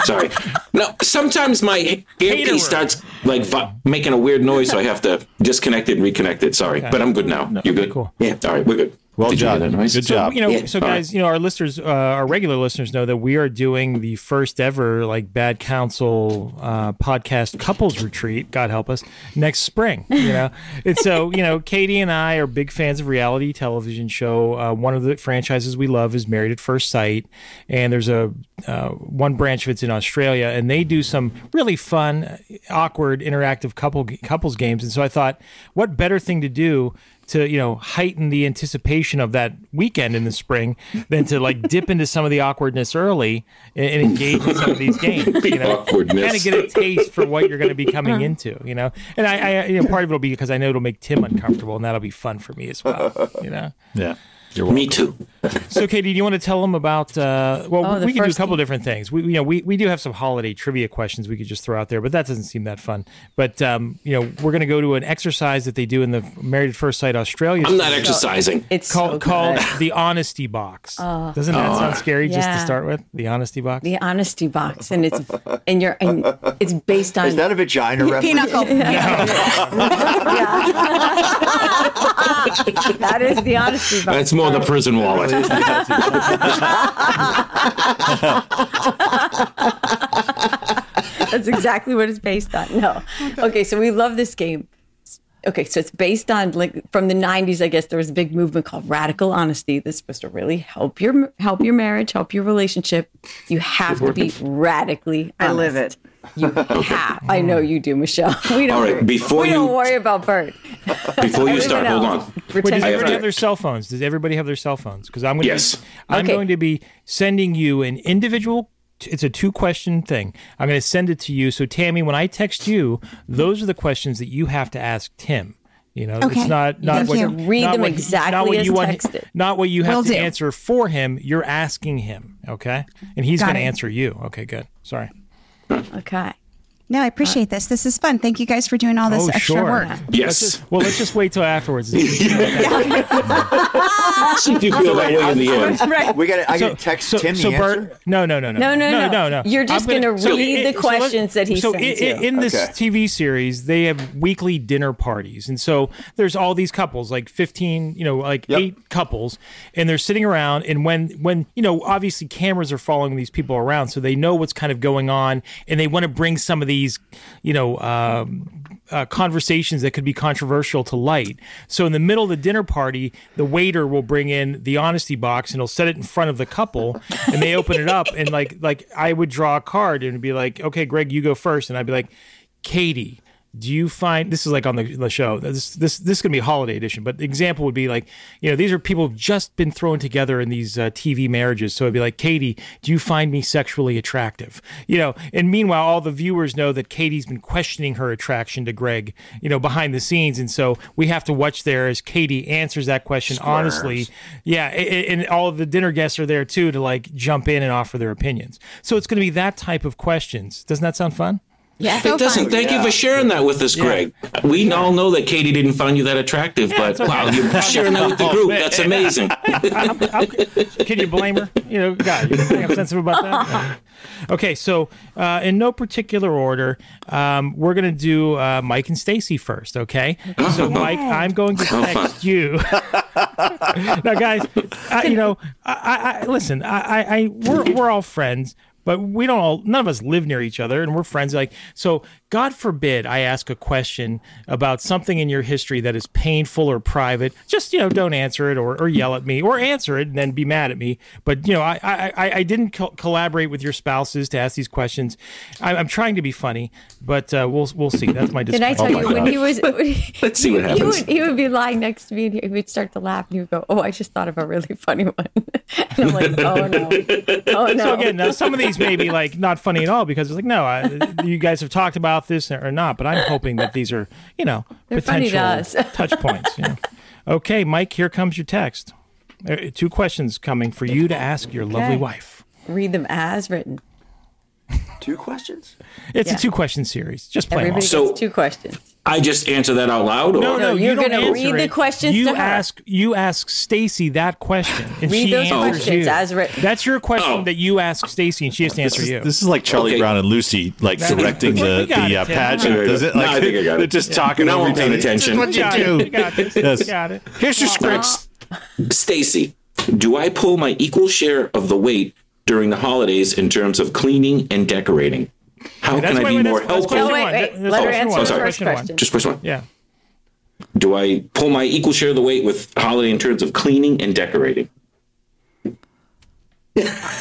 Speaker 2: Sorry. No, sometimes my earpiece starts like vi- making a weird noise, so I have to disconnect it and reconnect it. Sorry, but I'm good now. you good? Cool. Yeah. All right, we're good. Well
Speaker 6: done. Good
Speaker 3: So,
Speaker 6: job.
Speaker 3: you know,
Speaker 2: Yeah.
Speaker 3: so
Speaker 2: All right.
Speaker 3: guys, you know, our listeners, uh, our regular listeners know that we are doing the first ever like Bad Counsel uh, podcast couples retreat. God help us next spring. You know, and so you know, Katie and I are big fans of reality television show. Uh, one of the franchises we love is Married at First Sight, and there's a uh, one branch of it's in Australia, and they do some really fun, awkward, interactive couple couples games. And so I thought, what better thing to do to you know heighten the anticipation of that weekend in the spring than to like dip into some of the awkwardness early and, and engage in some of these games. You know,
Speaker 2: awkwardness.
Speaker 3: kind of get a taste for what you're going to be coming into. You know, and I, I you know, part of it'll be because I know it'll make Tim uncomfortable, and that'll be fun for me as well. You know.
Speaker 6: Yeah.
Speaker 2: Me too.
Speaker 3: So, Katie, do you want to tell them about? Uh, well,
Speaker 5: Oh, the
Speaker 3: we can do a
Speaker 5: first
Speaker 3: couple different things. We, you know, we, we do have some holiday trivia questions we could just throw out there, but that doesn't seem that fun. But um, you know, we're going to go to an exercise that they do in the Married at First Sight Australia.
Speaker 2: I'm not exercising.
Speaker 5: It's
Speaker 3: called
Speaker 5: so
Speaker 3: called
Speaker 5: good.
Speaker 3: the Honesty Box.
Speaker 5: Oh.
Speaker 3: Doesn't that
Speaker 2: Oh.
Speaker 3: sound scary just to
Speaker 5: Yeah.
Speaker 3: start with? The Honesty Box.
Speaker 5: the honesty box, and it's and you're and it's based on
Speaker 4: Is that a vagina reference?
Speaker 1: Pinochle.
Speaker 5: that is the honesty box.
Speaker 2: That's more the prison wallet.
Speaker 5: That's exactly what it's based on. No. Okay, so we love this game. Okay, so it's based on like from the 90s, I guess there was a big movement called radical honesty that's supposed to really help your help your marriage, help your relationship. You have to be radically honest.
Speaker 7: I live it.
Speaker 5: You have. I know you do, Michelle. We don't
Speaker 2: All right,
Speaker 5: worry-
Speaker 2: before
Speaker 5: we
Speaker 2: you-
Speaker 5: don't worry about Bert.
Speaker 2: Before you start, hold
Speaker 5: Everyone else,
Speaker 2: on.
Speaker 3: Wait, does
Speaker 5: pretend
Speaker 2: have
Speaker 3: everybody
Speaker 2: to-
Speaker 3: have their cell phones? Does everybody have their cell phones? Because I'm going to
Speaker 2: Yes.
Speaker 3: be, I'm
Speaker 5: Okay.
Speaker 3: going to be sending you an individual. It's a two question thing. I'm going to send it to you. So Tammy, when I text you, those are the questions that you have to ask Tim. You know,
Speaker 1: Okay.
Speaker 3: it's not not
Speaker 1: Thank
Speaker 3: what
Speaker 1: you.
Speaker 5: Read
Speaker 3: not
Speaker 5: them
Speaker 3: what- not
Speaker 5: exactly
Speaker 3: what
Speaker 5: as
Speaker 3: you want,
Speaker 5: texted.
Speaker 3: not what you have
Speaker 1: Will
Speaker 3: to
Speaker 1: do.
Speaker 3: answer for him. You're asking him, okay? And he's
Speaker 1: Got
Speaker 3: going to
Speaker 1: it.
Speaker 3: answer you. Okay, good. Sorry.
Speaker 5: Okay.
Speaker 1: No, I appreciate this. This is fun. Thank you guys for doing all this
Speaker 3: oh,
Speaker 1: extra
Speaker 3: sure.
Speaker 1: work.
Speaker 3: Let's
Speaker 2: Yes.
Speaker 3: just, well, let's just wait till afterwards. yeah,
Speaker 2: You feel that way in the end.
Speaker 4: We got. I got to text Tim the answer.
Speaker 3: no, no, no, no,
Speaker 5: No, no,
Speaker 3: no, no,
Speaker 5: no.
Speaker 3: no.
Speaker 5: You're just gonna read the
Speaker 3: let-
Speaker 5: questions that he
Speaker 3: so
Speaker 5: sends
Speaker 3: i- i-
Speaker 5: you.
Speaker 3: in this
Speaker 4: Okay.
Speaker 3: TV series, they have weekly dinner parties, and so there's all these couples, like 15, you know, like
Speaker 4: Yep.
Speaker 3: eight couples, and they're sitting around, and when when you know, obviously cameras are following these people around, so they know what's kind of going on, and they want to bring some of these, you know. Um, uh, conversations that could be controversial to light. So in the middle of the dinner party, the waiter will bring in the honesty box and he'll set it in front of the couple, and they open it up and like like I would draw a card and it'd be like, okay, Greg, you go first, and I'd be like, Katie. Do you find this is like on the, the show? This this this is gonna be a holiday edition, but the example would be like, you know, these are people who've just been thrown together in these uh, TV marriages. So it'd be like, Katie, do you find me sexually attractive? You know, and meanwhile, all the viewers know that Katie's been questioning her attraction to Greg, you know, behind the scenes, and so we have to watch there as Katie answers that question honestly. Yeah, a- a- and all of the dinner guests are there too to like jump in and offer their opinions. So it's gonna be that type of questions. Doesn't that sound fun?
Speaker 1: Yeah,
Speaker 2: It doesn't. Thank you for sharing that with us, Greg. We all know that Katie didn't find you that attractive, but wow, you're sharing that with the
Speaker 3: Oh,
Speaker 2: group. That's amazing.
Speaker 3: I'm- I'm- can you blame her? You know, God, you think I'm sensitive about that? Okay, so uh, in no particular order, um, we're gonna do uh, Mike and Stacy first. Okay, so Mike, I'm going to text you. now, guys, I, you know, I, I, I listen. I, I, I we're, we're all friends, but we don't all. None of us live near each other, and we're friends. Like, so God forbid I ask a question about something in your history that is painful or private, just you know, don't answer it or, or yell at me, or answer it and then be mad at me. But you know, I I, I didn't co- collaborate with your spouses to ask these questions. I, I'm trying to be funny, but uh, we'll we'll see. That's my.
Speaker 12: Did I tell
Speaker 3: disclaimer.
Speaker 12: you when he was? When he,
Speaker 2: Oh Let's see what
Speaker 12: he
Speaker 2: happens.
Speaker 12: would he would be lying next to me and he would start to laugh and he would go, "Oh, I just thought of a really funny one." and I'm like, "Oh no, oh no."
Speaker 3: So again, now some of these may be like not funny at all because it's like, no, I, you guys have talked about this or not, but I'm hoping that these are, you know,
Speaker 12: They're funny to
Speaker 3: potential
Speaker 12: us.
Speaker 3: touch points. You know? Okay, Mike, here comes your text. Uh, Two questions coming for you to ask your lovely
Speaker 12: Okay.
Speaker 3: wife.
Speaker 12: Read them as written.
Speaker 4: Two questions.
Speaker 3: It's
Speaker 12: Yeah.
Speaker 3: a two question series. Just play
Speaker 12: Everybody
Speaker 3: them all.
Speaker 12: gets two questions.
Speaker 2: I just answer that out loud. Or?
Speaker 3: No, no,
Speaker 12: you're
Speaker 3: you don't
Speaker 12: gonna read
Speaker 3: answer
Speaker 12: the
Speaker 3: it.
Speaker 12: questions
Speaker 3: You
Speaker 12: to her.
Speaker 3: ask, you ask Stacy that question, and
Speaker 12: Read
Speaker 3: she
Speaker 12: those
Speaker 3: answers
Speaker 12: questions
Speaker 3: you.
Speaker 12: as written.
Speaker 3: That's your question that you ask Stacy, and she has to answer
Speaker 6: Oh. This
Speaker 3: you.
Speaker 6: is, this is like Charlie Brown and Lucy, like
Speaker 3: That is-
Speaker 6: directing
Speaker 3: We
Speaker 6: the
Speaker 3: got
Speaker 6: the
Speaker 3: it,
Speaker 6: uh,
Speaker 3: Tim.
Speaker 6: pageant.
Speaker 2: Alright.
Speaker 6: Does it?
Speaker 2: No,
Speaker 6: Like,
Speaker 2: I think I got it.
Speaker 6: They're just
Speaker 2: Yeah.
Speaker 6: talking.
Speaker 2: Now
Speaker 6: over
Speaker 2: I'm
Speaker 6: each
Speaker 2: paying
Speaker 6: other.
Speaker 2: attention.
Speaker 6: This is
Speaker 3: Got
Speaker 6: what
Speaker 3: it.
Speaker 6: you
Speaker 3: We
Speaker 6: do.
Speaker 3: got it.
Speaker 6: Yes.
Speaker 3: Got it.
Speaker 6: Here's your scripts.
Speaker 2: Stacy, do I pull my equal share of the weight during the holidays in terms of cleaning and decorating? How
Speaker 3: That's
Speaker 2: can I
Speaker 3: why-
Speaker 2: be
Speaker 3: wait,
Speaker 2: more
Speaker 3: that's- that's
Speaker 2: helpful?
Speaker 12: No,
Speaker 3: question
Speaker 12: wait,
Speaker 3: one.
Speaker 12: wait.
Speaker 3: That's
Speaker 12: Let her
Speaker 3: question
Speaker 12: answer
Speaker 3: one.
Speaker 2: the
Speaker 3: That's
Speaker 12: first
Speaker 3: one.
Speaker 12: question.
Speaker 2: Just question one.
Speaker 3: Yeah.
Speaker 2: Do I pull my equal share of the weight with holiday in terms of cleaning and decorating?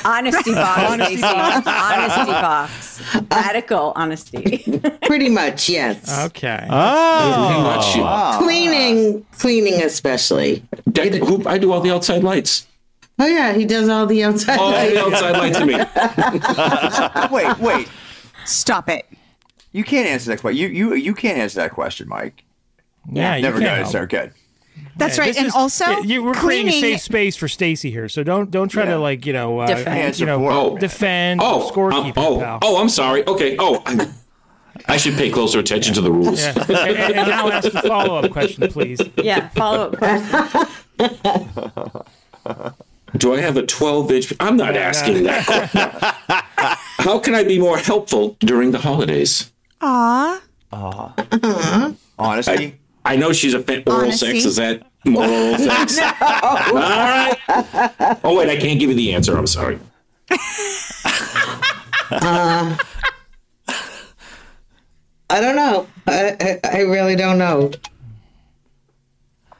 Speaker 12: Honesty box. honesty box. Honesty box. Radical honesty.
Speaker 9: Pretty much, yes.
Speaker 3: Okay.
Speaker 6: Oh,
Speaker 2: Pretty much, you-
Speaker 9: Cleaning, cleaning especially.
Speaker 2: Dec- who- I do all the outside lights.
Speaker 9: Oh yeah, he does all the outside.
Speaker 2: All
Speaker 9: lighting.
Speaker 2: the outside lights to me.
Speaker 4: wait, wait.
Speaker 1: Stop it.
Speaker 4: You can't answer that question. You you you can't answer that question, Mike.
Speaker 3: Yeah. you
Speaker 4: Never
Speaker 3: can't
Speaker 4: got it.
Speaker 3: help.
Speaker 4: So good.
Speaker 1: That's right.
Speaker 3: This
Speaker 1: And
Speaker 3: is-
Speaker 1: also,
Speaker 3: yeah, you, we're creating a
Speaker 1: cleaning.
Speaker 3: safe space for Stacy here, so don't don't try to like you know uh,
Speaker 12: Defend.
Speaker 3: you know
Speaker 2: Oh.
Speaker 3: defend
Speaker 2: Oh,
Speaker 3: or scorekeeper.
Speaker 2: um, oh,
Speaker 3: pal.
Speaker 2: oh, I'm sorry. Okay. Oh, I, I should pay closer attention to the rules.
Speaker 3: Yeah. and, and- and now ask the follow up question, please.
Speaker 12: Yeah. Follow up question.
Speaker 2: Do I have a 12 inch? I'm not asking that. que- How can I be more helpful during the holidays?
Speaker 1: Aw.
Speaker 3: Uh-huh.
Speaker 4: Honesty.
Speaker 2: I know she's a fan. Oral sex
Speaker 1: Honesty.
Speaker 2: is that oral sex? All right. Oh wait, I can't give you the answer. I'm sorry.
Speaker 9: Uh, I don't know. I, I, I really don't know.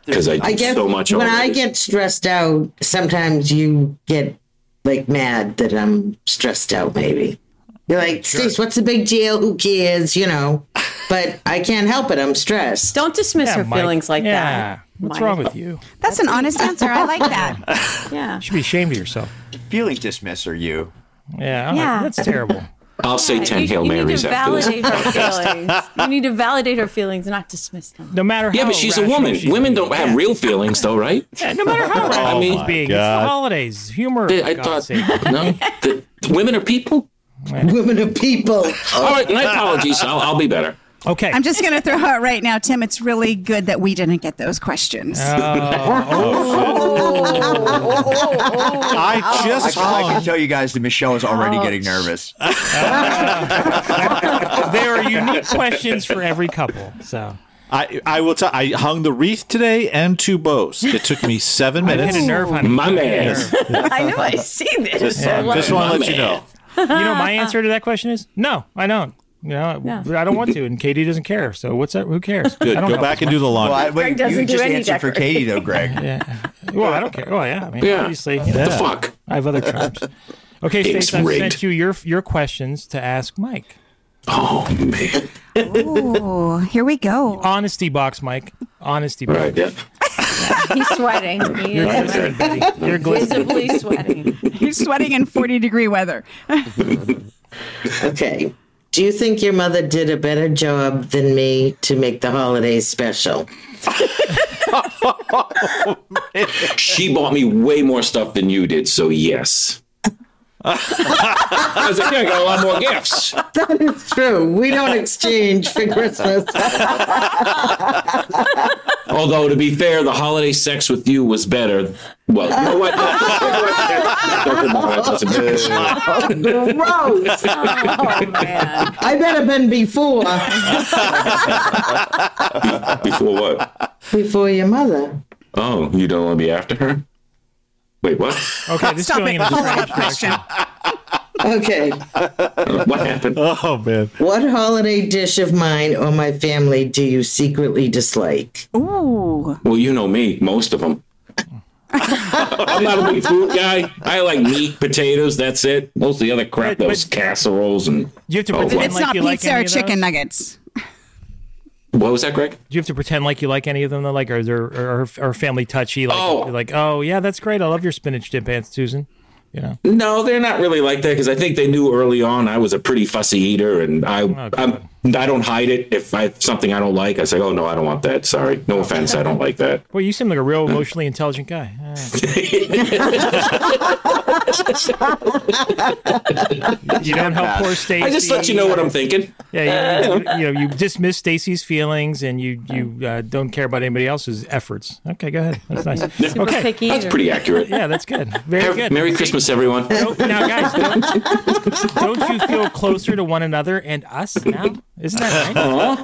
Speaker 2: Because I do
Speaker 9: I get
Speaker 2: so much.
Speaker 9: when I
Speaker 2: already.
Speaker 9: get stressed out. Sometimes you get like mad that I'm stressed out. Maybe you're like, Stace, what's the big deal? Who cares? You know. But I can't help it. I'm stressed.
Speaker 12: Don't dismiss
Speaker 3: Yeah,
Speaker 12: her
Speaker 3: Mike.
Speaker 12: feelings like
Speaker 3: yeah.
Speaker 12: that.
Speaker 3: What's
Speaker 12: Mike.
Speaker 3: wrong with you? You
Speaker 1: That's an honest answer. I like that.
Speaker 12: Yeah.
Speaker 3: should be ashamed of yourself.
Speaker 4: Feelings dismiss or you.
Speaker 3: Yeah. I'm
Speaker 12: Yeah.
Speaker 3: Like, That's terrible.
Speaker 2: I'll say ten
Speaker 12: you,
Speaker 2: hail
Speaker 12: you
Speaker 2: marys
Speaker 12: need to
Speaker 2: after this.
Speaker 12: validate her feelings. you need to validate her feelings, not dismiss them.
Speaker 3: No matter how
Speaker 2: Yeah, but she's a
Speaker 3: irrational
Speaker 2: woman.
Speaker 3: she's
Speaker 2: Women
Speaker 3: being.
Speaker 2: don't have real feelings, though, right?
Speaker 3: Yeah, no matter how rational
Speaker 2: mean-
Speaker 3: she's being, it's
Speaker 6: God.
Speaker 3: the holidays. Humor.
Speaker 2: They-
Speaker 3: for
Speaker 2: I
Speaker 3: God's
Speaker 2: thought
Speaker 3: sake.
Speaker 2: no. The, women are people.
Speaker 9: Women are people.
Speaker 2: All right, my apologies. I'll, I'll be better.
Speaker 3: Okay.
Speaker 1: I'm just going to throw out right now, Tim. It's really good that we didn't get those questions.
Speaker 3: Oh.
Speaker 2: Oh,
Speaker 12: Oh,
Speaker 6: I
Speaker 4: I,
Speaker 6: just
Speaker 4: can- I can
Speaker 6: hung.
Speaker 4: tell you guys that Michelle is already getting nervous.
Speaker 3: there are unique questions for every couple. So
Speaker 6: I, I will tell. I hung the wreath today and two bows. It took me seven
Speaker 3: I hit
Speaker 6: minutes.
Speaker 3: a nerve, honey.
Speaker 2: My
Speaker 3: Hit a
Speaker 2: man.
Speaker 3: nerve.
Speaker 12: I know. I see this. I'm like-
Speaker 6: Just want to let you know.
Speaker 3: You know, my answer to that question is no, I don't. You know, I don't want to, and Katie doesn't care. So what's that? Who cares?
Speaker 6: Good.
Speaker 3: I don't
Speaker 6: Go
Speaker 3: know.
Speaker 6: back and do the laundry.
Speaker 4: Well, I, wait,
Speaker 12: doesn't
Speaker 4: you
Speaker 12: do
Speaker 4: just
Speaker 12: any
Speaker 4: answered for
Speaker 12: decorating.
Speaker 4: Katie though, Greg.
Speaker 3: Well, I don't care. Well, yeah. I mean,
Speaker 2: Yeah.
Speaker 3: obviously, you know,
Speaker 2: The fuck.
Speaker 3: I have other trumps. Okay,
Speaker 2: It's
Speaker 3: Stace, I
Speaker 2: rigged.
Speaker 3: sent you your your questions to ask Mike.
Speaker 2: Oh man.
Speaker 1: Ooh, here we go.
Speaker 3: Honesty box, Mike. Honesty
Speaker 2: All
Speaker 3: box.
Speaker 2: right. Yeah.
Speaker 12: He's sweating. He
Speaker 3: You're
Speaker 12: is
Speaker 3: glistening, buddy. You're glistening.
Speaker 12: visibly sweating.
Speaker 1: You're sweating in 40 degree weather.
Speaker 9: Okay. Do you think your mother did a better job than me to make the holidays special?
Speaker 2: She bought me way more stuff than you did, so yes. I was like, yeah, I got a lot more gifts.
Speaker 9: That is true. We don't exchange for Christmas.
Speaker 2: Although to be fair, the holiday sex with you was better. Well, you know what?
Speaker 9: Gross.
Speaker 12: Oh man.
Speaker 9: I better been before
Speaker 2: Before what?
Speaker 9: before your mother.
Speaker 2: Oh, you don't want to be after her? Wait, what?
Speaker 3: Okay, this is
Speaker 1: Stop
Speaker 3: going
Speaker 1: it. Oh
Speaker 3: in a
Speaker 1: Pull it
Speaker 3: strange
Speaker 1: up question.
Speaker 3: direction.
Speaker 9: Okay.
Speaker 2: Uh, what happened?
Speaker 6: Oh man.
Speaker 9: What holiday dish of mine or my family do you secretly dislike?
Speaker 1: Ooh.
Speaker 2: Well, you know me, most of them. I'm not a big food guy. I like meat, potatoes. That's it. Most of the other crap,
Speaker 3: But-
Speaker 2: those
Speaker 3: but-
Speaker 2: casseroles and
Speaker 3: You have to
Speaker 2: Oh,
Speaker 3: pretend
Speaker 1: it's
Speaker 3: like
Speaker 1: not
Speaker 3: you like
Speaker 1: pizza
Speaker 3: any
Speaker 1: or
Speaker 3: of
Speaker 1: chicken
Speaker 3: those?
Speaker 1: nuggets.
Speaker 2: what was that, Greg?
Speaker 3: Do you have to pretend like you like any of them? Though? Like, are there are, are family touchy? Like,
Speaker 2: Oh.
Speaker 3: like, oh yeah, that's great. I love your spinach dip, Aunt Susan. You know,
Speaker 2: No, they're not really like that because I think they knew early on I was a pretty fussy eater, and I I'm, I don't hide it. If I something I don't like, I say, "Oh no, I don't want that." Sorry, no offense, I don't like that.
Speaker 3: well, you seem like a real emotionally intelligent guy. Uh, you don't help poor Stacy.
Speaker 2: I just let you know what I'm thinking.
Speaker 3: Yeah, you, you, you know, you dismiss Stacy's feelings and you you uh, don't care about anybody else's efforts. Okay, go ahead. That's nice.
Speaker 12: Super
Speaker 3: Okay.
Speaker 12: picky.
Speaker 2: That's
Speaker 12: eater.
Speaker 2: pretty accurate.
Speaker 3: Yeah, that's good. Very good.
Speaker 2: Merry Christmas, everyone.
Speaker 3: Don't- now, guys, don't, don't you feel closer to one another and us now? Isn't that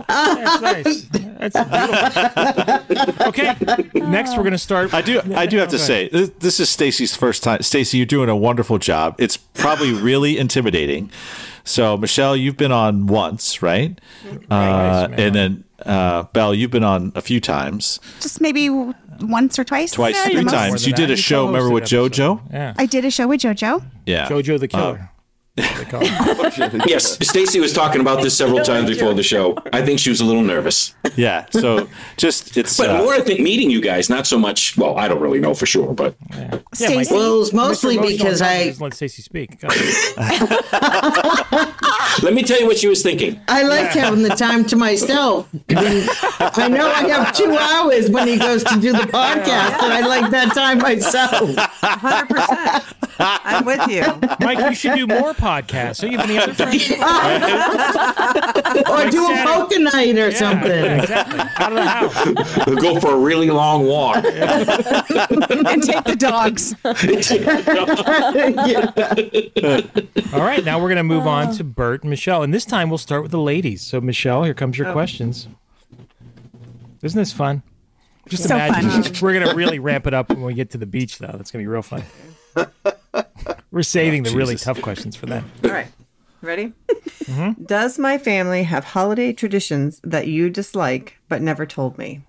Speaker 3: nice? That's nice. That's beautiful.
Speaker 12: Uh-huh.
Speaker 3: Okay, next we're gonna start.
Speaker 6: I do. I do have to say, this, this is Stacy's first time. Stacy, you're doing a wonderful job. It's probably really intimidating. So, Michelle, you've been on once, right? Uh, and then, uh, Belle, you've been on a few times,
Speaker 1: Just maybe w- once or twice.
Speaker 6: twice,
Speaker 1: at the
Speaker 6: three
Speaker 1: most.
Speaker 6: times. You did a show. Remember with JoJo?
Speaker 3: Yeah,
Speaker 1: I did a show with JoJo.
Speaker 6: Yeah.
Speaker 3: JoJo the
Speaker 12: Oh.
Speaker 3: Killer. they call him.
Speaker 2: Yes, Stacy was talking about this several times before the show. I think she was a little nervous,
Speaker 6: Yeah. So, just it's.
Speaker 2: but
Speaker 6: uh,
Speaker 2: more I think meeting you guys, not so much. Well, I don't really know for sure, but
Speaker 3: Yeah, Mike.
Speaker 1: Stacy.
Speaker 9: Well, it was
Speaker 3: Mr.
Speaker 9: mostly
Speaker 3: Emotional
Speaker 9: because I
Speaker 3: Intelligence, Let Stacy speak. Go ahead.
Speaker 2: let me tell you what she was thinking.
Speaker 9: I like having the time to myself. When- I know I have two hours when he goes to do the podcast, and I like that time myself.
Speaker 7: Hundred percent. I'm with you.
Speaker 3: Mike, you should do more podcasts. Don't you have any other friends?
Speaker 9: Or do a poker night or
Speaker 3: Yeah,
Speaker 9: something.
Speaker 3: exactly. Out of the house.
Speaker 2: Go for a really long walk.
Speaker 1: and take the dogs.
Speaker 3: All right, now we're going to move
Speaker 4: Ah.
Speaker 3: on to Bert and Michelle. And this time we'll start with the ladies. So, Michelle, here comes
Speaker 4: Oh.
Speaker 3: your questions. Isn't this fun? Just
Speaker 1: So
Speaker 3: imagine. We're going to really ramp it up when we get to the beach, though. That's going to be real fun. We're saving
Speaker 4: Oh,
Speaker 3: the really tough questions for that.
Speaker 7: All right. Ready?
Speaker 3: Mm-hmm.
Speaker 7: Does my family have holiday traditions that you dislike but never told me?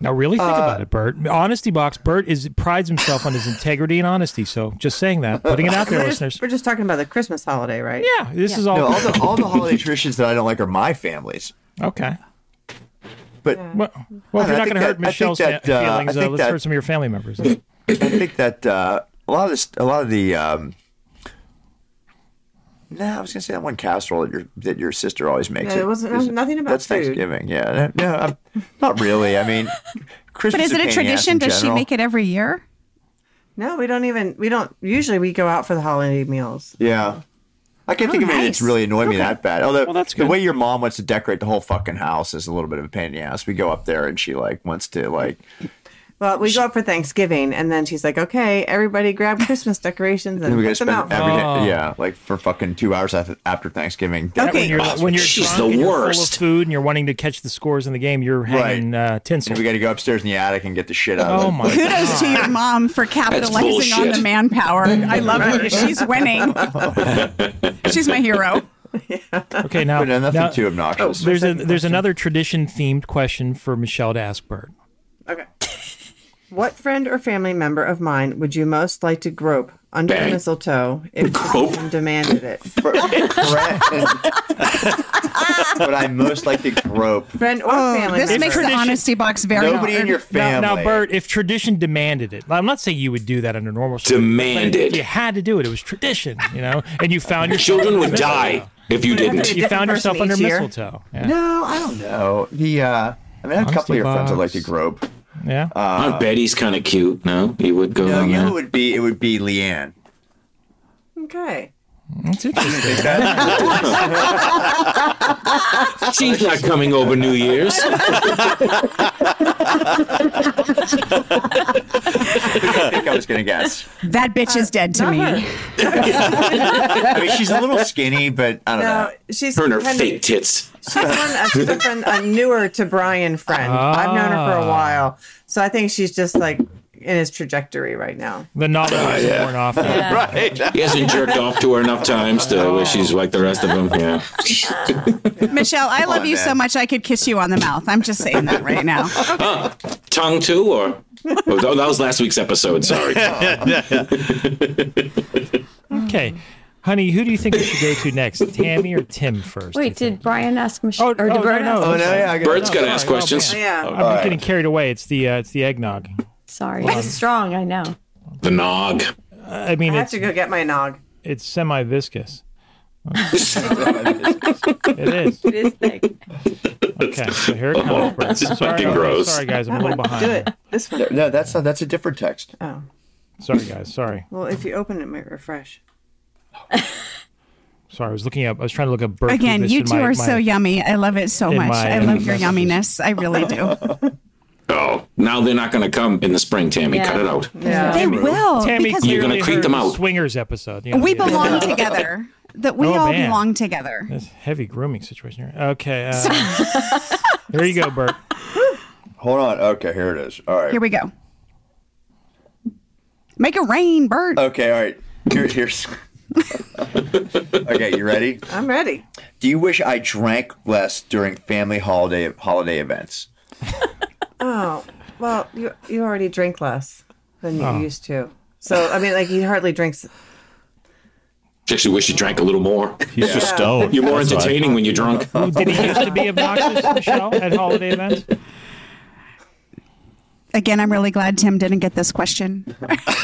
Speaker 3: Now, really
Speaker 4: Uh,
Speaker 3: think about it, Bert. Honesty box. Bert is prides himself on his integrity and honesty. So, just saying that, putting it out there,
Speaker 7: We're
Speaker 3: listeners.
Speaker 7: just, we're just talking about the Christmas holiday, right?
Speaker 3: Yeah, this is all
Speaker 4: No, all the all the holiday traditions that I don't like are my family's.
Speaker 3: okay.
Speaker 4: But
Speaker 3: Well, well
Speaker 4: I
Speaker 3: if you're
Speaker 4: think
Speaker 3: not going to hurt
Speaker 4: that- I think
Speaker 3: Michelle's
Speaker 4: that,
Speaker 3: fa-
Speaker 4: uh, I
Speaker 3: feelings, uh,
Speaker 4: think
Speaker 3: let's
Speaker 4: that-
Speaker 3: hurt some of your family members.
Speaker 4: I think that uh, a lot of this, a lot of the. Um, no, I was gonna say that one casserole that your that your sister always makes.
Speaker 7: Yeah, it wasn't-
Speaker 4: is-
Speaker 7: nothing about
Speaker 4: that's
Speaker 7: food.
Speaker 4: Thanksgiving. Yeah, no, I'm- not really. I mean, Christmas.
Speaker 1: But is it a
Speaker 4: pain in the ass
Speaker 1: tradition?
Speaker 4: in
Speaker 1: Does she
Speaker 4: general.
Speaker 1: make it every year?
Speaker 7: No, we don't even. We don't. Usually, we go out for the holiday meals.
Speaker 4: Yeah. I can't think of anything that's
Speaker 1: Oh, nice.
Speaker 4: really annoyed me that bad. Although
Speaker 3: Well, that's
Speaker 4: the
Speaker 3: good.
Speaker 4: way your mom wants to decorate the whole fucking house is a little bit of a pain in the ass. We go up there and she like wants to like
Speaker 7: Well, we go out for Thanksgiving, and then she's like, "Okay, everybody, grab Christmas decorations and
Speaker 4: we gotta
Speaker 7: put them
Speaker 4: spend
Speaker 7: out."
Speaker 4: every day,
Speaker 3: Oh.
Speaker 4: yeah, like for fucking two hours after, after Thanksgiving.
Speaker 3: That when
Speaker 1: Okay.
Speaker 3: you're
Speaker 4: Oh,
Speaker 3: when you're
Speaker 2: She's
Speaker 3: drunk
Speaker 2: the
Speaker 3: and you're full of
Speaker 2: worst.
Speaker 3: food and you're wanting to catch the scores in the game, you're hanging uh, tinsel.
Speaker 4: And we got to go upstairs in the attic and get the shit out.
Speaker 3: oh
Speaker 4: of it.
Speaker 3: my! God.
Speaker 1: Kudos to your mom for capitalizing on
Speaker 2: bullshit.
Speaker 1: the manpower. I love her. She's winning. She's my hero.
Speaker 3: Okay, now,
Speaker 4: But nothing
Speaker 3: now oh,
Speaker 4: too obnoxious.
Speaker 3: there's a there's another tradition themed question for Michelle to ask Bert.
Speaker 7: Okay. What friend or family member of mine would you most like to grope under the
Speaker 2: Bang.
Speaker 7: mistletoe if
Speaker 2: Grope?
Speaker 7: you demanded it?
Speaker 4: Fr- friend. but I most like to grope.
Speaker 7: Friend or
Speaker 1: Oh,
Speaker 7: family
Speaker 1: this
Speaker 7: member.
Speaker 1: makes the honesty box very
Speaker 4: Nobody in
Speaker 1: hard.
Speaker 4: your
Speaker 3: Now,
Speaker 4: family.
Speaker 3: now, Bert, if tradition demanded it, I'm not saying you would do that under normal circumstances, but
Speaker 2: Demanded.
Speaker 3: You had to do it. It was tradition, you know. And you found yourself
Speaker 2: Children would
Speaker 3: under
Speaker 2: die
Speaker 3: mistletoe.
Speaker 2: if you didn't.
Speaker 3: You
Speaker 7: Different
Speaker 3: found
Speaker 7: person
Speaker 3: yourself
Speaker 7: each
Speaker 3: under
Speaker 7: year.
Speaker 3: mistlletoo. Yeah.
Speaker 4: No, I don't know. The uh, I mean, I have a couple of your friends I like to
Speaker 3: box.
Speaker 4: grope.
Speaker 3: yeah.
Speaker 2: Aunt Betty's kind of cute. No, you would go
Speaker 4: No,
Speaker 2: on
Speaker 4: you know
Speaker 2: that.
Speaker 4: who it would be it would be Leanne.
Speaker 7: Okay.
Speaker 3: That's interesting.
Speaker 2: She's not coming over New Year's.
Speaker 4: I think I was gonna guess.
Speaker 1: That bitch is dead to
Speaker 7: not
Speaker 1: me.
Speaker 7: her.
Speaker 4: I mean, she's a little skinny, but I don't
Speaker 7: No,
Speaker 4: know.
Speaker 7: she's
Speaker 2: Her and her
Speaker 7: kind
Speaker 2: fake
Speaker 7: of,
Speaker 2: tits.
Speaker 7: she's one a, uh, she's
Speaker 4: Ah.
Speaker 7: a friend, a newer to Brian friend. I've known her for a while, so I think she's just like in his trajectory right now.
Speaker 3: The novelty
Speaker 2: Ah,
Speaker 3: is
Speaker 2: yeah.
Speaker 3: worn off.
Speaker 2: Right. He hasn't jerked off to her enough times to where she's like the rest of them. Yeah.
Speaker 1: Michelle, I
Speaker 2: Come
Speaker 1: love
Speaker 2: on,
Speaker 1: you
Speaker 2: man.
Speaker 1: so much I could kiss you on the mouth. I'm just saying that right now.
Speaker 2: Huh. Tongue too, or oh, that was last week's episode. Sorry.
Speaker 3: Okay. Honey, who do you think we should go to next? Tammy or Tim first?
Speaker 12: Wait, did Brian ask Michelle? or
Speaker 3: oh,
Speaker 12: did
Speaker 3: no,
Speaker 12: Brian
Speaker 3: no.
Speaker 12: ask
Speaker 3: Oh, no, yeah, I gotta
Speaker 2: Bert's got to ask
Speaker 3: Sorry, oh,
Speaker 2: questions.
Speaker 3: man.
Speaker 7: Yeah.
Speaker 3: I'm getting carried away. It's the uh, it's the eggnog.
Speaker 12: Sorry,
Speaker 3: Hold
Speaker 12: it's
Speaker 3: on.
Speaker 12: strong. I know.
Speaker 2: The nog.
Speaker 3: I mean,
Speaker 7: I have
Speaker 3: it's
Speaker 7: to go get my nog.
Speaker 3: it's semi viscous. it is.
Speaker 12: It is thick.
Speaker 3: Okay, so here it comes. Bert.
Speaker 2: this is
Speaker 3: Sorry,
Speaker 2: fucking
Speaker 3: okay,
Speaker 2: gross.
Speaker 3: Sorry, guys, I'm a little behind.
Speaker 7: Do it. This one.
Speaker 4: No, that's not, that's a different text.
Speaker 7: Oh.
Speaker 3: Sorry, guys. Sorry,
Speaker 7: Well, if you open it, it might refresh.
Speaker 3: sorry. I was looking up. I was trying to look up Bert.
Speaker 1: Again,
Speaker 3: Kubis
Speaker 1: you
Speaker 3: in
Speaker 1: two
Speaker 3: my-
Speaker 1: are
Speaker 3: my-
Speaker 1: so yummy. I love it so
Speaker 3: in
Speaker 1: much.
Speaker 3: my-
Speaker 1: I
Speaker 3: in
Speaker 1: love
Speaker 3: my
Speaker 1: your yumminess. I really do.
Speaker 2: Oh, now they're not going to come in the spring, Tammy. Cut it out.
Speaker 7: Yeah.
Speaker 1: They will
Speaker 3: Tammy,
Speaker 1: because
Speaker 2: You're gonna
Speaker 3: clearly
Speaker 2: creep
Speaker 3: heard
Speaker 2: them
Speaker 3: the
Speaker 2: out.
Speaker 3: Swingers episode. you know,
Speaker 1: we
Speaker 3: yeah.
Speaker 1: belong together. That we
Speaker 3: Oh,
Speaker 1: all
Speaker 3: man.
Speaker 1: belong together.
Speaker 3: That's a heavy grooming situation here. Okay, uh, there you go, Bert.
Speaker 4: Hold on. Okay, here it is. All right.
Speaker 1: Here we go. Make it rain, Bert.
Speaker 4: Okay, all right. Here, here's. okay, you ready?
Speaker 7: I'm ready.
Speaker 4: Do you wish I drank less during family holiday holiday events?
Speaker 7: Oh, well, you you already drink less than you
Speaker 3: Oh.
Speaker 7: used to. So I mean, like he hardly drinks.
Speaker 2: She actually wish you drank a little more.
Speaker 6: He's just stoned.
Speaker 2: You're more
Speaker 6: That's why.
Speaker 2: entertaining when you're drunk.
Speaker 3: Did he used to be obnoxious, Michelle, at holiday events?
Speaker 1: Again, I'm really glad Tim didn't get this question.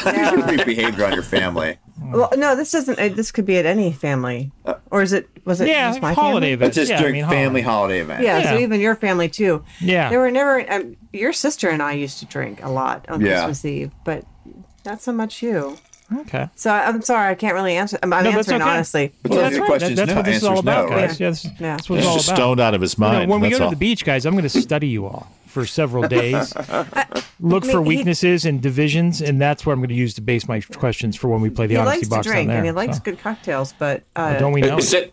Speaker 4: Creepy behavior on your family.
Speaker 7: Well, no, this doesn't. uh, This could be at any family, or is it? Was it
Speaker 3: Yeah,
Speaker 7: just my
Speaker 3: holiday
Speaker 7: family?
Speaker 4: That's just
Speaker 3: events. yeah, I
Speaker 4: during
Speaker 3: mean,
Speaker 4: family holiday
Speaker 3: holiday.
Speaker 4: events.
Speaker 7: Yeah, so
Speaker 3: Yeah.
Speaker 7: even your family too.
Speaker 3: Yeah.
Speaker 7: There were never. Um, your sister and I used to drink a lot on
Speaker 4: Yeah.
Speaker 7: Christmas Eve, but not so much you.
Speaker 3: Okay.
Speaker 7: So I- I'm sorry, I can't really answer. I'm, I'm
Speaker 3: No, that's
Speaker 7: answering
Speaker 3: okay.
Speaker 7: honestly.
Speaker 4: Well,
Speaker 3: That's
Speaker 4: the
Speaker 3: right.
Speaker 4: question's
Speaker 3: That- that's
Speaker 4: no,
Speaker 3: what this is all
Speaker 4: answer's
Speaker 3: about,
Speaker 4: no,
Speaker 3: guys.
Speaker 4: right?
Speaker 3: Yeah, this,
Speaker 7: Yeah.
Speaker 3: that's what it's
Speaker 6: He's
Speaker 3: all
Speaker 6: just
Speaker 3: about.
Speaker 6: stoned out of his
Speaker 3: You know,
Speaker 6: mind.
Speaker 3: when we go
Speaker 6: that's
Speaker 3: to
Speaker 6: all.
Speaker 3: the beach, guys, I'm going to study you all for several days. Look for
Speaker 7: mean, he-
Speaker 3: weaknesses and divisions, and that's what I'm going to use to base my questions for when we play the
Speaker 7: He
Speaker 3: honesty
Speaker 7: likes to
Speaker 3: box
Speaker 7: drink
Speaker 3: on there.
Speaker 7: and he likes
Speaker 3: so.
Speaker 7: good cocktails, but uh,
Speaker 3: Don't we know?
Speaker 2: Is that,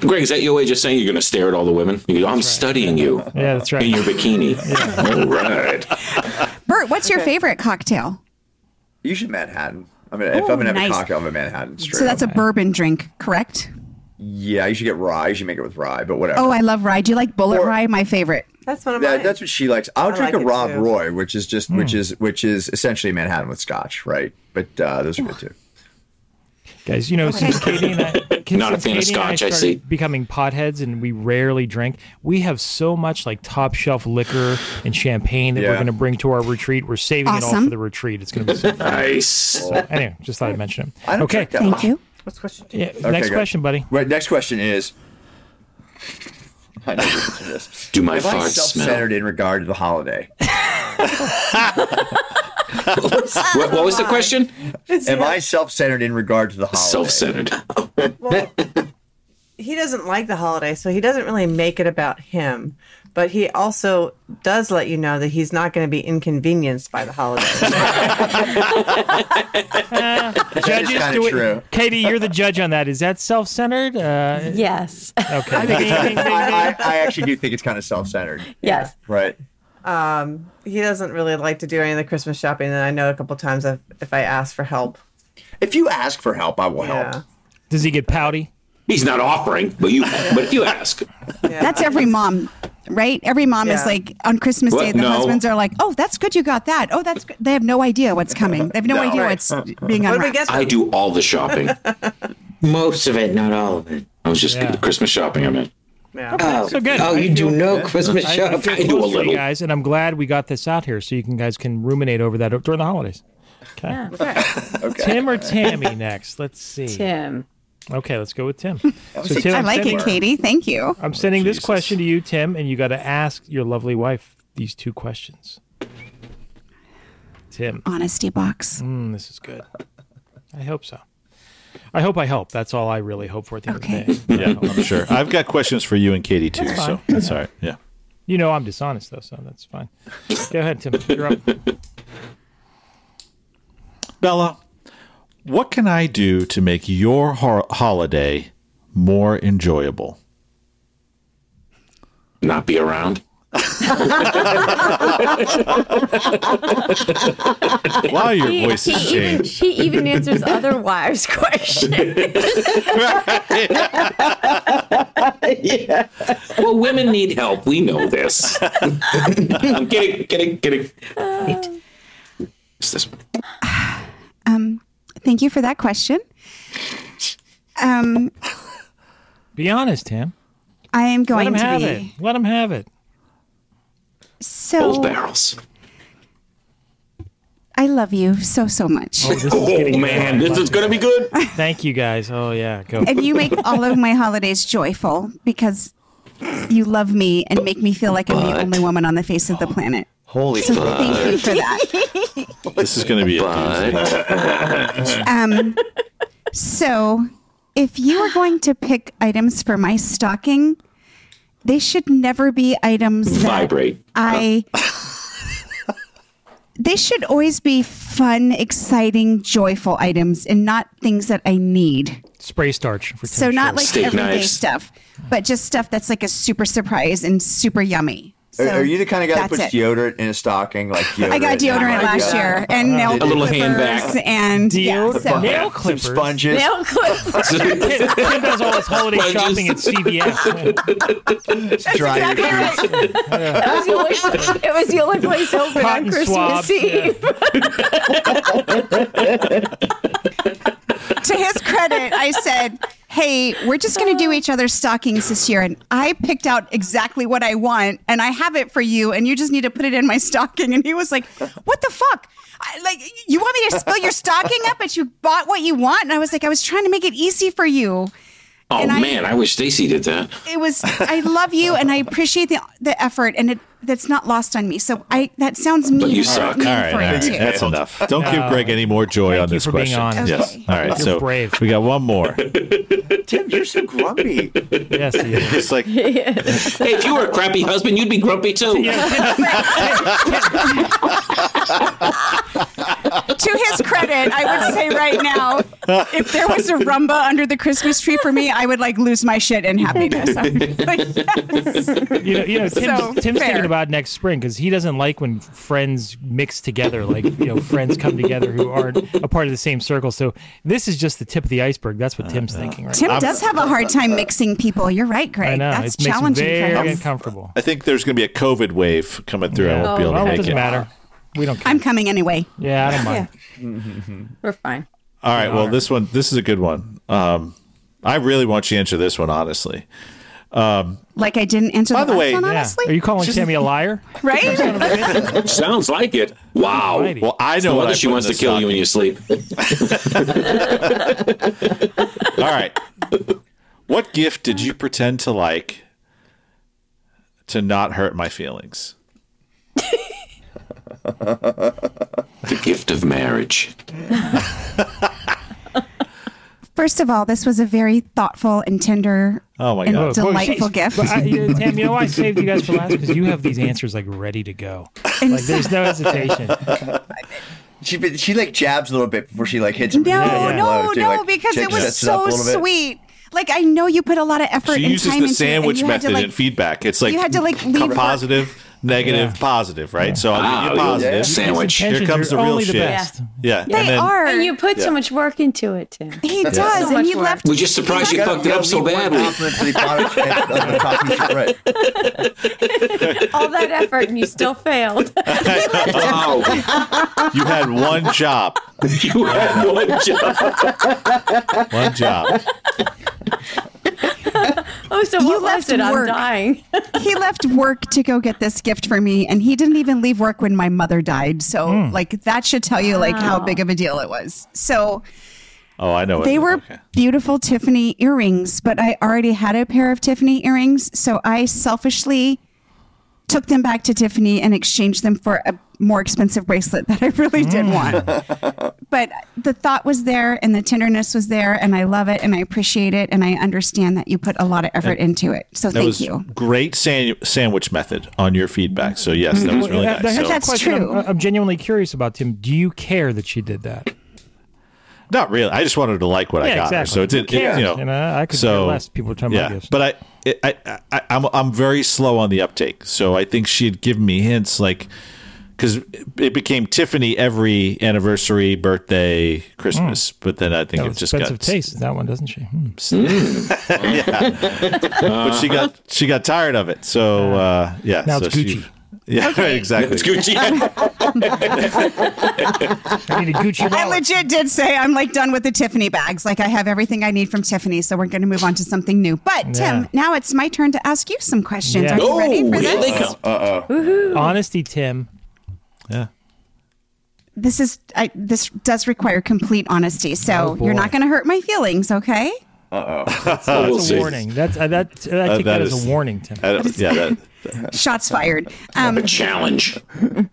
Speaker 2: Greg, is that your way of just saying you're going to stare at all the women? You go, I'm studying you
Speaker 3: Yeah, that's
Speaker 2: in
Speaker 3: right.
Speaker 2: your bikini. All right.
Speaker 1: Bert, what's your favorite cocktail?
Speaker 4: Usually Manhattan. I mean, if I'm gonna have
Speaker 1: nice.
Speaker 4: a cocktail, I'm a Manhattan straight.
Speaker 1: So that's
Speaker 4: up.
Speaker 1: a bourbon drink, correct?
Speaker 4: yeah. You should get rye. You should make it with rye, but whatever.
Speaker 1: Oh, I love rye. Do you like bullet
Speaker 4: Or-
Speaker 1: rye? My favorite.
Speaker 7: that's one of
Speaker 4: That-
Speaker 7: mine.
Speaker 4: that's what she likes. I'll
Speaker 7: I
Speaker 4: drink
Speaker 7: like
Speaker 4: a
Speaker 7: it
Speaker 4: Rob
Speaker 7: too.
Speaker 4: Roy, which is just
Speaker 3: Hmm.
Speaker 4: which is which is essentially Manhattan with Scotch, right? But uh, those are good too.
Speaker 3: Guys, you know, since Katie and I,
Speaker 2: Not a
Speaker 3: since
Speaker 2: fan of
Speaker 3: Katie and
Speaker 2: scotch, I
Speaker 3: started
Speaker 2: see.
Speaker 3: Becoming potheads, and we rarely drink. We have so much like top shelf liquor and champagne that we're
Speaker 4: Yeah.
Speaker 3: going to bring to our retreat. We're saving it all
Speaker 1: Awesome.
Speaker 3: for the retreat. It's going to be so fun.
Speaker 2: Nice.
Speaker 3: anyway, just thought I'd mention it.
Speaker 4: I don't
Speaker 3: okay,
Speaker 4: drink that
Speaker 1: Thank
Speaker 4: much.
Speaker 1: you.
Speaker 7: What's question two?
Speaker 3: yeah,
Speaker 4: Okay,
Speaker 3: next
Speaker 4: good.
Speaker 3: question, buddy.
Speaker 4: Right. Next question is. I know you're into this.
Speaker 2: Do
Speaker 4: Am
Speaker 2: my
Speaker 4: I
Speaker 2: farts smell?
Speaker 4: self-centered in regard to the holiday?
Speaker 2: What, what was the question?
Speaker 4: Am I self-centered in regard to the holiday?
Speaker 2: Self-centered.
Speaker 7: Well, he doesn't like the holiday, so he doesn't really make it about him. But he also does let you know that he's not going to be inconvenienced by the holiday.
Speaker 4: That is
Speaker 3: Judges,
Speaker 4: kinda
Speaker 3: do it-
Speaker 4: true.
Speaker 3: Katie, you're the judge on that. Is that self centered? Uh,
Speaker 12: Yes.
Speaker 3: okay.
Speaker 4: I, I, I actually do think it's kind of self-centered,
Speaker 12: yes.
Speaker 4: right?
Speaker 7: Um, he doesn't really like to do any of the Christmas shopping, and I know a couple times I've, if I ask for help.
Speaker 4: If you ask for help, I will
Speaker 7: Yeah.
Speaker 4: help.
Speaker 3: Does he get pouty?
Speaker 2: He's not offering, but you but you ask.
Speaker 1: That's every mom, right? Every mom is
Speaker 7: Yeah.
Speaker 1: like on Christmas
Speaker 2: What?
Speaker 1: Day, the
Speaker 2: No.
Speaker 1: husbands are like, "Oh, that's good, you got that. Oh, that's good." They have no idea what's coming. They have no,
Speaker 4: No.
Speaker 1: idea
Speaker 4: Right.
Speaker 1: what's being
Speaker 7: What did we
Speaker 1: unwrapped.
Speaker 7: get?
Speaker 2: I do all the shopping.
Speaker 9: Most of it, not all of it.
Speaker 2: I was just
Speaker 3: Yeah.
Speaker 2: Christmas shopping. I meant.
Speaker 7: Yeah.
Speaker 9: Oh,
Speaker 3: So good.
Speaker 9: oh
Speaker 3: I
Speaker 9: you
Speaker 3: feel-
Speaker 9: do no Christmas
Speaker 3: I, I
Speaker 9: shopping.
Speaker 3: feel
Speaker 2: do a
Speaker 3: close to you
Speaker 2: little.
Speaker 3: guys, and I'm glad we got this out here so you can guys can ruminate over that during the holidays. Okay. Tim or Tammy next? Let's see.
Speaker 12: Tim.
Speaker 3: Okay, let's go with Tim. So
Speaker 4: a-
Speaker 3: Tim,
Speaker 1: I
Speaker 3: I'm
Speaker 1: like
Speaker 3: sending-
Speaker 1: it, Katie. Thank you.
Speaker 3: I'm sending this question to you, Tim, and you got to ask your lovely wife these two questions. Tim,
Speaker 1: Honesty box.
Speaker 3: mm, this is good. I hope so. I hope I help. That's all I really hope for at the end
Speaker 1: Okay.
Speaker 3: of the day.
Speaker 6: Yeah, I'm sure. I've got questions for you and Katie too, so that's all right. Yeah.
Speaker 3: You know I'm dishonest though, so that's fine. Go ahead, Tim. You're up.
Speaker 6: Bella, what can I do to make your ho- holiday more enjoyable?
Speaker 2: Not be around.
Speaker 6: wow, your
Speaker 5: He-
Speaker 6: voice
Speaker 5: he
Speaker 6: has
Speaker 5: even-
Speaker 6: changed.
Speaker 5: He even answers other wives' questions.
Speaker 2: yeah. Well, women need help. We know this. I'm kidding, kidding, kidding. It's this one.
Speaker 1: Um, thank you for that question. Um,
Speaker 3: Be honest, Tim.
Speaker 1: I am
Speaker 3: Let
Speaker 1: going
Speaker 3: him
Speaker 1: to
Speaker 3: have
Speaker 1: be
Speaker 3: it. Let him have it.
Speaker 1: so.
Speaker 2: barrels.
Speaker 1: I love you so so much.
Speaker 3: Oh, this is getting man, this is gonna be good. Thank you guys. Oh yeah, go.
Speaker 1: and you make all of my holidays joyful because you love me and make me feel like I'm the only woman on the face
Speaker 2: Oh,
Speaker 1: of the planet.
Speaker 4: Holy
Speaker 1: So thank you for that.
Speaker 6: This is going to be a doozy.
Speaker 1: Um, so, if you are going to pick items for my stocking, they should never be items that
Speaker 2: Vibrate.
Speaker 1: I. they should always be fun, exciting, joyful items, and not things that I need.
Speaker 3: Spray starch. For Tim
Speaker 1: So not
Speaker 3: Sherwood.
Speaker 1: like everyday stuff, but just stuff that's like a super surprise and super yummy. So
Speaker 4: Are, are you the kind of guy that
Speaker 1: that's
Speaker 4: puts
Speaker 1: it.
Speaker 4: deodorant in a stocking? Like deodorant Oh
Speaker 1: I got deodorant last year and nail
Speaker 4: A little hand
Speaker 1: clippers
Speaker 4: back.
Speaker 1: and yeah,
Speaker 4: Deodorant.
Speaker 1: so-
Speaker 4: Nail Uh, Some clippers. sponges. Nail
Speaker 5: clippers.
Speaker 3: Tim Tim does all his holiday
Speaker 4: Sponges.
Speaker 3: shopping at CVS.
Speaker 4: Dry
Speaker 5: exactly That was the only- it was the only place open
Speaker 3: Cotton
Speaker 5: on Christmas
Speaker 3: swabs, yeah.
Speaker 5: Eve.
Speaker 1: to his credit, I said, "Hey, we're just going to do each other's stockings this year, and I picked out exactly what I want, and I have it for you, and you just need to put it in my stocking." And he was like, "What the fuck? I, like, you want me to spill your stocking up, but you bought what you want?" And I was like, "I was trying to make it easy for you."
Speaker 2: Oh
Speaker 1: And I-
Speaker 2: man, I, wish Stacy did that.
Speaker 1: It was. I love you, and I appreciate the the effort, and it that's not lost on me. So I that sounds mean.
Speaker 2: But you
Speaker 1: and
Speaker 2: suck.
Speaker 1: mean
Speaker 6: All right,
Speaker 1: for
Speaker 6: all
Speaker 1: you
Speaker 6: right.
Speaker 1: too.
Speaker 6: that's enough. Don't give
Speaker 3: No.
Speaker 6: Greg any more joy on
Speaker 3: you
Speaker 6: this
Speaker 3: for being
Speaker 6: question.
Speaker 3: honest.
Speaker 6: Yes. All right,
Speaker 3: You're
Speaker 6: so
Speaker 3: brave.
Speaker 6: we got one more.
Speaker 4: Tim, you're so grumpy.
Speaker 3: Yes, he is.
Speaker 6: It's like
Speaker 2: Hey, if you were a crappy husband, you'd be grumpy too.
Speaker 1: to his credit, I would say right now, if there was a rumba under the Christmas tree for me, I would like lose my shit in happiness. I'm like, yes.
Speaker 3: You know, you know Tim's,
Speaker 1: So,
Speaker 3: Tim's
Speaker 1: fair.
Speaker 3: thinking about next spring because he doesn't like when friends mix together, like you know, friends come together who aren't a part of the same circle. So this is just the tip of the iceberg. That's what Tim's thinking right
Speaker 1: Tim
Speaker 3: now.
Speaker 1: does have a hard time mixing people. You're right, Greg.
Speaker 3: I know
Speaker 1: That's
Speaker 3: it makes him
Speaker 1: challenging
Speaker 3: very
Speaker 1: for him.
Speaker 3: uncomfortable.
Speaker 6: I think there's going to be a COVID wave coming through. I won't be able to
Speaker 3: well, it
Speaker 6: make
Speaker 3: doesn't
Speaker 6: it.
Speaker 3: matter. We don't. Care.
Speaker 1: I'm coming anyway.
Speaker 3: Yeah, I don't mind.
Speaker 5: We're fine.
Speaker 6: All right. Well, this one, this is a good one. Um, I really want you to answer this one honestly. Um,
Speaker 1: Like I didn't answer
Speaker 6: By
Speaker 1: the,
Speaker 6: the
Speaker 1: last
Speaker 6: way-
Speaker 1: one,
Speaker 6: Yeah.
Speaker 1: honestly.
Speaker 3: Are you calling Timmy a liar?
Speaker 1: right?
Speaker 2: Sounds like it. Wow.
Speaker 3: Alrighty.
Speaker 6: Well, I know
Speaker 2: No
Speaker 6: what I
Speaker 2: wonder she
Speaker 6: put in
Speaker 2: wants to
Speaker 6: the
Speaker 2: kill you
Speaker 6: stocking.
Speaker 2: in your sleep.
Speaker 6: All right. What gift did you pretend to like to not hurt my feelings?
Speaker 2: The gift of marriage.
Speaker 1: First of all, this was a very thoughtful and tender
Speaker 6: Oh my
Speaker 1: and
Speaker 6: God.
Speaker 1: delightful gift.
Speaker 3: But I, you know, Tim, you know why I saved you guys for last? Because you have these answers like ready to go.
Speaker 1: And
Speaker 3: Like there's no hesitation.
Speaker 4: She been- she like jabs a little bit before she like hits. a
Speaker 1: No,
Speaker 4: really big
Speaker 1: no,
Speaker 4: blow, too,
Speaker 1: no,
Speaker 4: like,
Speaker 1: because it
Speaker 4: shakes-
Speaker 1: was
Speaker 4: sets it up a
Speaker 1: so
Speaker 4: little bit.
Speaker 1: sweet. Like I know you put a lot of effort
Speaker 6: She
Speaker 1: and
Speaker 6: uses
Speaker 1: time
Speaker 6: the
Speaker 1: into it, and
Speaker 6: sandwich
Speaker 1: you had
Speaker 6: method
Speaker 1: to, like,
Speaker 6: in feedback. It's like
Speaker 1: you had to, like, leave work-
Speaker 6: positive, negative, positive, right? So I'll give you
Speaker 2: Wow,
Speaker 6: positive.
Speaker 2: yeah. Sandwich.
Speaker 6: Here
Speaker 3: Intentions
Speaker 6: comes
Speaker 3: are
Speaker 6: the real
Speaker 3: only the
Speaker 6: shit.
Speaker 3: best.
Speaker 6: Yeah.
Speaker 1: They
Speaker 6: and then
Speaker 1: are.
Speaker 5: And you put
Speaker 6: Yeah.
Speaker 5: so much work into it, Tim.
Speaker 1: He does,
Speaker 5: So
Speaker 1: and
Speaker 5: much
Speaker 1: you
Speaker 5: work.
Speaker 1: left.
Speaker 2: We're just surprised you fucked it up so
Speaker 4: Leave one
Speaker 2: badly.
Speaker 4: compliment to the product and, uh, the top piece of bread.
Speaker 5: All that effort, and you still failed. Oh,
Speaker 2: Wow.
Speaker 6: you had one job.
Speaker 2: you had one job.
Speaker 6: One job.
Speaker 5: Oh, so
Speaker 1: You
Speaker 5: what
Speaker 1: left
Speaker 5: was it?
Speaker 1: work.
Speaker 5: I'm dying.
Speaker 1: He left work to go get this gift for me, and he didn't even leave work when my mother died. So,
Speaker 6: Hmm.
Speaker 1: like, that should tell you like how big of a deal it was. So
Speaker 6: Oh, I know. what
Speaker 1: they
Speaker 6: it-
Speaker 1: were
Speaker 6: okay.
Speaker 1: beautiful Tiffany earrings, but I already had a pair of Tiffany earrings, so I selfishly took them back to Tiffany and exchanged them for a more expensive bracelet that I
Speaker 6: Hmm.
Speaker 1: really did
Speaker 6: Mm.
Speaker 1: want. but the thought was there and the tenderness was there and I love it and I appreciate it and I understand that you put a lot of effort into it. So
Speaker 6: That
Speaker 1: thank
Speaker 6: was
Speaker 1: you.
Speaker 6: great san- sandwich method on your feedback. So yes, that was really
Speaker 3: Well,
Speaker 6: nice.
Speaker 3: here's the
Speaker 6: So,
Speaker 1: Mm-hmm. That's
Speaker 3: question I'm- uh,
Speaker 1: true.
Speaker 3: I'm, genuinely curious about Tim. Do you care that she did that?
Speaker 6: not really. I just wanted her to like what I
Speaker 3: Yeah,
Speaker 6: got. her.
Speaker 3: exactly.
Speaker 6: So it
Speaker 3: Who
Speaker 6: did. it- you
Speaker 3: cares?
Speaker 6: know.
Speaker 3: You know, I could care
Speaker 6: so,
Speaker 3: less. People are talking about
Speaker 6: yeah,
Speaker 3: gifts.
Speaker 6: but I it, I, I I'm I'm very slow on the uptake, so I think she had given me hints like because it became Tiffany every anniversary, birthday, Christmas. But then I think
Speaker 3: Got
Speaker 6: it just
Speaker 3: Hmm. expensive
Speaker 6: got
Speaker 3: taste. That one doesn't she? Hmm.
Speaker 2: Hmm.
Speaker 6: yeah. but she
Speaker 2: Uh-huh.
Speaker 6: got she got tired of it. So uh, yeah,
Speaker 3: Now
Speaker 6: so
Speaker 3: it's
Speaker 6: she-
Speaker 3: Gucci.
Speaker 6: yeah, exactly.
Speaker 2: It's Gucci.
Speaker 3: I need a Gucci
Speaker 1: I
Speaker 3: wallet.
Speaker 1: legit did say I'm like done with the Tiffany bags. Like I have everything I need from Tiffany, so we're going to move on to something new. But
Speaker 3: Yeah.
Speaker 1: Tim, now it's my turn to ask you some questions.
Speaker 3: Yeah.
Speaker 1: Are you
Speaker 2: Oh,
Speaker 1: ready for
Speaker 2: here
Speaker 1: this?
Speaker 2: they come.
Speaker 3: Honesty, Tim.
Speaker 6: Yeah.
Speaker 1: This is I, this does require complete honesty, so
Speaker 3: Oh,
Speaker 1: you're
Speaker 3: boy.
Speaker 1: not going to hurt my feelings, okay?
Speaker 2: Oh, we'll
Speaker 3: That's a
Speaker 2: see.
Speaker 3: warning. That's uh, that. I take
Speaker 6: that
Speaker 3: that as
Speaker 6: is-
Speaker 3: a warning, Tim.
Speaker 6: I don't- yeah, that,
Speaker 1: Shots fired. Um,
Speaker 2: Challenge.
Speaker 6: when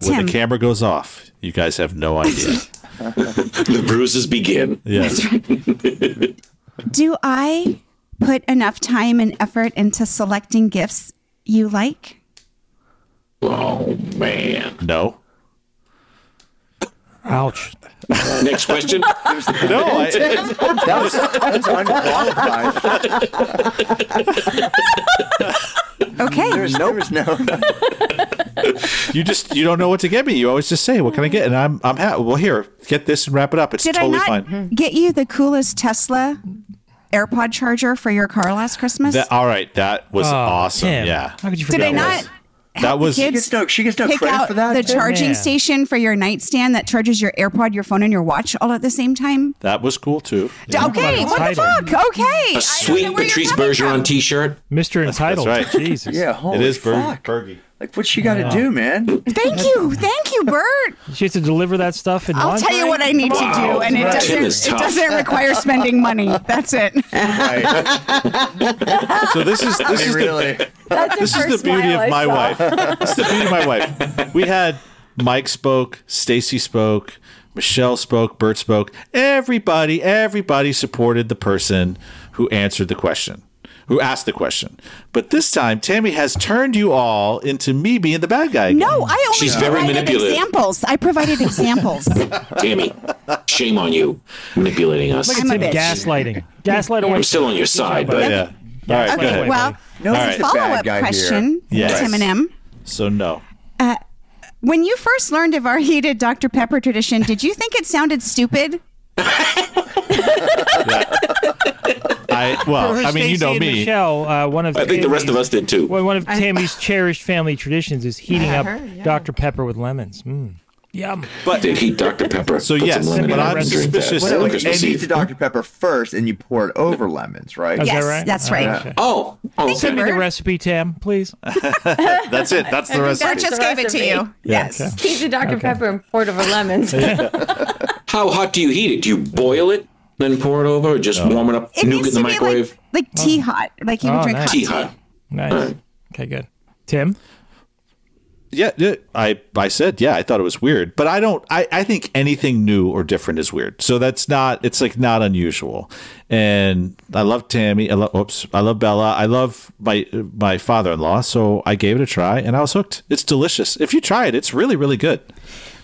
Speaker 1: Tim.
Speaker 6: the camera goes off, you guys have no idea.
Speaker 2: The bruises begin.
Speaker 6: Yes.
Speaker 1: do I put enough time and effort into selecting gifts you like?
Speaker 2: Oh man.
Speaker 6: No.
Speaker 3: Ouch.
Speaker 2: Next question.
Speaker 6: No. I,
Speaker 4: That was, that was unqualified.
Speaker 1: Okay.
Speaker 4: There's no, there's no.
Speaker 6: you just you don't know what to get me. You always just say, "What can I get?" And I'm I'm ha- well here. Get this and wrap it up. It's
Speaker 1: Did
Speaker 6: totally
Speaker 1: I not
Speaker 6: fine.
Speaker 1: get you the coolest Tesla AirPod charger for your car last Christmas?
Speaker 6: That, all right. That was
Speaker 3: Oh,
Speaker 6: awesome.
Speaker 3: Tim.
Speaker 6: Yeah.
Speaker 3: How could you
Speaker 1: Did
Speaker 3: forget?
Speaker 1: I not
Speaker 3: that?
Speaker 6: That was
Speaker 1: kids
Speaker 4: Gets no she gets no
Speaker 1: pick
Speaker 4: credit
Speaker 1: out
Speaker 4: for that.
Speaker 1: the charging
Speaker 3: Yeah.
Speaker 1: station for your nightstand that charges your AirPod, your phone, and your watch all at the same time?
Speaker 6: that was cool too.
Speaker 1: D- Okay, what the fuck?
Speaker 3: Title.
Speaker 1: Okay. I
Speaker 2: A
Speaker 1: don't know
Speaker 2: sweet
Speaker 1: where you're
Speaker 2: Patrice
Speaker 1: coming from.
Speaker 2: Bergeron T-shirt.
Speaker 3: Mr. Entitled.
Speaker 6: right.
Speaker 3: Jesus.
Speaker 4: yeah, holy
Speaker 6: it is
Speaker 4: fuck.
Speaker 6: Bergie.
Speaker 4: Like what she got to do, man?
Speaker 1: Thank you. Thank you, Bert.
Speaker 3: She has to deliver that stuff in
Speaker 1: I'll tell you what I need to do, and it
Speaker 2: Right. Tim is
Speaker 1: doesn't it
Speaker 2: tough.
Speaker 1: doesn't require spending money. That's it.
Speaker 4: Right.
Speaker 6: So this is this is the
Speaker 4: really.
Speaker 6: this is the beauty of my wife. This is the beauty of my wife. We had Mike spoke, Stacy spoke, Michelle spoke, Bert spoke. Everybody, everybody supported the person who answered the question, who asked the question. But this time, Tammy has turned you all into me being the bad guy. again.
Speaker 1: No, I only
Speaker 2: She's very
Speaker 1: provided
Speaker 2: manipulative.
Speaker 1: examples. I provided examples.
Speaker 2: Tammy, shame on you, manipulating us.
Speaker 1: I'm a
Speaker 3: Tim
Speaker 1: bitch.
Speaker 3: gaslighting. Gaslight away.
Speaker 2: I'm still on your side,
Speaker 6: But
Speaker 2: but
Speaker 6: yeah. All right, go
Speaker 1: Okay,
Speaker 6: ahead.
Speaker 1: well,
Speaker 4: No,
Speaker 6: All
Speaker 1: as
Speaker 6: right.
Speaker 1: a
Speaker 6: the
Speaker 1: follow-up
Speaker 4: bad guy here.
Speaker 1: question,
Speaker 6: Yes.
Speaker 1: Tim and M.
Speaker 6: So no.
Speaker 1: When you first learned of our heated Dr. Pepper tradition, did you think it sounded stupid?
Speaker 6: I well, I mean, you know
Speaker 3: Stacey and
Speaker 6: me.
Speaker 3: Michelle, uh, one of
Speaker 2: I think the rest of
Speaker 3: Tammy's-
Speaker 2: us did too.
Speaker 3: Well, one of Tammy's cherished family traditions is heating
Speaker 7: Yeah,
Speaker 3: up
Speaker 7: her, yeah.
Speaker 3: Dr. Pepper with lemons. Mm. Yum.
Speaker 2: But did he, Dr. Pepper?
Speaker 6: So
Speaker 2: put some
Speaker 6: yes,
Speaker 2: lemon
Speaker 6: but
Speaker 2: in it
Speaker 6: I'm
Speaker 2: and drink that
Speaker 6: suspicious
Speaker 2: on
Speaker 6: that
Speaker 4: Well,
Speaker 6: like
Speaker 4: you
Speaker 2: Christmas
Speaker 4: need
Speaker 2: Eve.
Speaker 4: the Dr Pepper first, and you pour it over lemons, right?
Speaker 3: Is
Speaker 1: yes,
Speaker 3: that right?
Speaker 1: that's
Speaker 3: Oh,
Speaker 1: right.
Speaker 3: okay.
Speaker 2: Oh, oh,
Speaker 1: Thank you,
Speaker 2: okay.
Speaker 3: Give me the
Speaker 1: Bert.
Speaker 3: recipe, Tam, please.
Speaker 6: That's it. That's the rest.
Speaker 1: Bert
Speaker 12: That's
Speaker 1: just
Speaker 12: the
Speaker 1: gave it to
Speaker 12: recipe.
Speaker 1: you. Yes.
Speaker 12: He's a Dr. Pepper and poured over lemons.
Speaker 2: How hot do you heat it? Do you boil it, then pour it over, or just warm it up, nuke
Speaker 1: It
Speaker 2: it in
Speaker 1: needs
Speaker 2: the
Speaker 1: to be
Speaker 2: microwave?
Speaker 1: like, like tea hot. Like you would
Speaker 3: Oh,
Speaker 1: drink
Speaker 3: nice.
Speaker 2: Tea
Speaker 1: hot
Speaker 2: hot.
Speaker 3: Nice. Okay, good. Tim?
Speaker 6: Yeah, yeah, I I said yeah. I thought it was weird, but I don't. I I think anything new or different is weird. So that's not. It's like not unusual. And I love Tammy. I love. Oops. I love Bella. I love my my father in law. So I gave it a try, and I was hooked. It's delicious. If you try it, it's really really good.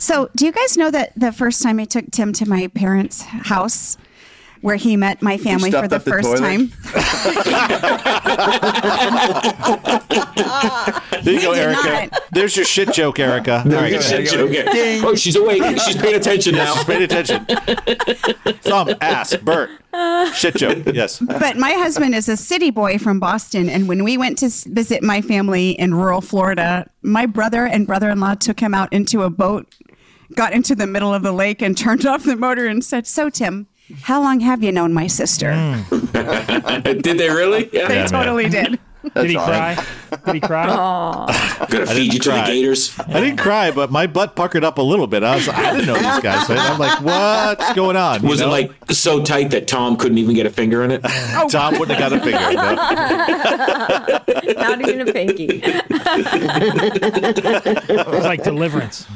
Speaker 1: So, do you guys know that the first time I took Tim to my parents' house, where he met my family for
Speaker 4: stuffed
Speaker 1: the
Speaker 4: up the
Speaker 1: first
Speaker 4: toilet?
Speaker 1: time?
Speaker 6: There you go,
Speaker 1: did
Speaker 6: Erica.
Speaker 1: not.
Speaker 6: There's your shit joke, Erica. All right,
Speaker 2: Good
Speaker 6: guys.
Speaker 2: shit, okay. Oh, she's awake. She's paying attention now.
Speaker 6: Just paid attention. Thumb, ass, Bert. Shit joke. Yes.
Speaker 1: But my husband is a city boy from Boston, and when we went to s- visit my family in rural Florida, my brother and brother-in-law took him out into a boat, got into the middle of the lake, and turned off the motor and said, "So, Tim." How long have you known my sister?
Speaker 3: Hmm.
Speaker 2: Did they really? Yeah.
Speaker 1: They totally did.
Speaker 3: Did he
Speaker 4: all right.
Speaker 3: cry? Did he cry?
Speaker 2: Gonna feed you to the
Speaker 6: cry.
Speaker 2: gators.
Speaker 6: I didn't cry, but my butt puckered up a little bit. I was like, I didn't know these guys. And I'm like, what's going on? You
Speaker 2: Was it
Speaker 6: know?
Speaker 2: like so tight that Tom couldn't even get a finger in it?
Speaker 6: Tom wouldn't have got a finger? you know?
Speaker 12: Not even a pinky.
Speaker 3: It was like deliverance.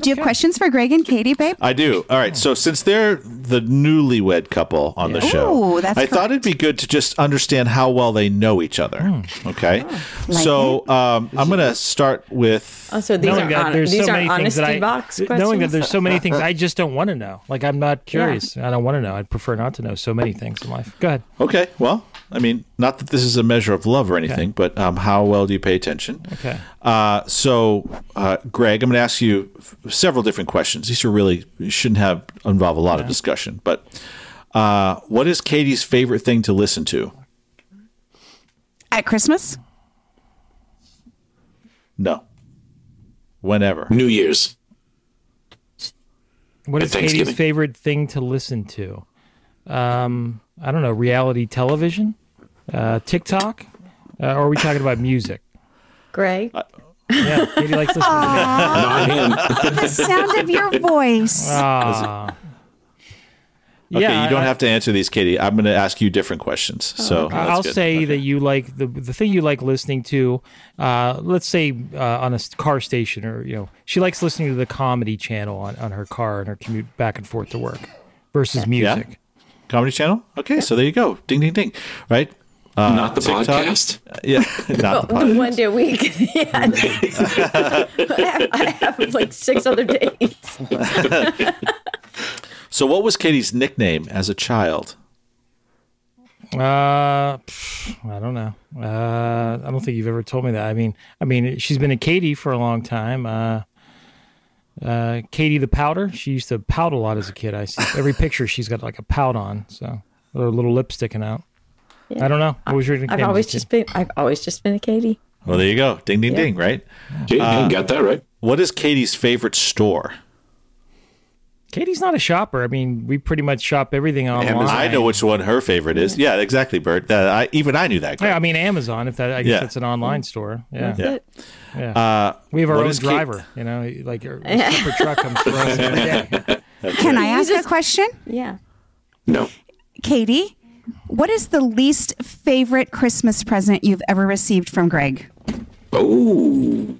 Speaker 1: Do you have questions for Greg and Katie, babe?
Speaker 6: I do. All right. So since they're the newlywed couple on the
Speaker 1: Yeah.
Speaker 6: show.
Speaker 1: Ooh, that's
Speaker 6: I thought it'd be good to just understand how well they know each other. Okay,
Speaker 5: Like
Speaker 6: so um, I'm gonna start with.
Speaker 5: Oh, so these
Speaker 3: knowing
Speaker 5: are
Speaker 3: that
Speaker 5: hon-
Speaker 3: there's
Speaker 5: these
Speaker 3: so
Speaker 5: are
Speaker 3: many things that
Speaker 5: honesty
Speaker 3: I
Speaker 5: box
Speaker 3: th- knowing that
Speaker 5: questions?
Speaker 3: there's so many things I just don't want to know. Like I'm not curious. I don't want to know. I'd prefer not to know so many things in life. Go ahead.
Speaker 6: Okay, well, I mean, not that this is a measure of love or anything, but um, how well do you pay attention?
Speaker 3: Okay.
Speaker 6: Uh, so, uh, Greg, I'm going to ask you f- several different questions. These are really shouldn't have involve a lot of discussion, but uh, what is Katie's favorite thing to listen to?
Speaker 1: At Christmas?
Speaker 6: No. Whenever.
Speaker 2: New Year's.
Speaker 3: What
Speaker 2: At
Speaker 3: is Katie's
Speaker 2: Thanksgiving.
Speaker 3: favorite thing to listen to? Um, I don't know. Reality television, uh, TikTok, uh, or are we talking about music?
Speaker 5: Greg.
Speaker 3: Yeah, Katie likes listening.
Speaker 1: Aw.
Speaker 3: to music.
Speaker 1: the sound of your voice.
Speaker 3: Ah.
Speaker 6: Okay,
Speaker 3: Yeah,
Speaker 6: you don't
Speaker 3: I-
Speaker 6: have to answer these, Katie. I'm going to ask you different questions.
Speaker 5: Oh,
Speaker 6: so
Speaker 3: I-
Speaker 6: that's
Speaker 3: I'll
Speaker 6: good.
Speaker 3: say that you like the the thing you like listening to. Uh, let's say uh, on a s- car station, or you know, she likes listening to the comedy channel on, on her car and her commute back and forth to work versus music.
Speaker 6: Comedy Channel. Okay, so there you go. Ding, ding, ding. Right. Uh,
Speaker 2: Not the podcast?
Speaker 6: Yeah, not the
Speaker 5: Oh,
Speaker 6: podcast.
Speaker 5: one day a week. yeah. I, have, I have like six other dates.
Speaker 6: So, what was Katie's nickname as a child?
Speaker 3: Uh, pff, I don't know. Uh, I don't think you've ever told me that. I mean, I mean, she's been a Katie for a long time. Uh, uh, Katie the powder. She used to pout a lot as a kid. I see every picture she's got like a pout on, so or a little lip sticking out. I don't know. What was your nickname?
Speaker 5: I've always
Speaker 3: as a kid?
Speaker 5: just been I've always just been a Katie.
Speaker 6: Well, there you go. Ding, ding,
Speaker 5: Yeah.
Speaker 6: ding. Right. Uh,
Speaker 2: Katie, you got that right.
Speaker 6: What is Katie's favorite store?
Speaker 3: Katie's not a shopper. I mean, we pretty much shop everything online.
Speaker 6: I know which one her favorite is. Yeah, exactly, Bert. That I even I knew that. Greg.
Speaker 3: Yeah, I mean Amazon. If that, I guess
Speaker 6: Yeah.
Speaker 3: that's an online store. Yeah,
Speaker 6: Yeah.
Speaker 3: yeah.
Speaker 6: Uh,
Speaker 3: we have our
Speaker 6: what
Speaker 3: own
Speaker 6: is Kate-
Speaker 3: driver. You know, like our our super truck comes for us every day.
Speaker 1: Can I ask a question?
Speaker 5: Yeah.
Speaker 2: No.
Speaker 1: Katie, what is the least favorite Christmas present you've ever received from Greg?
Speaker 2: Oh,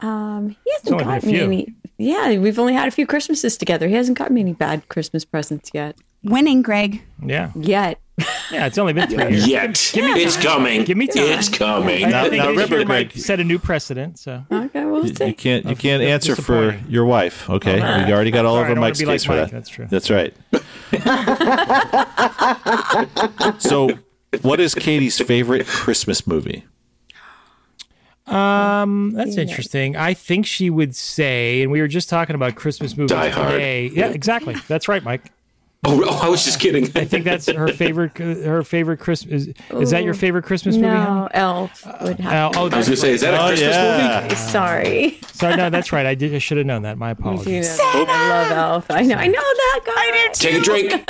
Speaker 5: Um, he
Speaker 3: It's
Speaker 5: hasn't
Speaker 3: only been a
Speaker 5: gotten me
Speaker 3: few.
Speaker 5: any. Yeah, we've only had a few Christmases together. He hasn't gotten me any bad Christmas presents yet.
Speaker 1: Winning, Greg.
Speaker 3: Yeah,
Speaker 5: Yet.
Speaker 3: yeah. It's only been three years.
Speaker 2: yet. it's coming.
Speaker 3: Give me time.
Speaker 2: It's coming.
Speaker 3: I
Speaker 6: Now-
Speaker 3: think
Speaker 6: now
Speaker 3: this
Speaker 6: remember,
Speaker 3: year might
Speaker 6: Greg-
Speaker 3: set a new precedent. So
Speaker 5: Okay, we'll
Speaker 6: You- You
Speaker 5: see.
Speaker 6: can't. You can't
Speaker 3: that's
Speaker 6: answer for
Speaker 3: disappointing.
Speaker 6: your wife. Okay, we already got all
Speaker 3: Sorry, I
Speaker 6: over
Speaker 3: don't wanna
Speaker 6: Mike's
Speaker 3: be
Speaker 6: case
Speaker 3: like
Speaker 6: for
Speaker 3: Mike,
Speaker 6: that.
Speaker 3: that's true.
Speaker 6: That's right. so, what is Katie's favorite Christmas movie?
Speaker 3: Um, that's interesting. I think she would say, and we were just talking about Christmas movies
Speaker 2: Die Hard.
Speaker 3: today. Yeah, exactly. That's right, Mike.
Speaker 2: Oh, oh, I was just kidding.
Speaker 3: I think that's her favorite. Her favorite Christmas is, is that your favorite Christmas movie? honey?
Speaker 5: No, Elf would
Speaker 3: Uh,
Speaker 5: have.
Speaker 3: oh,
Speaker 2: I
Speaker 3: that's
Speaker 2: was going to say, is that a
Speaker 6: Oh,
Speaker 2: Christmas
Speaker 6: yeah.
Speaker 2: movie?
Speaker 5: to- Sorry.
Speaker 3: Sorry, no, that's right. I did. I should have known that. My
Speaker 5: You
Speaker 3: apologies.
Speaker 5: know, I love Elf. I know. I know that guy. I did
Speaker 2: Take a drink.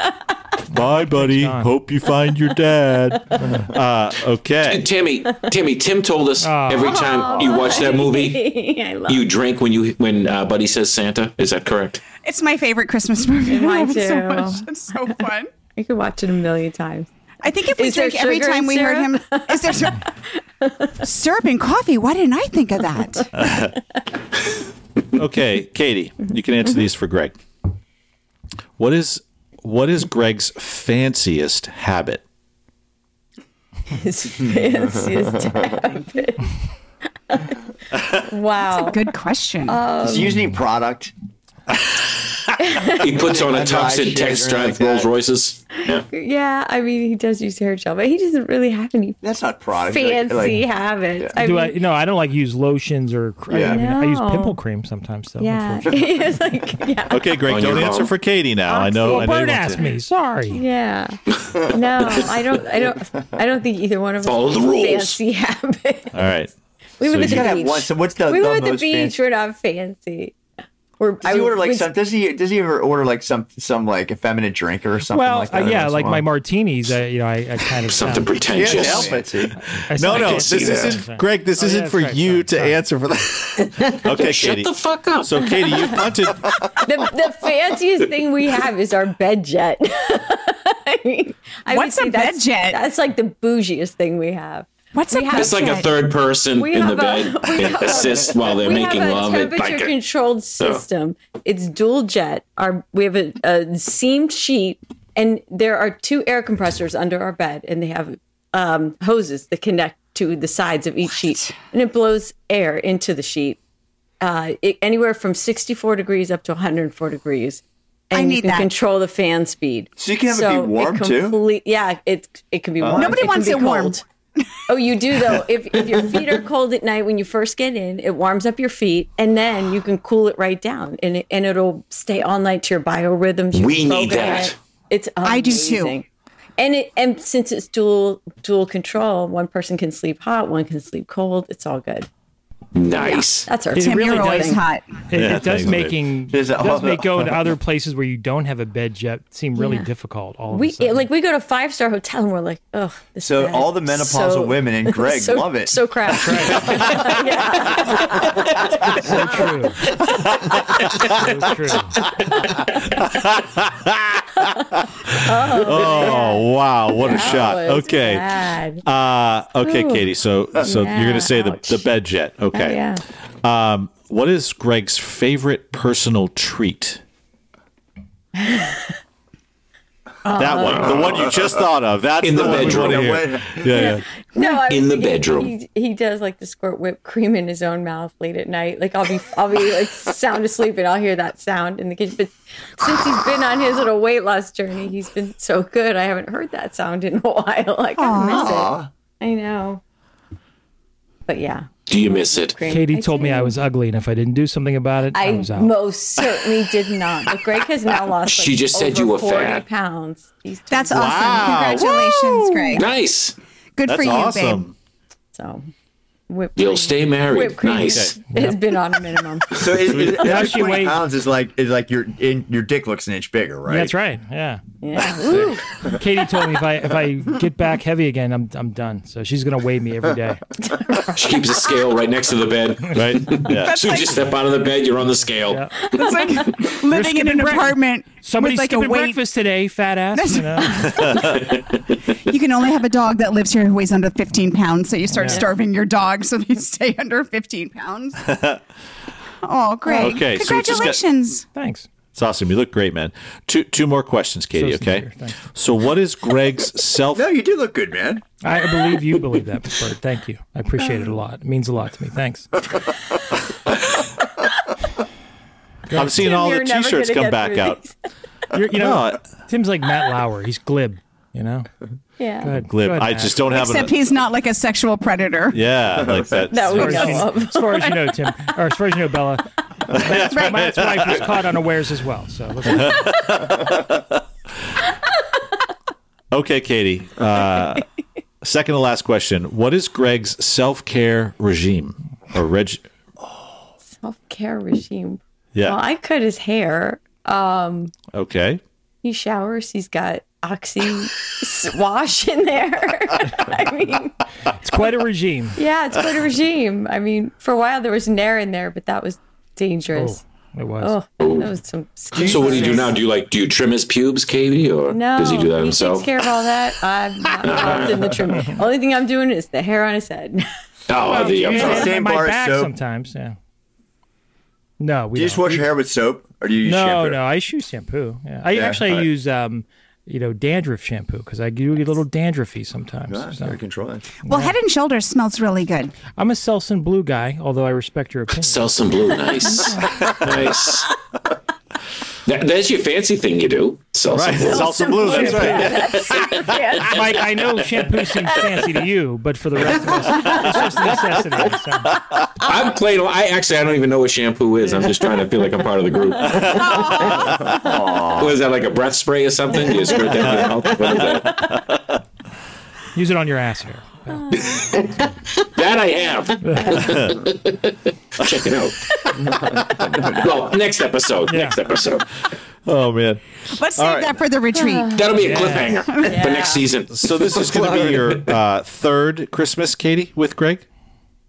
Speaker 6: Bye, buddy. Hope you find your dad. Uh, okay. Oh.
Speaker 2: Tammy, Tammy, Tim told us every
Speaker 5: Oh.
Speaker 2: time you watch that movie,
Speaker 5: I love
Speaker 2: you drink when you when uh, Buddy says Santa. Is that correct?
Speaker 1: It's my favorite Christmas movie. I
Speaker 5: Mine
Speaker 1: love it so
Speaker 5: too.
Speaker 1: much. It's so fun.
Speaker 5: I could watch it a million times.
Speaker 1: I think if we
Speaker 5: Is there
Speaker 1: drink every
Speaker 5: sugar
Speaker 1: time
Speaker 5: in
Speaker 1: we heard him, is there syrup? syrup in coffee? Why didn't I think of that?
Speaker 6: Okay, Katie, you can answer these for Greg. What is what is Greg's fanciest habit?
Speaker 5: His fanciest habit. wow. Um,
Speaker 1: Good question.
Speaker 4: Does he use any product?
Speaker 2: He puts on a
Speaker 4: Not dry
Speaker 2: Thompson
Speaker 4: shit
Speaker 2: text
Speaker 4: or anything
Speaker 2: drive
Speaker 4: like that.
Speaker 2: Rolls Royces. Yeah.
Speaker 5: Yeah, I mean, he does use hair gel, but he doesn't really have any
Speaker 4: That's not product. like-
Speaker 5: fancy
Speaker 4: like-
Speaker 5: habits. I
Speaker 3: Do
Speaker 5: mean,
Speaker 3: I? No, I don't like use lotions or. Cr- I,
Speaker 4: Yeah.
Speaker 3: mean, I use
Speaker 5: No.
Speaker 3: pimple cream sometimes though.
Speaker 5: yeah.
Speaker 3: unfortunately.
Speaker 5: It's like, yeah.
Speaker 6: Okay, Greg,
Speaker 2: On
Speaker 6: don't
Speaker 2: your
Speaker 6: answer
Speaker 2: own.
Speaker 6: for Katie now. I know. I
Speaker 3: Well,
Speaker 6: know you
Speaker 3: Bert
Speaker 6: want
Speaker 3: asked
Speaker 6: to.
Speaker 3: me. Sorry.
Speaker 5: Yeah. No, I don't. I don't. I don't think either one of us
Speaker 2: Follow
Speaker 5: has
Speaker 2: the rules.
Speaker 5: Fancy habit.
Speaker 6: All right.
Speaker 5: We
Speaker 6: So
Speaker 5: went to
Speaker 6: you-
Speaker 5: the
Speaker 4: gotta have
Speaker 5: beach.
Speaker 4: one- so what's the-
Speaker 5: we
Speaker 4: the
Speaker 5: went to the
Speaker 4: most
Speaker 5: beach.
Speaker 4: fancy-
Speaker 5: We're not fancy. We're.
Speaker 4: Does he order like
Speaker 5: we-
Speaker 4: some? Does he? Does he ever order like some some like effeminate drink or something
Speaker 3: Well,
Speaker 4: like that?
Speaker 3: uh,
Speaker 4: every
Speaker 3: yeah,
Speaker 4: once in
Speaker 3: like
Speaker 4: a while?
Speaker 3: my martinis. I, you know, I, I kind of sound-
Speaker 2: Something
Speaker 4: Yeah,
Speaker 2: pretentious.
Speaker 4: help it. see.
Speaker 3: I
Speaker 6: No,
Speaker 3: sound-
Speaker 6: no,
Speaker 3: I
Speaker 6: this
Speaker 2: see that.
Speaker 6: isn't Greg. This
Speaker 3: Oh, yeah,
Speaker 6: isn't
Speaker 3: that's
Speaker 6: for
Speaker 3: right,
Speaker 6: you
Speaker 3: sorry,
Speaker 6: to
Speaker 3: sorry.
Speaker 6: answer for that. okay, Katie.
Speaker 2: Shut the fuck up.
Speaker 6: So, Katie, you punted.
Speaker 5: the, the fanciest thing we have is our bed jet. I mean, I would
Speaker 1: What's a
Speaker 5: say
Speaker 1: bed
Speaker 5: that's-
Speaker 1: jet?
Speaker 5: That's like the bougiest thing we have.
Speaker 1: What's a
Speaker 2: It's like a third person
Speaker 5: We
Speaker 2: in the
Speaker 5: have
Speaker 2: bed
Speaker 5: a- we
Speaker 2: and
Speaker 5: have a-
Speaker 2: assists while they're
Speaker 5: we
Speaker 2: making
Speaker 5: have a
Speaker 2: love. Oh. and
Speaker 5: temperature
Speaker 2: like a-
Speaker 5: controlled
Speaker 2: So-
Speaker 5: system. It's dual jet. Our we have a, a seamed sheet, and there are two air compressors under our bed, and they have um, hoses that connect to the sides of each sheet, and it blows air into the sheet. Uh, it, anywhere from 64 degrees up to 104 degrees. And
Speaker 1: I
Speaker 5: you
Speaker 1: need
Speaker 5: can
Speaker 1: that.
Speaker 5: control the fan speed.
Speaker 4: So you can have it be warm, too? Uh-huh.
Speaker 5: too. Yeah, it it can be warm.
Speaker 1: Nobody
Speaker 5: can
Speaker 1: wants
Speaker 5: be
Speaker 1: it warm.
Speaker 5: cold. Oh, you do though. If, if your feet are cold at night when you first get in, it warms up your feet, and then you can cool it right down, and it, and it'll stay all night to your biorhythms. You
Speaker 2: We
Speaker 5: can
Speaker 2: need
Speaker 5: program
Speaker 2: that.
Speaker 5: It. It's amazing.
Speaker 1: I do too.
Speaker 5: And it and since it's dual dual control, one person can sleep hot, one can sleep cold. It's all good.
Speaker 2: nice.
Speaker 5: That's our
Speaker 3: It
Speaker 1: Tim,
Speaker 5: tip.
Speaker 3: really
Speaker 1: you're always
Speaker 3: does.
Speaker 1: hot.
Speaker 3: It,
Speaker 6: Yeah,
Speaker 3: it does
Speaker 6: thanks, babe.
Speaker 3: making
Speaker 4: Is
Speaker 3: it
Speaker 4: that all
Speaker 3: does
Speaker 4: the-
Speaker 3: make going to other places where you don't have a bed yet seem really difficult. All of
Speaker 5: We
Speaker 3: a sudden.
Speaker 5: like we go to five star hotel and we're like, oh, this
Speaker 4: So
Speaker 5: bed
Speaker 4: all the
Speaker 5: is
Speaker 4: menopausal
Speaker 5: so-
Speaker 4: women and Greg
Speaker 5: so-
Speaker 4: love it.
Speaker 5: So crap.
Speaker 3: so true. so true.
Speaker 6: Oh wow, what a shot!
Speaker 5: That was
Speaker 6: Okay,
Speaker 5: bad.
Speaker 6: uh, okay,
Speaker 5: Ooh.
Speaker 6: Katie. So so
Speaker 5: Yeah,
Speaker 6: you're gonna say the
Speaker 5: ouch.
Speaker 6: the bed jet.
Speaker 3: Oh,
Speaker 6: Okay.
Speaker 5: yeah.
Speaker 6: Um, what is Greg's favorite personal treat? Oh, that one, the one you just thought of. That's
Speaker 2: In
Speaker 6: the,
Speaker 2: the
Speaker 6: one we
Speaker 2: bedroom.
Speaker 6: wanna hear.
Speaker 4: Yeah.
Speaker 6: Yeah, yeah.
Speaker 5: No, I
Speaker 2: In
Speaker 5: was
Speaker 2: the
Speaker 5: thinking
Speaker 2: bedroom.
Speaker 5: He, he does like to squirt whipped cream in his own mouth late at night. Like I'll be, I'll be like sound asleep and I'll hear that sound in the kitchen. But since he's been on his little weight loss journey, he's been so good. I haven't heard that sound in a while. Like I miss it. I know. But yeah,
Speaker 2: Do you miss it?
Speaker 5: cream.
Speaker 3: Katie
Speaker 5: I
Speaker 3: told me I was ugly, and if I didn't do something about it, I,
Speaker 5: I
Speaker 3: was out.
Speaker 5: most certainly did not. But Greg has now lost. Like,
Speaker 2: She just said
Speaker 5: over
Speaker 2: you were
Speaker 5: 40
Speaker 2: fat.
Speaker 5: pounds. He's
Speaker 1: That's
Speaker 6: Wow.
Speaker 1: awesome. Congratulations, Greg.
Speaker 2: Nice.
Speaker 1: Good
Speaker 6: that's
Speaker 1: for you,
Speaker 6: awesome.
Speaker 1: babe.
Speaker 5: so whipped.
Speaker 2: You'll
Speaker 5: cream-
Speaker 2: stay
Speaker 5: Whipped
Speaker 2: married.
Speaker 5: cream
Speaker 2: Nice.
Speaker 5: has been on a minimum.
Speaker 4: So is, is, every
Speaker 3: she
Speaker 4: 20
Speaker 3: weighs-
Speaker 4: pounds is like is like your in, your dick looks an inch bigger, right?
Speaker 3: That's right. Yeah.
Speaker 5: Yeah. Ooh.
Speaker 3: Katie told me if I if I get back heavy again, I'm I'm done. So she's gonna weigh me every day.
Speaker 2: She keeps a scale right next to the bed.
Speaker 6: Right? Yeah.
Speaker 2: As soon as you step out of the bed, you're on the scale.
Speaker 1: That's like living in
Speaker 3: skipping
Speaker 1: an
Speaker 3: breakfast.
Speaker 1: apartment
Speaker 3: Somebody's
Speaker 1: with like a
Speaker 3: skipping
Speaker 1: weight.
Speaker 3: breakfast today, fat ass. You know?
Speaker 1: You can only have a dog that lives here who weighs under 15 pounds, so you start
Speaker 3: Yeah.
Speaker 1: starving your dog so they stay under 15 pounds. oh, Greg.
Speaker 6: Okay, so we just got-
Speaker 1: Congratulations.
Speaker 3: Thanks.
Speaker 6: It's awesome. You look great, man. Two two more questions, Katie.
Speaker 3: So
Speaker 6: okay.
Speaker 3: sincere. Thanks.
Speaker 6: So what is Greg's self?
Speaker 4: No, you do look good, man.
Speaker 3: I believe you believe that, Bert. Thank you. I appreciate it a lot. It means a lot to me. Thanks.
Speaker 6: I'm seeing all the
Speaker 5: You're never
Speaker 6: T-shirts
Speaker 5: gonna
Speaker 6: come
Speaker 5: get
Speaker 6: back
Speaker 5: through
Speaker 6: out.
Speaker 5: these.
Speaker 3: You're, you know,
Speaker 6: No,
Speaker 3: Tim's like Matt Lauer. He's glib. You know,
Speaker 5: Yeah.
Speaker 3: Go ahead.
Speaker 6: glib.
Speaker 3: Go ahead,
Speaker 6: I
Speaker 3: Matt.
Speaker 6: just don't have
Speaker 1: Except
Speaker 6: an.
Speaker 1: he's not like a sexual predator.
Speaker 6: Yeah, like that.
Speaker 5: That we
Speaker 3: As far as,
Speaker 5: know of.
Speaker 3: as far as you know, Tim, or as far as you know, Bella, Matt's, Matt's wife was caught unawares as well. So let's-
Speaker 6: Okay, Katie. Uh, second to last question. What is Greg's self care regime or reg?
Speaker 5: self care regime.
Speaker 6: Yeah.
Speaker 5: Well, I cut his hair. Um,
Speaker 6: okay.
Speaker 5: he showers. He's got oxy wash in there. I mean,
Speaker 3: it's quite a regime.
Speaker 5: yeah, it's quite a regime. I mean, for a while there was Nair in there, but that was dangerous.
Speaker 3: It was.
Speaker 5: Oh, that was some. Scary
Speaker 2: So what do you do now? Do you like do you trim his pubes, Katie, or
Speaker 5: No,
Speaker 2: does he do that
Speaker 5: takes
Speaker 4: Oh.
Speaker 2: himself?
Speaker 5: care of all that. I'm not involved in the trim. Only thing I'm doing is the hair on his head.
Speaker 2: Oh, the,
Speaker 3: Yeah,
Speaker 4: the same
Speaker 3: my
Speaker 4: bar as
Speaker 3: back
Speaker 4: soap?
Speaker 3: sometimes. Yeah. No, we
Speaker 4: Do you just
Speaker 3: don't.
Speaker 4: wash your hair with soap, or do you use
Speaker 3: no,
Speaker 4: shampoo?
Speaker 3: no. I just use shampoo. Yeah. I
Speaker 4: Yeah,
Speaker 3: actually
Speaker 4: alright.
Speaker 3: use, um, you know, dandruff shampoo because I do get a little dandruffy sometimes.
Speaker 4: Ah,
Speaker 3: so.
Speaker 4: Very controlling.
Speaker 1: Well, Head and Shoulders smells really good.
Speaker 3: I'm a Selsun Blue guy, although I respect your opinion.
Speaker 2: Sell some blue. Nice. nice. That, that's your fancy thing you do. Sell
Speaker 6: Right.
Speaker 2: some blue.
Speaker 6: Salsa blue. That's right.
Speaker 3: Mike, I know shampoo seems fancy to you, but for the rest of us, it's just necessity. so.
Speaker 2: I'm playing. I actually I don't even know what shampoo is. I'm just trying to feel like I'm part of the group. what is that like a breath spray or something? You just squirt that in your mouth? What is that?
Speaker 3: Use it on your ass hair.
Speaker 2: That I have. Check it out. well, next episode. Next episode.
Speaker 6: Oh man.
Speaker 1: Let's save that for the retreat.
Speaker 2: That'll be a cliffhanger for next season.
Speaker 6: So this is going to be your uh, third Christmas, Katie, with Greg.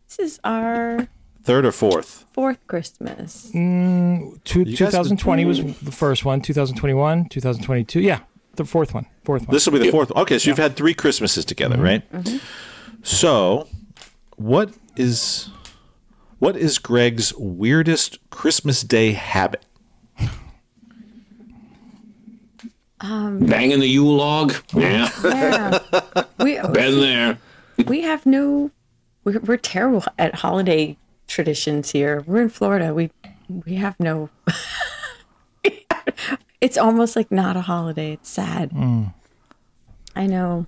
Speaker 5: this is our
Speaker 6: Third or fourth?
Speaker 5: fourth Christmas.
Speaker 4: Mm.
Speaker 3: Two,
Speaker 6: guys been-
Speaker 3: 2020 was the first one. 2021, 2022. Yeah, the fourth one. Fourth one.
Speaker 2: Mm-hmm.
Speaker 6: This will be the fourth. Okay, so you've had three Christmases together, right? So, what is what is Greg's weirdest Christmas Day habit?
Speaker 5: Um,
Speaker 2: Banging the Yule log. Yeah.
Speaker 5: Yeah. We,
Speaker 2: Been there.
Speaker 5: we have no, we're, we're terrible at holiday traditions here. We're in Florida. We, we have no, it's almost like not a holiday. It's sad.
Speaker 3: Hmm.
Speaker 5: I know.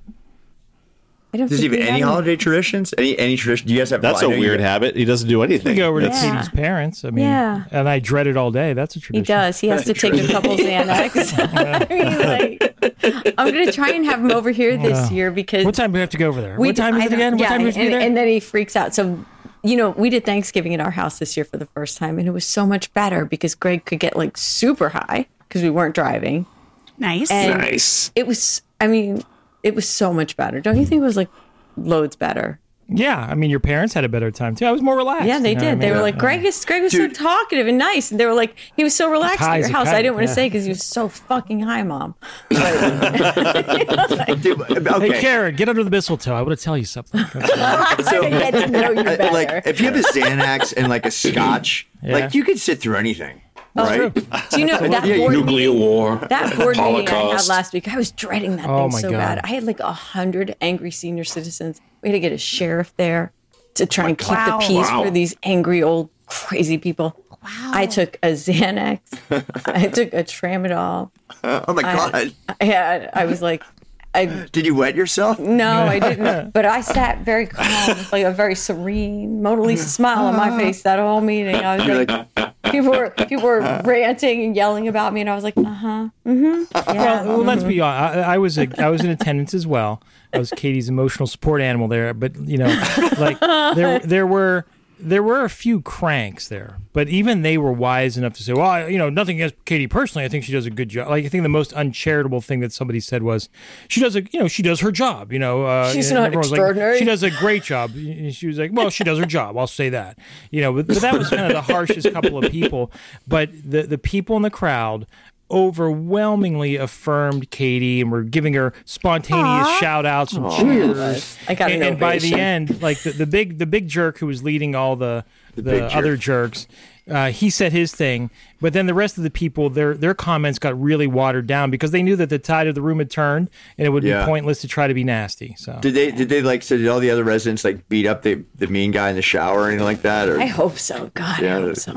Speaker 5: I don't
Speaker 4: Does he
Speaker 5: think
Speaker 4: have
Speaker 5: we
Speaker 4: any
Speaker 5: have
Speaker 4: holiday traditions? Any any tradition? Do you guys have?
Speaker 6: That's
Speaker 4: a
Speaker 6: a weird habit. He doesn't do anything.
Speaker 3: I go over to
Speaker 5: Yeah.
Speaker 3: Katie's parents. I mean,
Speaker 5: Yeah.
Speaker 3: and I dread it all day. That's a
Speaker 5: He
Speaker 3: tradition.
Speaker 5: does. He has to take a couple Xanax. I mean, like, I'm gonna try and have him over here this
Speaker 3: Yeah.
Speaker 5: year because
Speaker 3: What time do we have to go over there?
Speaker 5: we
Speaker 3: what time is
Speaker 5: I
Speaker 3: it
Speaker 5: don't-
Speaker 3: again? What
Speaker 5: yeah,
Speaker 3: time do we have
Speaker 5: and,
Speaker 3: to be there?
Speaker 5: and then he freaks out. So, you know, we did Thanksgiving at our house this year for the first time, and it was so much better because Greg could get like super high because we weren't driving.
Speaker 1: Nice.
Speaker 5: And
Speaker 2: Nice.
Speaker 5: it was, I mean, it was so much better. Don't you think it was like loads better?
Speaker 3: yeah, I mean, your parents had a better time too. I was more relaxed.
Speaker 5: Yeah, they
Speaker 3: you know what I
Speaker 5: did. They
Speaker 3: mean?
Speaker 5: were like, Greg is Greg was so talkative and nice, and they were like, he was so relaxed
Speaker 3: high
Speaker 5: at your
Speaker 3: as a
Speaker 5: house. I
Speaker 3: kite,
Speaker 5: didn't want to
Speaker 3: yeah.
Speaker 5: say because he was so fucking high, mom.
Speaker 4: Dude, okay.
Speaker 3: Hey, Karen, get under the mistletoe. I want to tell you something.
Speaker 5: I get to know you
Speaker 4: Uh,
Speaker 5: better.
Speaker 4: like if you have a Xanax and like a Scotch, like you could sit through anything, right?
Speaker 5: Do you know that
Speaker 4: Yeah, you
Speaker 5: board
Speaker 2: Nuclear war.
Speaker 5: That board meeting I had
Speaker 2: Holocaust.
Speaker 5: last week, I was dreading that
Speaker 3: Oh
Speaker 5: thing
Speaker 3: my
Speaker 5: so
Speaker 3: God.
Speaker 5: bad. I had like a hundred angry senior citizens. We had to get a sheriff there to try and keep
Speaker 1: Wow.
Speaker 5: the peace
Speaker 2: Wow.
Speaker 5: for these angry old crazy people. Wow. I took a Xanax. I took a tramadol.
Speaker 4: Oh my
Speaker 5: I,
Speaker 4: god!
Speaker 5: I had. I was like, I
Speaker 4: Did you wet yourself?
Speaker 5: no, I didn't. But I sat very calm, with like a very serene Mona Lisa smile on
Speaker 3: Ah.
Speaker 5: my face that whole meeting. I was like, people were people were ranting and yelling about me, and I was like, uh huh, mm-hmm, yeah.
Speaker 3: well, let's be honest. I, I was a, I was in attendance as well. I was Katie's emotional support animal there, but you know, like there there were there were a few cranks there, but even they were wise enough to say, "Well, I, you know, nothing against Katie personally. I think she does a good job." Like I think the most uncharitable thing that somebody said was, "She does a you know she does her job." You know, uh,
Speaker 5: She's
Speaker 3: and
Speaker 5: not
Speaker 3: everyone was
Speaker 5: extraordinary.
Speaker 3: Like, she does a great job. And she was like, "Well, she does her job. I'll say that." You know, but, but that was kind of the harshest couple of people. But the the people in the crowd overwhelmingly affirmed Katie and were giving her spontaneous shout outs and cheers.
Speaker 5: I got an
Speaker 3: and, and by the
Speaker 5: ovation.
Speaker 3: end, like the, the big the big jerk who was leading all the the, other jerks, uh, he said his thing. But then the rest of the people, their their comments got really watered down because they knew that the tide of the room had turned and it would
Speaker 4: Yeah.
Speaker 3: be pointless to try to be nasty. So
Speaker 4: Did they? Did they like? So did all the other residents like beat up the the mean guy in the shower or anything like that? Or
Speaker 5: I hope so. God, I hope so.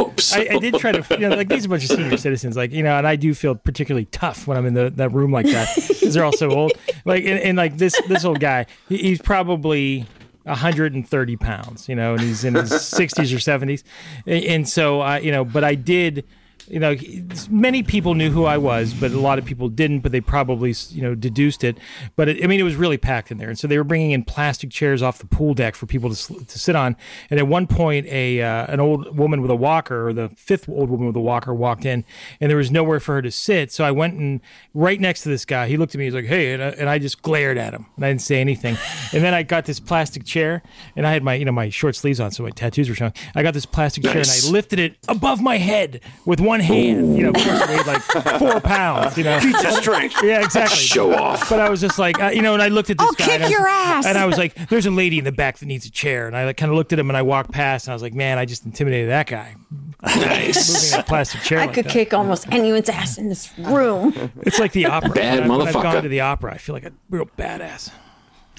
Speaker 2: Oops.
Speaker 3: I, I did try to, you know, like these are a bunch of senior citizens, like you know, and I do feel particularly tough when I'm in the, that room like that because they're all so old. Like and, and like this this old guy, he, he's probably 130 pounds, you know, and he's in his 60s or 70s, and, and so I, you know, but I did. You know, he- many people knew who I was, but a lot of people didn't. But they probably, you know, deduced it. But it, I mean, it was really packed in there, and so they were bringing in plastic chairs off the pool deck for people to, sl- to sit on. And at one point, a uh, an old woman with a walker, or the fifth old woman with a walker, walked in, and there was nowhere for her to sit. So I went and right next to this guy. He looked at me. He's like, "Hey," and I, and I just glared at him, and I didn't say anything. and then I got this plastic chair, and I had my you know my short sleeves on, so my tattoos were showing. I got this plastic chair, and
Speaker 2: Nice.
Speaker 3: I lifted it above my head with one hand. You know, of course, it weighed like four pounds. You know,
Speaker 2: Pizza strength.
Speaker 3: yeah, exactly.
Speaker 2: Show off.
Speaker 3: But I was just like, uh, you know, and I looked at this
Speaker 5: Oh,
Speaker 1: I'll
Speaker 3: guy.
Speaker 1: kick
Speaker 3: and I was-
Speaker 1: your ass.
Speaker 3: And I was like, there's a lady in the back that needs a chair. And I like, kind of looked at him and I walked past and I was like, man, I just intimidated that guy.
Speaker 2: Nice.
Speaker 3: Moving a plastic chair.
Speaker 5: I
Speaker 3: like
Speaker 5: could
Speaker 3: that.
Speaker 5: kick almost anyone's ass in this room.
Speaker 3: It's like the opera.
Speaker 2: Bad
Speaker 3: when I- when I've
Speaker 2: motherfucker.
Speaker 3: gone to the opera, I feel like a real badass.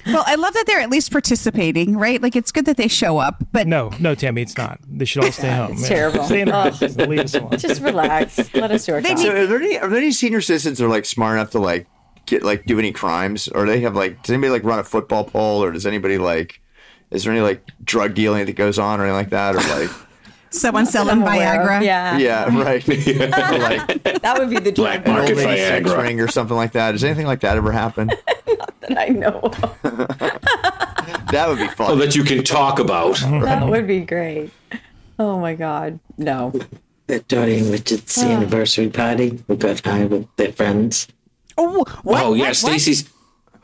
Speaker 1: Well, I love that they're at least participating, right? Like it's good that they show up, but
Speaker 3: No, no, Tammy, it's not. They should all stay home.
Speaker 5: It's terrible.
Speaker 3: Stay in the
Speaker 5: Oh.
Speaker 3: house. Leave us alone.
Speaker 5: Just relax. Let us do our job.
Speaker 4: so are there any? Are there any senior citizens that are like smart enough to like get like do any crimes? Or they have like? Does anybody like run a football pole? Or does anybody like? Is there any like drug dealing that goes on or anything like that? Or like?
Speaker 1: someone
Speaker 5: I'm
Speaker 1: selling
Speaker 5: aware of-
Speaker 1: Viagra.
Speaker 5: Yeah,
Speaker 4: yeah, right. Or, like
Speaker 5: that would be the
Speaker 2: Black
Speaker 5: dream
Speaker 4: an old
Speaker 2: market
Speaker 4: lady sex
Speaker 2: Viagra.
Speaker 4: ring or something like that. Does anything like that ever happen?
Speaker 5: that I know. of.
Speaker 4: That would be
Speaker 2: Oh,
Speaker 4: fun.
Speaker 2: that you can talk about.
Speaker 5: That would be great. Oh my God, no.
Speaker 9: That Dottie and Richard's anniversary party. We got high with their friends.
Speaker 1: Oh, what?
Speaker 2: oh yeah,
Speaker 1: What? What?
Speaker 2: Stacy's.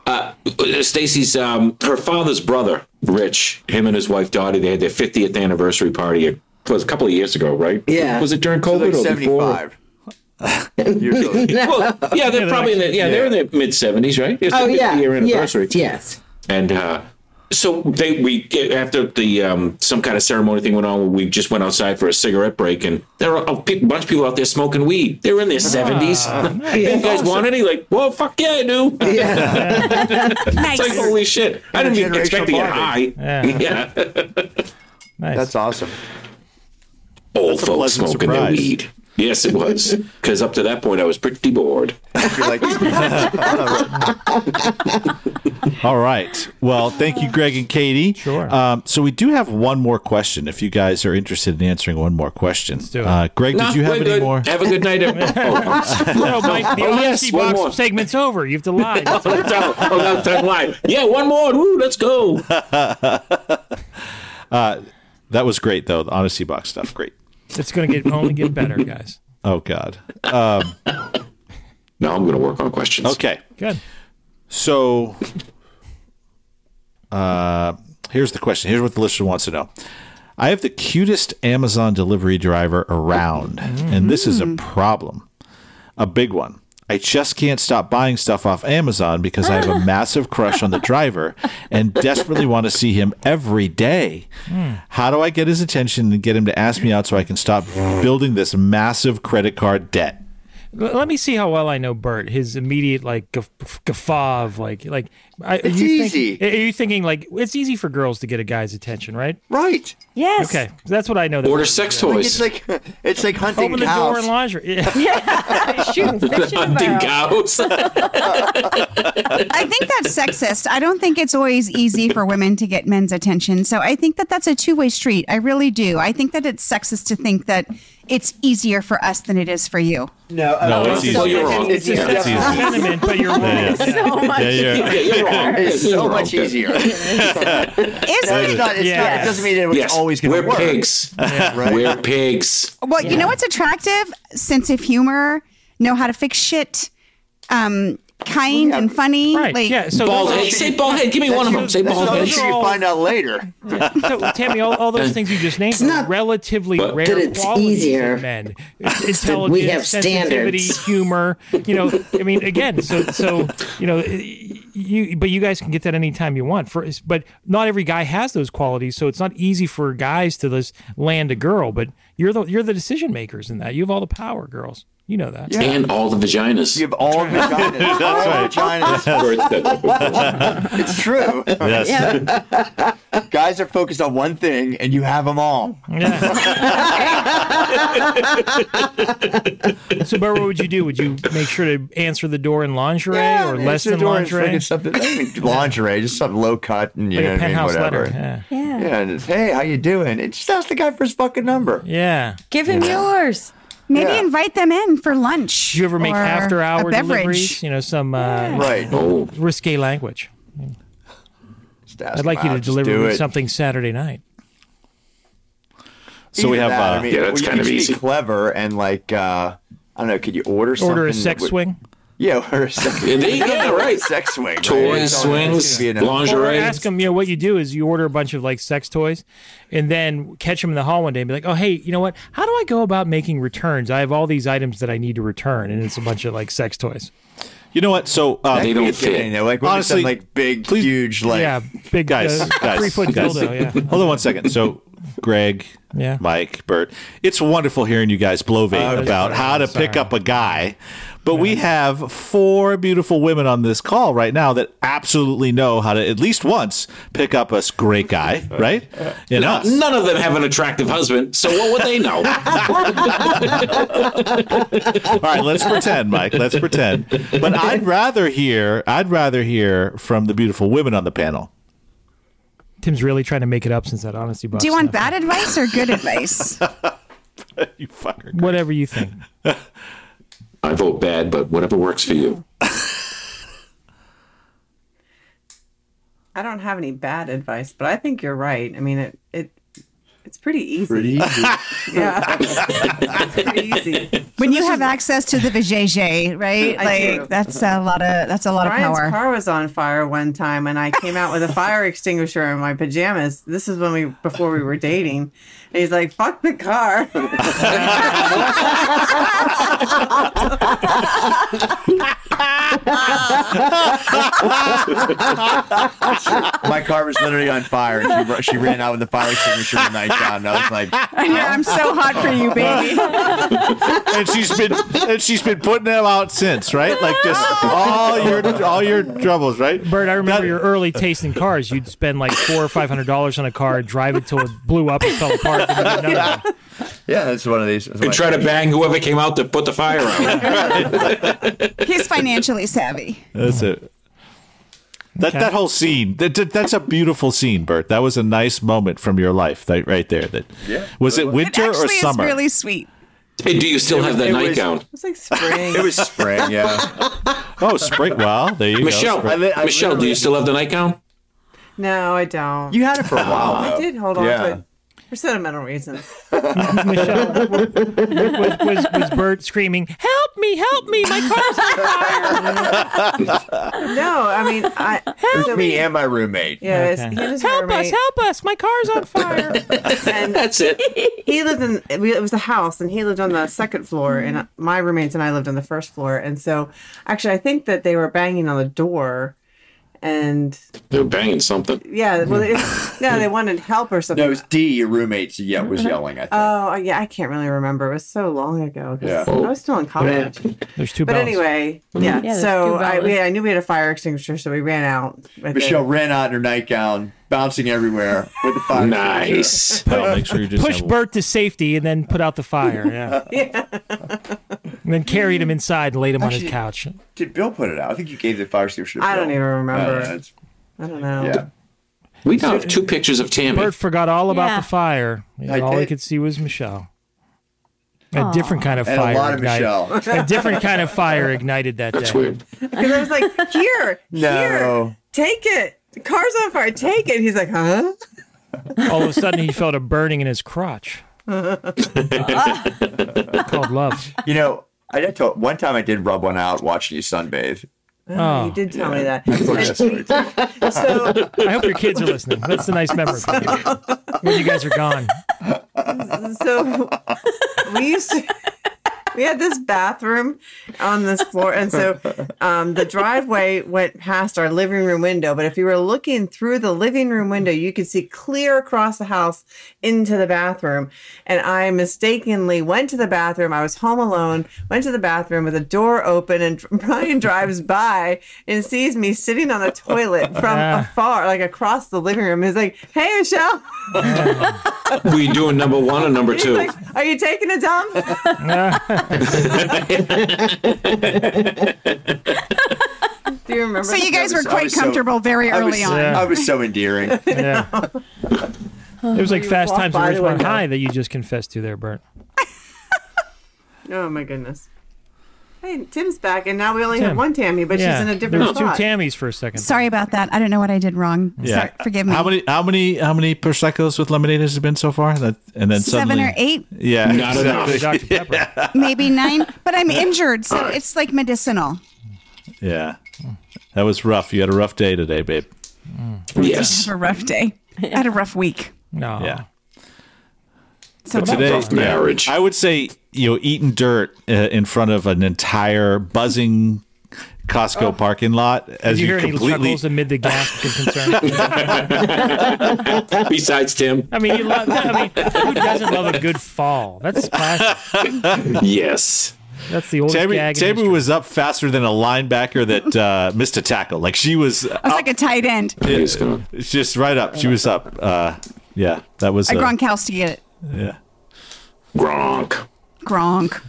Speaker 2: Uh, Stacy's um, her father's brother, Rich. Him and his wife Dottie. They had their 50th anniversary party. It was a couple of years ago, right?
Speaker 9: Yeah.
Speaker 2: Was it during
Speaker 4: So,
Speaker 2: COVID
Speaker 4: like
Speaker 2: or before?
Speaker 4: seventy-five. Years old.
Speaker 2: Well, yeah, they're probably in the, yeah, they're in their mid 70s, right? It's
Speaker 9: Oh
Speaker 2: their
Speaker 9: yeah.
Speaker 2: 50 year anniversary.
Speaker 9: Yes. yes.
Speaker 2: And uh, so they we get after the um, some kind of ceremony thing went on. We just went outside for a cigarette break, and there were a pe- bunch of people out there smoking weed. They were in their seventies.
Speaker 3: Ah,
Speaker 10: Ah,
Speaker 2: you guys want any? Like, well, fuck yeah, I do. Yeah.
Speaker 8: Nice.
Speaker 2: It's like holy shit! I didn't even expect to get high.
Speaker 4: Intergenerational bonding.
Speaker 2: Yeah,
Speaker 4: That's awesome.
Speaker 2: old
Speaker 4: That's a
Speaker 2: folks
Speaker 4: pleasant
Speaker 2: smoking their
Speaker 4: surprise.
Speaker 2: weed. Yes, it was because up to that point I was pretty bored.
Speaker 6: All right. Well, thank you, Greg and Katie. Sure. Um, so we do have one more question. If you guys are interested in answering one more question, Let's do
Speaker 3: it.
Speaker 6: Uh, Greg,
Speaker 2: No,
Speaker 6: did you have
Speaker 2: we're
Speaker 6: any
Speaker 2: good.
Speaker 6: more?
Speaker 2: Have a good night, everyone.
Speaker 3: No, Mike, the
Speaker 2: Oh,
Speaker 3: honesty
Speaker 2: yes, one
Speaker 3: box
Speaker 2: more.
Speaker 3: segment's over. You have to lie.
Speaker 2: oh, no, oh, no, don't lie. Yeah, one more. Woo, let's go.
Speaker 6: Uh, that was great, though. The honesty box stuff, great.
Speaker 3: It's going to get only get better, guys.
Speaker 6: Oh God. Um,
Speaker 2: now I'm going to work on questions.
Speaker 6: Okay.
Speaker 3: Good.
Speaker 6: So, uh, here's the question. Here's what the listener wants to know. I have the cutest Amazon delivery driver around, and this is a problem, a big one. I just can't stop buying stuff off Amazon because I have a massive crush on the driver and desperately want to see him every day. How do I get his attention and get him to ask me out so I can stop building this massive credit card debt?
Speaker 3: L- Let me see how well I know Bert. His immediate like guf- guffaw of like like. I,
Speaker 4: It's
Speaker 3: are you think-
Speaker 4: easy.
Speaker 3: are you thinking like it's easy for girls to get a guy's attention, right?
Speaker 4: Right.
Speaker 12: Yes.
Speaker 3: Okay, so that's what I know. That
Speaker 2: Order
Speaker 3: Bert
Speaker 2: sex
Speaker 3: is doing.
Speaker 4: Like,
Speaker 2: toys.
Speaker 4: it's like it's like hunting
Speaker 3: Open the
Speaker 4: cows.
Speaker 3: door and lingerie. Yeah.
Speaker 12: Shooting fish in a barrel.
Speaker 2: Hunting cows.
Speaker 1: I think that's sexist. I don't think it's always easy for women to get men's attention. So I think that that's a two way street. I really do. I think that it's sexist to think that it's easier for us than it is for you.
Speaker 4: No,
Speaker 10: uh,
Speaker 4: I
Speaker 6: No,
Speaker 4: don't
Speaker 6: it's
Speaker 4: think
Speaker 6: easy.
Speaker 4: so.
Speaker 2: Oh, you're wrong.
Speaker 4: It's,
Speaker 2: Yeah,
Speaker 3: That's
Speaker 6: it's easy.
Speaker 4: just-
Speaker 3: sentiment, but you're wrong.
Speaker 6: Yeah, yeah.
Speaker 12: So much.
Speaker 6: Yeah, yeah.
Speaker 2: yeah, you're wrong.
Speaker 4: it's
Speaker 2: Yeah,
Speaker 4: so
Speaker 2: you're
Speaker 4: much
Speaker 2: wrong.
Speaker 4: easier.
Speaker 1: Is
Speaker 4: No,
Speaker 1: it?
Speaker 4: it's not. It's not.
Speaker 3: Yes.
Speaker 4: It doesn't mean it was
Speaker 2: Yes,
Speaker 4: always going
Speaker 2: we're
Speaker 4: to work.
Speaker 2: pigs.
Speaker 4: Right.
Speaker 2: We're pigs.
Speaker 1: Well, you know what's attractive? Sense of humor, know how to fix shit, um, kind and funny.
Speaker 3: Right.
Speaker 1: Like,
Speaker 3: yeah. So
Speaker 2: Bald
Speaker 3: those are-
Speaker 2: head. Say bald head. Give me one of them. Say
Speaker 4: That's
Speaker 2: bald
Speaker 4: another
Speaker 2: head.
Speaker 3: those
Speaker 4: thing
Speaker 3: are
Speaker 4: you
Speaker 3: all-
Speaker 4: find out later.
Speaker 3: So, Tammy, all, all those things you just named are
Speaker 9: not
Speaker 3: relatively
Speaker 2: But-
Speaker 3: rare
Speaker 9: that it's
Speaker 3: qualities
Speaker 9: easier.
Speaker 3: in men. It's Intelligence,
Speaker 9: have
Speaker 3: sensitivity,
Speaker 9: standards.
Speaker 3: humor. You know, I mean, again, so so you know, you but you guys can get that anytime you want. For but not every guy has those qualities, so it's not easy for guys to just land a girl. But you're the you're the decision makers in that. You have all the power, girls. You know that.
Speaker 2: And all the vaginas.
Speaker 4: You have all vaginas.
Speaker 6: right.
Speaker 4: All vaginas. It's true.
Speaker 6: Yes.
Speaker 4: Guys are focused on one thing, and you have them all.
Speaker 3: Yeah. so, Bert, what would you do? Would you make sure to answer the door in lingerie or
Speaker 4: It's
Speaker 3: less than
Speaker 4: adorable. It's
Speaker 3: lingerie?
Speaker 4: friggin' something- I mean, lingerie, just something low cut, and you
Speaker 3: like
Speaker 4: know
Speaker 3: a
Speaker 4: what I mean,
Speaker 3: penthouse
Speaker 4: whatever.
Speaker 3: letter. Yeah.
Speaker 12: Yeah.
Speaker 4: Yeah, and it's, hey, how you doing? It just asked the guy for his fucking number.
Speaker 3: Yeah.
Speaker 12: Give him yours.
Speaker 1: Maybe
Speaker 4: Yeah.
Speaker 1: invite them in for lunch.
Speaker 3: Do you ever make
Speaker 1: or
Speaker 3: after hour
Speaker 1: a beverage.
Speaker 3: deliveries? You know, some uh,
Speaker 4: Right.
Speaker 2: Oh,
Speaker 3: risque language.
Speaker 4: Just ask
Speaker 3: I'd like
Speaker 4: him
Speaker 3: you
Speaker 4: out,
Speaker 3: to
Speaker 4: just
Speaker 3: deliver
Speaker 4: do
Speaker 3: me
Speaker 4: it.
Speaker 3: something Saturday night.
Speaker 6: So we
Speaker 4: Either
Speaker 6: have.
Speaker 4: that,
Speaker 6: Uh,
Speaker 4: I mean,
Speaker 2: Yeah, that's
Speaker 4: you
Speaker 2: kind
Speaker 4: could
Speaker 2: of
Speaker 4: just be
Speaker 2: easy.
Speaker 4: Clever and like, uh, I don't know. Could you order something?
Speaker 3: Order a
Speaker 4: that
Speaker 3: sex
Speaker 4: would-
Speaker 3: swing.
Speaker 4: Yeah, or a sex.
Speaker 2: Yeah, there you go, right.
Speaker 4: Sex swing. right?
Speaker 2: toys,
Speaker 4: It's always- it's
Speaker 2: swings,
Speaker 4: gonna be an-
Speaker 3: Or
Speaker 2: lingerie.
Speaker 3: ask them, you know, what you do is you order a bunch of like sex toys and then catch them in the hall one day and be like, oh, hey, you know what? How do I go about making returns? I have all these items that I need to return. And it's a bunch of like sex toys.
Speaker 6: you know what? So uh,
Speaker 2: They don't fit.
Speaker 4: You know, like what
Speaker 6: Honestly,
Speaker 4: some like big,
Speaker 6: please-
Speaker 4: huge, like
Speaker 3: yeah. Big
Speaker 6: guys,
Speaker 3: uh,
Speaker 6: guys,
Speaker 3: Three foot
Speaker 6: guys.
Speaker 3: dildo. Yeah.
Speaker 6: Hold on one second. So, Greg,
Speaker 3: Yeah.
Speaker 6: Mike, Bert, it's wonderful hearing you guys
Speaker 3: Oh,
Speaker 6: blovate
Speaker 3: that's
Speaker 6: about
Speaker 3: right.
Speaker 6: how to
Speaker 3: Sorry.
Speaker 6: pick up a guy. But we have four beautiful women on this call right now that absolutely know how to at least once pick up a great guy, right? In us.
Speaker 2: Uh, None of them have an attractive husband, so what would they know?
Speaker 6: All right, let's pretend, Mike. Let's pretend. But I'd rather hear I'd rather hear from the beautiful women on the panel.
Speaker 3: Tim's really trying to make it up since that honesty box.
Speaker 1: Do you want
Speaker 3: stuff.
Speaker 1: bad advice or good advice?
Speaker 6: You fucker.
Speaker 3: Whatever you think.
Speaker 2: I vote bad, but whatever works for you.
Speaker 7: I don't have any bad advice, but I think you're right. I mean, it it it's pretty easy. Yeah, it's pretty easy.
Speaker 1: when you have access to the vajayjay, right?
Speaker 7: I
Speaker 1: Like
Speaker 7: do.
Speaker 1: that's a lot of that's a lot
Speaker 7: Brian's
Speaker 1: of power.
Speaker 7: car was on fire one time, and I came out with a fire extinguisher in my pajamas. This is when we before we were dating, and he's like, "Fuck the car."
Speaker 4: My car was literally on fire, and she, ru- she ran out with the fire extinguisher the night down. And I was like,
Speaker 1: I'm so hot for you, baby.
Speaker 6: and she's been and she's been putting them out since, right? Like just all your all your troubles, right?
Speaker 3: Bert, I remember your early taste in cars. You'd spend like four or five hundred dollars on a car, drive it till it blew up and fell apart. And then another one.
Speaker 4: "Yeah, that's one of these."
Speaker 2: And try to bang whoever came out to put the fire out.
Speaker 1: He's financially savvy.
Speaker 6: That's it. That
Speaker 3: Okay.
Speaker 6: that whole scene, that, that- that's a beautiful scene, Bert. That was a nice moment from your life, that right there. That yeah, was it winter
Speaker 1: Actually,
Speaker 6: or summer?
Speaker 1: it's really sweet.
Speaker 2: Hey, do you still have that
Speaker 4: it was-
Speaker 2: nightgown?
Speaker 7: It's like spring.
Speaker 4: It was spring, yeah.
Speaker 6: oh, spring. Well, there you
Speaker 2: Michelle,
Speaker 6: go.
Speaker 4: I li- I
Speaker 2: Michelle, do you
Speaker 4: literally-
Speaker 2: still have the nightgown?
Speaker 7: No, I don't.
Speaker 4: You had it for a while.
Speaker 7: I did hold on
Speaker 4: Yeah.
Speaker 7: to it for sentimental reasons.
Speaker 3: Michelle was, was, was Bert screaming, "Help me! Help me! My car's on fire!"
Speaker 7: No, I mean, I.
Speaker 4: It was
Speaker 7: so
Speaker 4: me
Speaker 7: we-
Speaker 4: and my roommate.
Speaker 7: Yeah, it was
Speaker 3: Okay.
Speaker 7: him and his
Speaker 3: Help us!
Speaker 7: roommate,
Speaker 3: Help us! My car's on fire!
Speaker 7: and
Speaker 2: That's it.
Speaker 7: he lived in we- it was a house and he lived on the second floor and
Speaker 4: Mm-hmm.
Speaker 7: my roommates and i lived on the first floor and so actually i think that they were banging on the door and
Speaker 2: They're banging something.
Speaker 7: yeah well it's, no they wanted help or something
Speaker 4: No, it was D, your roommate. so Yeah, was yelling. I think.
Speaker 7: oh yeah i can't really remember it was so long ago 'cause
Speaker 4: Yeah.
Speaker 7: i was still in college
Speaker 3: There's uh, two
Speaker 7: but
Speaker 3: bells. Mm-hmm.
Speaker 7: anyway yeah,
Speaker 12: there's
Speaker 7: so
Speaker 12: two
Speaker 7: I, we,
Speaker 12: bells.
Speaker 7: I knew we had a fire extinguisher so we ran out with it.
Speaker 4: Michelle ran out in her nightgown, bouncing everywhere with the fire.
Speaker 2: Nice.
Speaker 6: Well, make sure you just
Speaker 3: Push
Speaker 6: have-
Speaker 3: Bert to safety and then put out the fire. Yeah. And then carried him inside and laid him on his
Speaker 4: Actually-
Speaker 3: couch.
Speaker 4: Did Bill put it out? I think you gave the fire extinguisher. to
Speaker 7: I don't
Speaker 4: Bill.
Speaker 7: even remember.
Speaker 4: Uh, it's-
Speaker 7: i don't know
Speaker 4: yeah.
Speaker 2: We now have two pictures of Tammy.
Speaker 3: Bert forgot all about
Speaker 12: Yeah.
Speaker 3: the fire. And
Speaker 4: I
Speaker 3: all he
Speaker 4: did.
Speaker 3: could see was Michelle. A different kind of
Speaker 4: And
Speaker 3: fire.
Speaker 4: a lot of
Speaker 3: ignited-
Speaker 4: Michelle.
Speaker 3: A different kind of fire ignited that
Speaker 2: That's
Speaker 3: day.
Speaker 2: weird.
Speaker 7: Because I was like, here,
Speaker 4: No.
Speaker 7: here, take it. The car's on fire, take it. He's like, huh?
Speaker 3: All of a sudden, he felt a burning in his crotch. Called love.
Speaker 4: You know, I did tell, one time I did rub one out watching you sunbathe.
Speaker 3: Oh,
Speaker 7: You did tell me that.
Speaker 3: I hope your kids are listening. That's a nice memory. for you. when you guys are gone.
Speaker 7: so we used to we had this bathroom on this floor and so um, the driveway went past our living room window but if you were looking through the living room window you could see clear across the house into the bathroom and i mistakenly went to the bathroom i was home alone went to the bathroom with the door open and brian drives by and sees me sitting on the toilet from
Speaker 3: Ah.
Speaker 7: afar like across the living room he's like hey michelle
Speaker 2: Were you doing number one or number
Speaker 7: He's
Speaker 2: two?
Speaker 7: like, are you taking a dump Do you remember?
Speaker 1: So you guys were
Speaker 4: was- I
Speaker 1: quite
Speaker 4: was so-
Speaker 1: comfortable very
Speaker 4: I
Speaker 1: early
Speaker 4: was,
Speaker 1: on.
Speaker 4: I was so endearing.
Speaker 3: Yeah. It was like Fast
Speaker 7: walk
Speaker 3: Times
Speaker 7: by
Speaker 3: at
Speaker 7: the
Speaker 3: Ridgemont
Speaker 7: window.
Speaker 3: High that you just confessed to there, Bert.
Speaker 7: oh my goodness. Hey, Tim's back, and now we only
Speaker 3: Tim.
Speaker 7: have one Tammy, but she's in a
Speaker 3: there
Speaker 7: different
Speaker 3: was two
Speaker 7: spot.
Speaker 3: Tammys for a second.
Speaker 1: Sorry about that. I don't know what I did wrong.
Speaker 6: Yeah.
Speaker 1: Sorry, forgive me.
Speaker 6: How many? How many? How many Prosecco's with lemonade has it been so far? That and then
Speaker 1: Seven
Speaker 6: suddenly,
Speaker 1: or eight,
Speaker 6: Yeah,
Speaker 2: Not enough.
Speaker 3: Dr. Pepper.
Speaker 1: maybe nine, but I'm injured, so it's like medicinal.
Speaker 6: Yeah, that was rough. You had a rough day today, babe.
Speaker 2: Yes.
Speaker 1: Have a rough day. I had a rough week.
Speaker 3: No.
Speaker 6: Yeah.
Speaker 1: So
Speaker 6: today,
Speaker 2: Rough marriage.
Speaker 6: I would say you know eating dirt uh, in front of an entire buzzing Costco parking lot
Speaker 3: Oh.
Speaker 6: as
Speaker 3: Did you
Speaker 6: you,
Speaker 3: hear any
Speaker 6: completely.
Speaker 3: chuckles amid the gasps of concern?
Speaker 2: Besides Tim.
Speaker 3: I mean, you love, I mean, who doesn't love a good fall? That's classic.
Speaker 2: Yes.
Speaker 3: That's the oldest
Speaker 6: Tammy,
Speaker 3: gag. in
Speaker 6: Tammy
Speaker 3: history.
Speaker 6: was up faster than a linebacker that uh, missed a tackle. Like she was
Speaker 1: I was
Speaker 6: up,
Speaker 1: like a tight end.
Speaker 2: He's gone.
Speaker 6: just right up. She was up. Uh, yeah, that was.
Speaker 1: I
Speaker 6: uh,
Speaker 1: Gronkowski it.
Speaker 6: yeah.
Speaker 2: Gronk.
Speaker 1: Gronk.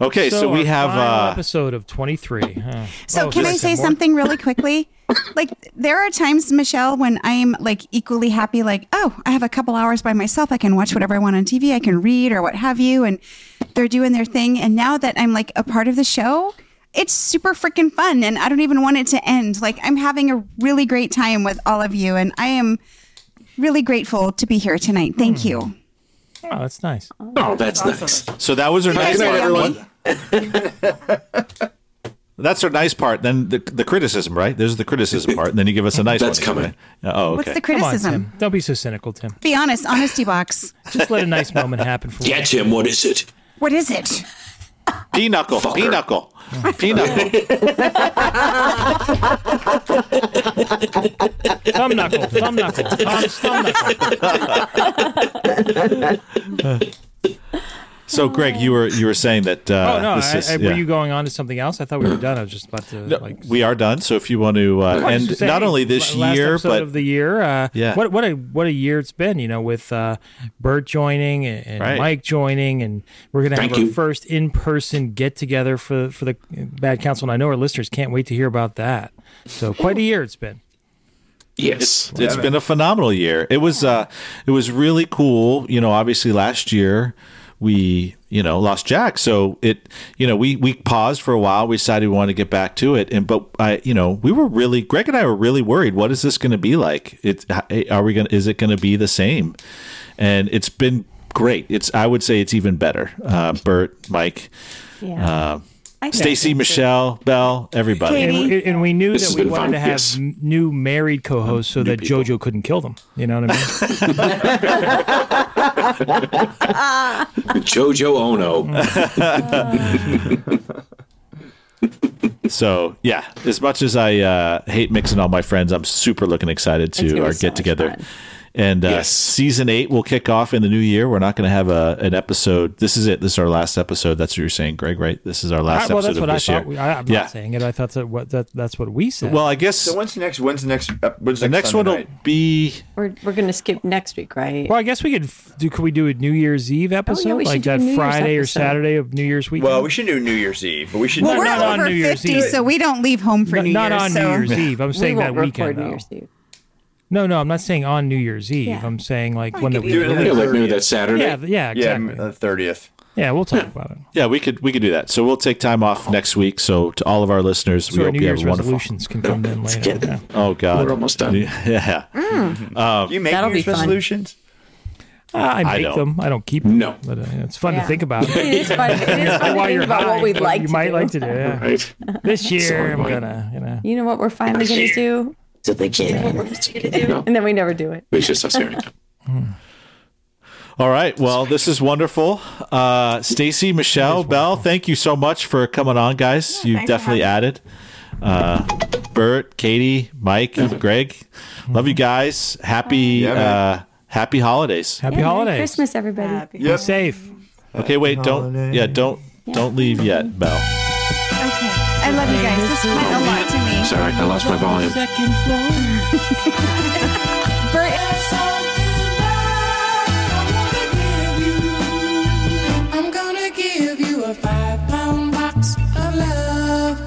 Speaker 6: Okay, so,
Speaker 3: So
Speaker 6: we
Speaker 3: our
Speaker 6: have.
Speaker 3: final
Speaker 6: Uh,
Speaker 3: episode of 23. huh?
Speaker 1: So
Speaker 3: Oh,
Speaker 1: can I
Speaker 3: there's
Speaker 1: say
Speaker 3: more?
Speaker 1: something really quickly? like there are times, Michelle, when I'm like equally happy, like, oh, I have a couple hours by myself. I can watch whatever I want on TV. I can read or what have you. And they're doing their thing. And now that I'm like a part of the show, it's super freaking fun. And I don't even want it to end. Like I'm having a really great time with all of you. And I am really grateful to be here tonight. Thank
Speaker 3: Hmm.
Speaker 1: you.
Speaker 3: Oh, that's nice.
Speaker 2: Oh, that's nice.
Speaker 6: so that was her nice
Speaker 1: guys are
Speaker 6: part.
Speaker 1: yummy.
Speaker 6: That's her nice part. Then the, the criticism, right? There's the criticism part. And then you give us a nice
Speaker 2: That's
Speaker 6: one.
Speaker 2: coming.
Speaker 6: Right? Oh, okay.
Speaker 1: What's the
Speaker 3: Come on,
Speaker 1: criticism?
Speaker 3: Tim. Don't be so cynical, Tim.
Speaker 1: Be honest, honesty box.
Speaker 3: Just let a nice moment happen for you.
Speaker 2: Get him. What is it?
Speaker 1: What is it?
Speaker 6: Pinochle. Pinochle. Peanut.
Speaker 3: thumb knuckle, thumb knuckle, Tom's thumb knuckle.
Speaker 6: So, Greg, you were you were saying that. Uh,
Speaker 3: oh no!
Speaker 6: this
Speaker 3: I,
Speaker 6: is-
Speaker 3: I,
Speaker 6: yeah.
Speaker 3: Were you going on to something else? I thought we were done. I was just about to like.
Speaker 6: we are done. So, if you want to uh,
Speaker 3: I was
Speaker 6: end
Speaker 3: just saying,
Speaker 6: not only this
Speaker 3: la- last
Speaker 6: year,
Speaker 3: episode
Speaker 6: but
Speaker 3: of the year. Uh,
Speaker 6: Yeah.
Speaker 3: What what a what a year it's been. You know, with uh, Bert joining and, and
Speaker 6: Right.
Speaker 3: Mike joining, and we're gonna
Speaker 6: Thank
Speaker 3: have
Speaker 6: you.
Speaker 3: our first in person get together for for the Bad Council, and I know our listeners can't wait to hear about that. So quite a year it's been.
Speaker 2: Yes,
Speaker 6: it's been a phenomenal year. It was uh, it was really cool. You know, obviously last year we you know lost Jack, so it you know we we paused for a while. We decided we wanted to get back to it, and but I you know we were really Greg and I were really worried. What is this going to be like? It are we going? to Is it going to be the same? And it's been great. It's I would say it's even better. Uh, Bert, Mike.
Speaker 12: Yeah. I
Speaker 6: Uh,
Speaker 12: think
Speaker 6: Stacy,
Speaker 12: that's it.
Speaker 6: Michelle, Bell, everybody.
Speaker 3: And, and we knew
Speaker 6: This
Speaker 3: that
Speaker 6: has
Speaker 3: we
Speaker 6: been
Speaker 3: wanted
Speaker 6: fun,
Speaker 3: to have
Speaker 6: yes.
Speaker 3: m- new married co-hosts so that JoJo couldn't kill them. You know what I mean?
Speaker 2: Jojo Ono.
Speaker 6: So yeah, as much as I uh, hate mixing all my friends, I'm super looking excited
Speaker 2: It's
Speaker 6: to
Speaker 2: gonna
Speaker 6: our
Speaker 2: be so
Speaker 6: get together. And uh, season eight will kick off in the new year. We're not going to have a, an episode. This is it. This is our last episode. That's what you're saying, Greg, right? This is our last
Speaker 3: I- well,
Speaker 6: episode
Speaker 3: that's what
Speaker 6: of
Speaker 3: I
Speaker 6: this
Speaker 3: thought.
Speaker 6: year.
Speaker 3: we- I, I'm
Speaker 6: yeah.
Speaker 3: not saying it. I thought that, what, that that's what we said.
Speaker 6: Well, I guess so.
Speaker 4: When's the next? When's the next? uh, When's
Speaker 6: The next one
Speaker 4: Sunday
Speaker 6: will
Speaker 4: night?
Speaker 6: be
Speaker 12: We're, we're going to skip next week, right?
Speaker 3: Well, I guess we could f- do. Could we do a New Year's Eve episode,
Speaker 12: Oh, we should
Speaker 3: like
Speaker 12: do
Speaker 3: that
Speaker 12: a New Year's
Speaker 3: Friday or
Speaker 12: episode.
Speaker 3: Saturday of New Year's weekend?
Speaker 4: Well, we should do New Year's Eve, but we should.
Speaker 1: Well,
Speaker 3: No,
Speaker 1: we're
Speaker 3: not on
Speaker 1: over
Speaker 3: New Year's
Speaker 1: 50,
Speaker 3: Eve.
Speaker 1: so we don't leave home for
Speaker 3: Not-
Speaker 1: New
Speaker 3: not
Speaker 1: Year's.
Speaker 3: on New
Speaker 1: so-
Speaker 3: Year's Eve. I'm
Speaker 12: We
Speaker 3: saying
Speaker 12: won't
Speaker 3: that weekend,
Speaker 12: record New
Speaker 3: though.
Speaker 12: Year's Eve.
Speaker 3: no, no, I'm not saying on New Year's Eve.
Speaker 12: Yeah.
Speaker 3: I'm saying like one that we
Speaker 4: Do it on the
Speaker 3: release.
Speaker 4: 30th.
Speaker 3: Yeah, th- yeah, exactly.
Speaker 4: Yeah, the thirtieth.
Speaker 3: Yeah, we'll talk about it.
Speaker 6: yeah, we could we could do that. So we'll take time off next week. So to all of our listeners,
Speaker 3: So
Speaker 6: we
Speaker 3: our
Speaker 6: hope
Speaker 3: New
Speaker 6: you have
Speaker 3: Year's
Speaker 6: a wonderful.
Speaker 3: resolutions can come in later. yeah.
Speaker 6: Oh God,
Speaker 3: We're
Speaker 2: almost done.
Speaker 6: Yeah. Um,
Speaker 4: you make
Speaker 3: That'll
Speaker 4: New Year's
Speaker 3: be fun.
Speaker 4: resolutions?
Speaker 3: Uh, I
Speaker 6: I
Speaker 3: make
Speaker 6: don't.
Speaker 3: them. I don't keep them. No, but uh, it's fun
Speaker 12: Yeah.
Speaker 3: to think about.
Speaker 12: It is fun- it is fun to
Speaker 3: While
Speaker 12: think
Speaker 3: you're
Speaker 12: about what
Speaker 3: high,
Speaker 12: we'd like
Speaker 3: you
Speaker 12: to
Speaker 3: might
Speaker 12: do.
Speaker 3: like to do. yeah. This year, I'm gonna, you know.
Speaker 12: You know what we're finally going to do?
Speaker 2: So they
Speaker 12: And then we never do it.
Speaker 2: It's just us here.
Speaker 6: All right. Well, this is wonderful. Uh, Stacy, Michelle, Bell, thank you so much for coming on, guys. you
Speaker 7: thanks for
Speaker 6: definitely added. Uh, Bert, Katie, Mike, Greg, love you guys. Happy uh, happy holidays.
Speaker 3: Happy
Speaker 12: Yeah, Merry
Speaker 3: holidays.
Speaker 12: Christmas, everybody.
Speaker 3: Be safe.
Speaker 6: Okay, wait. Don't yeah. Don't don't leave yet, Bell.
Speaker 1: I love you guys. This meant a lot to me.
Speaker 2: Sorry, I lost my volume.
Speaker 3: Second floor.
Speaker 1: Bert,
Speaker 10: I'm gonna give you a five pound box of love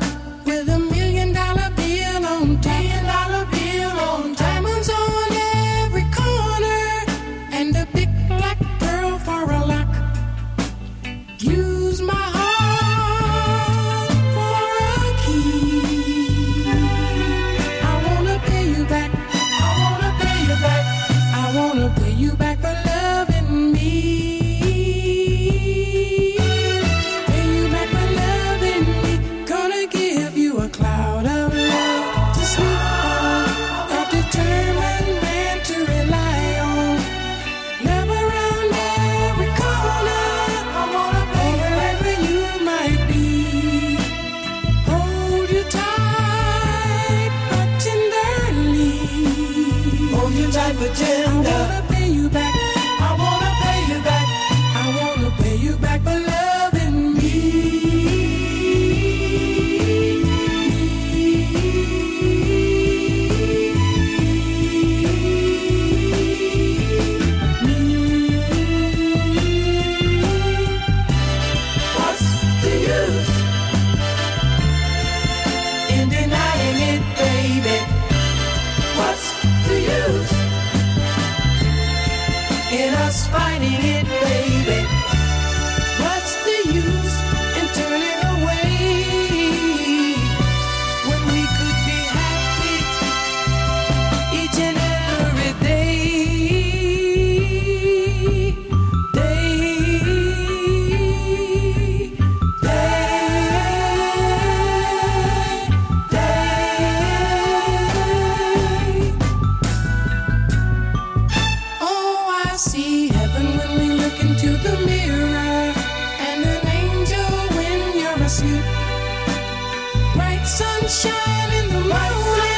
Speaker 10: with a million dollar bill on top. Million dollar bill on top. Diamonds on every corner and a big black pearl for a lock. Use my heart for a key. I wanna pay you back. I wanna pay you back. I wanna pay you back for loving me. Pay you back for loving me. Gonna give you a cloud of love to sleep on. A determined man to rely on. Love around every corner. I wanna pay you back where you might be. Hold you tight, but tenderly. Hold you tight, but tender. I wanna pay you back. I wanna pay you back. I wanna pay you back for loving me.
Speaker 13: What's the use
Speaker 10: in denying it, baby. What's the use in us fighting it, baby? What's the use in turning away when we could be happy each and every day? Day, day. Oh, I see heaven when we look into the mirror, and an angel when you're asleep. sunshine in the morning.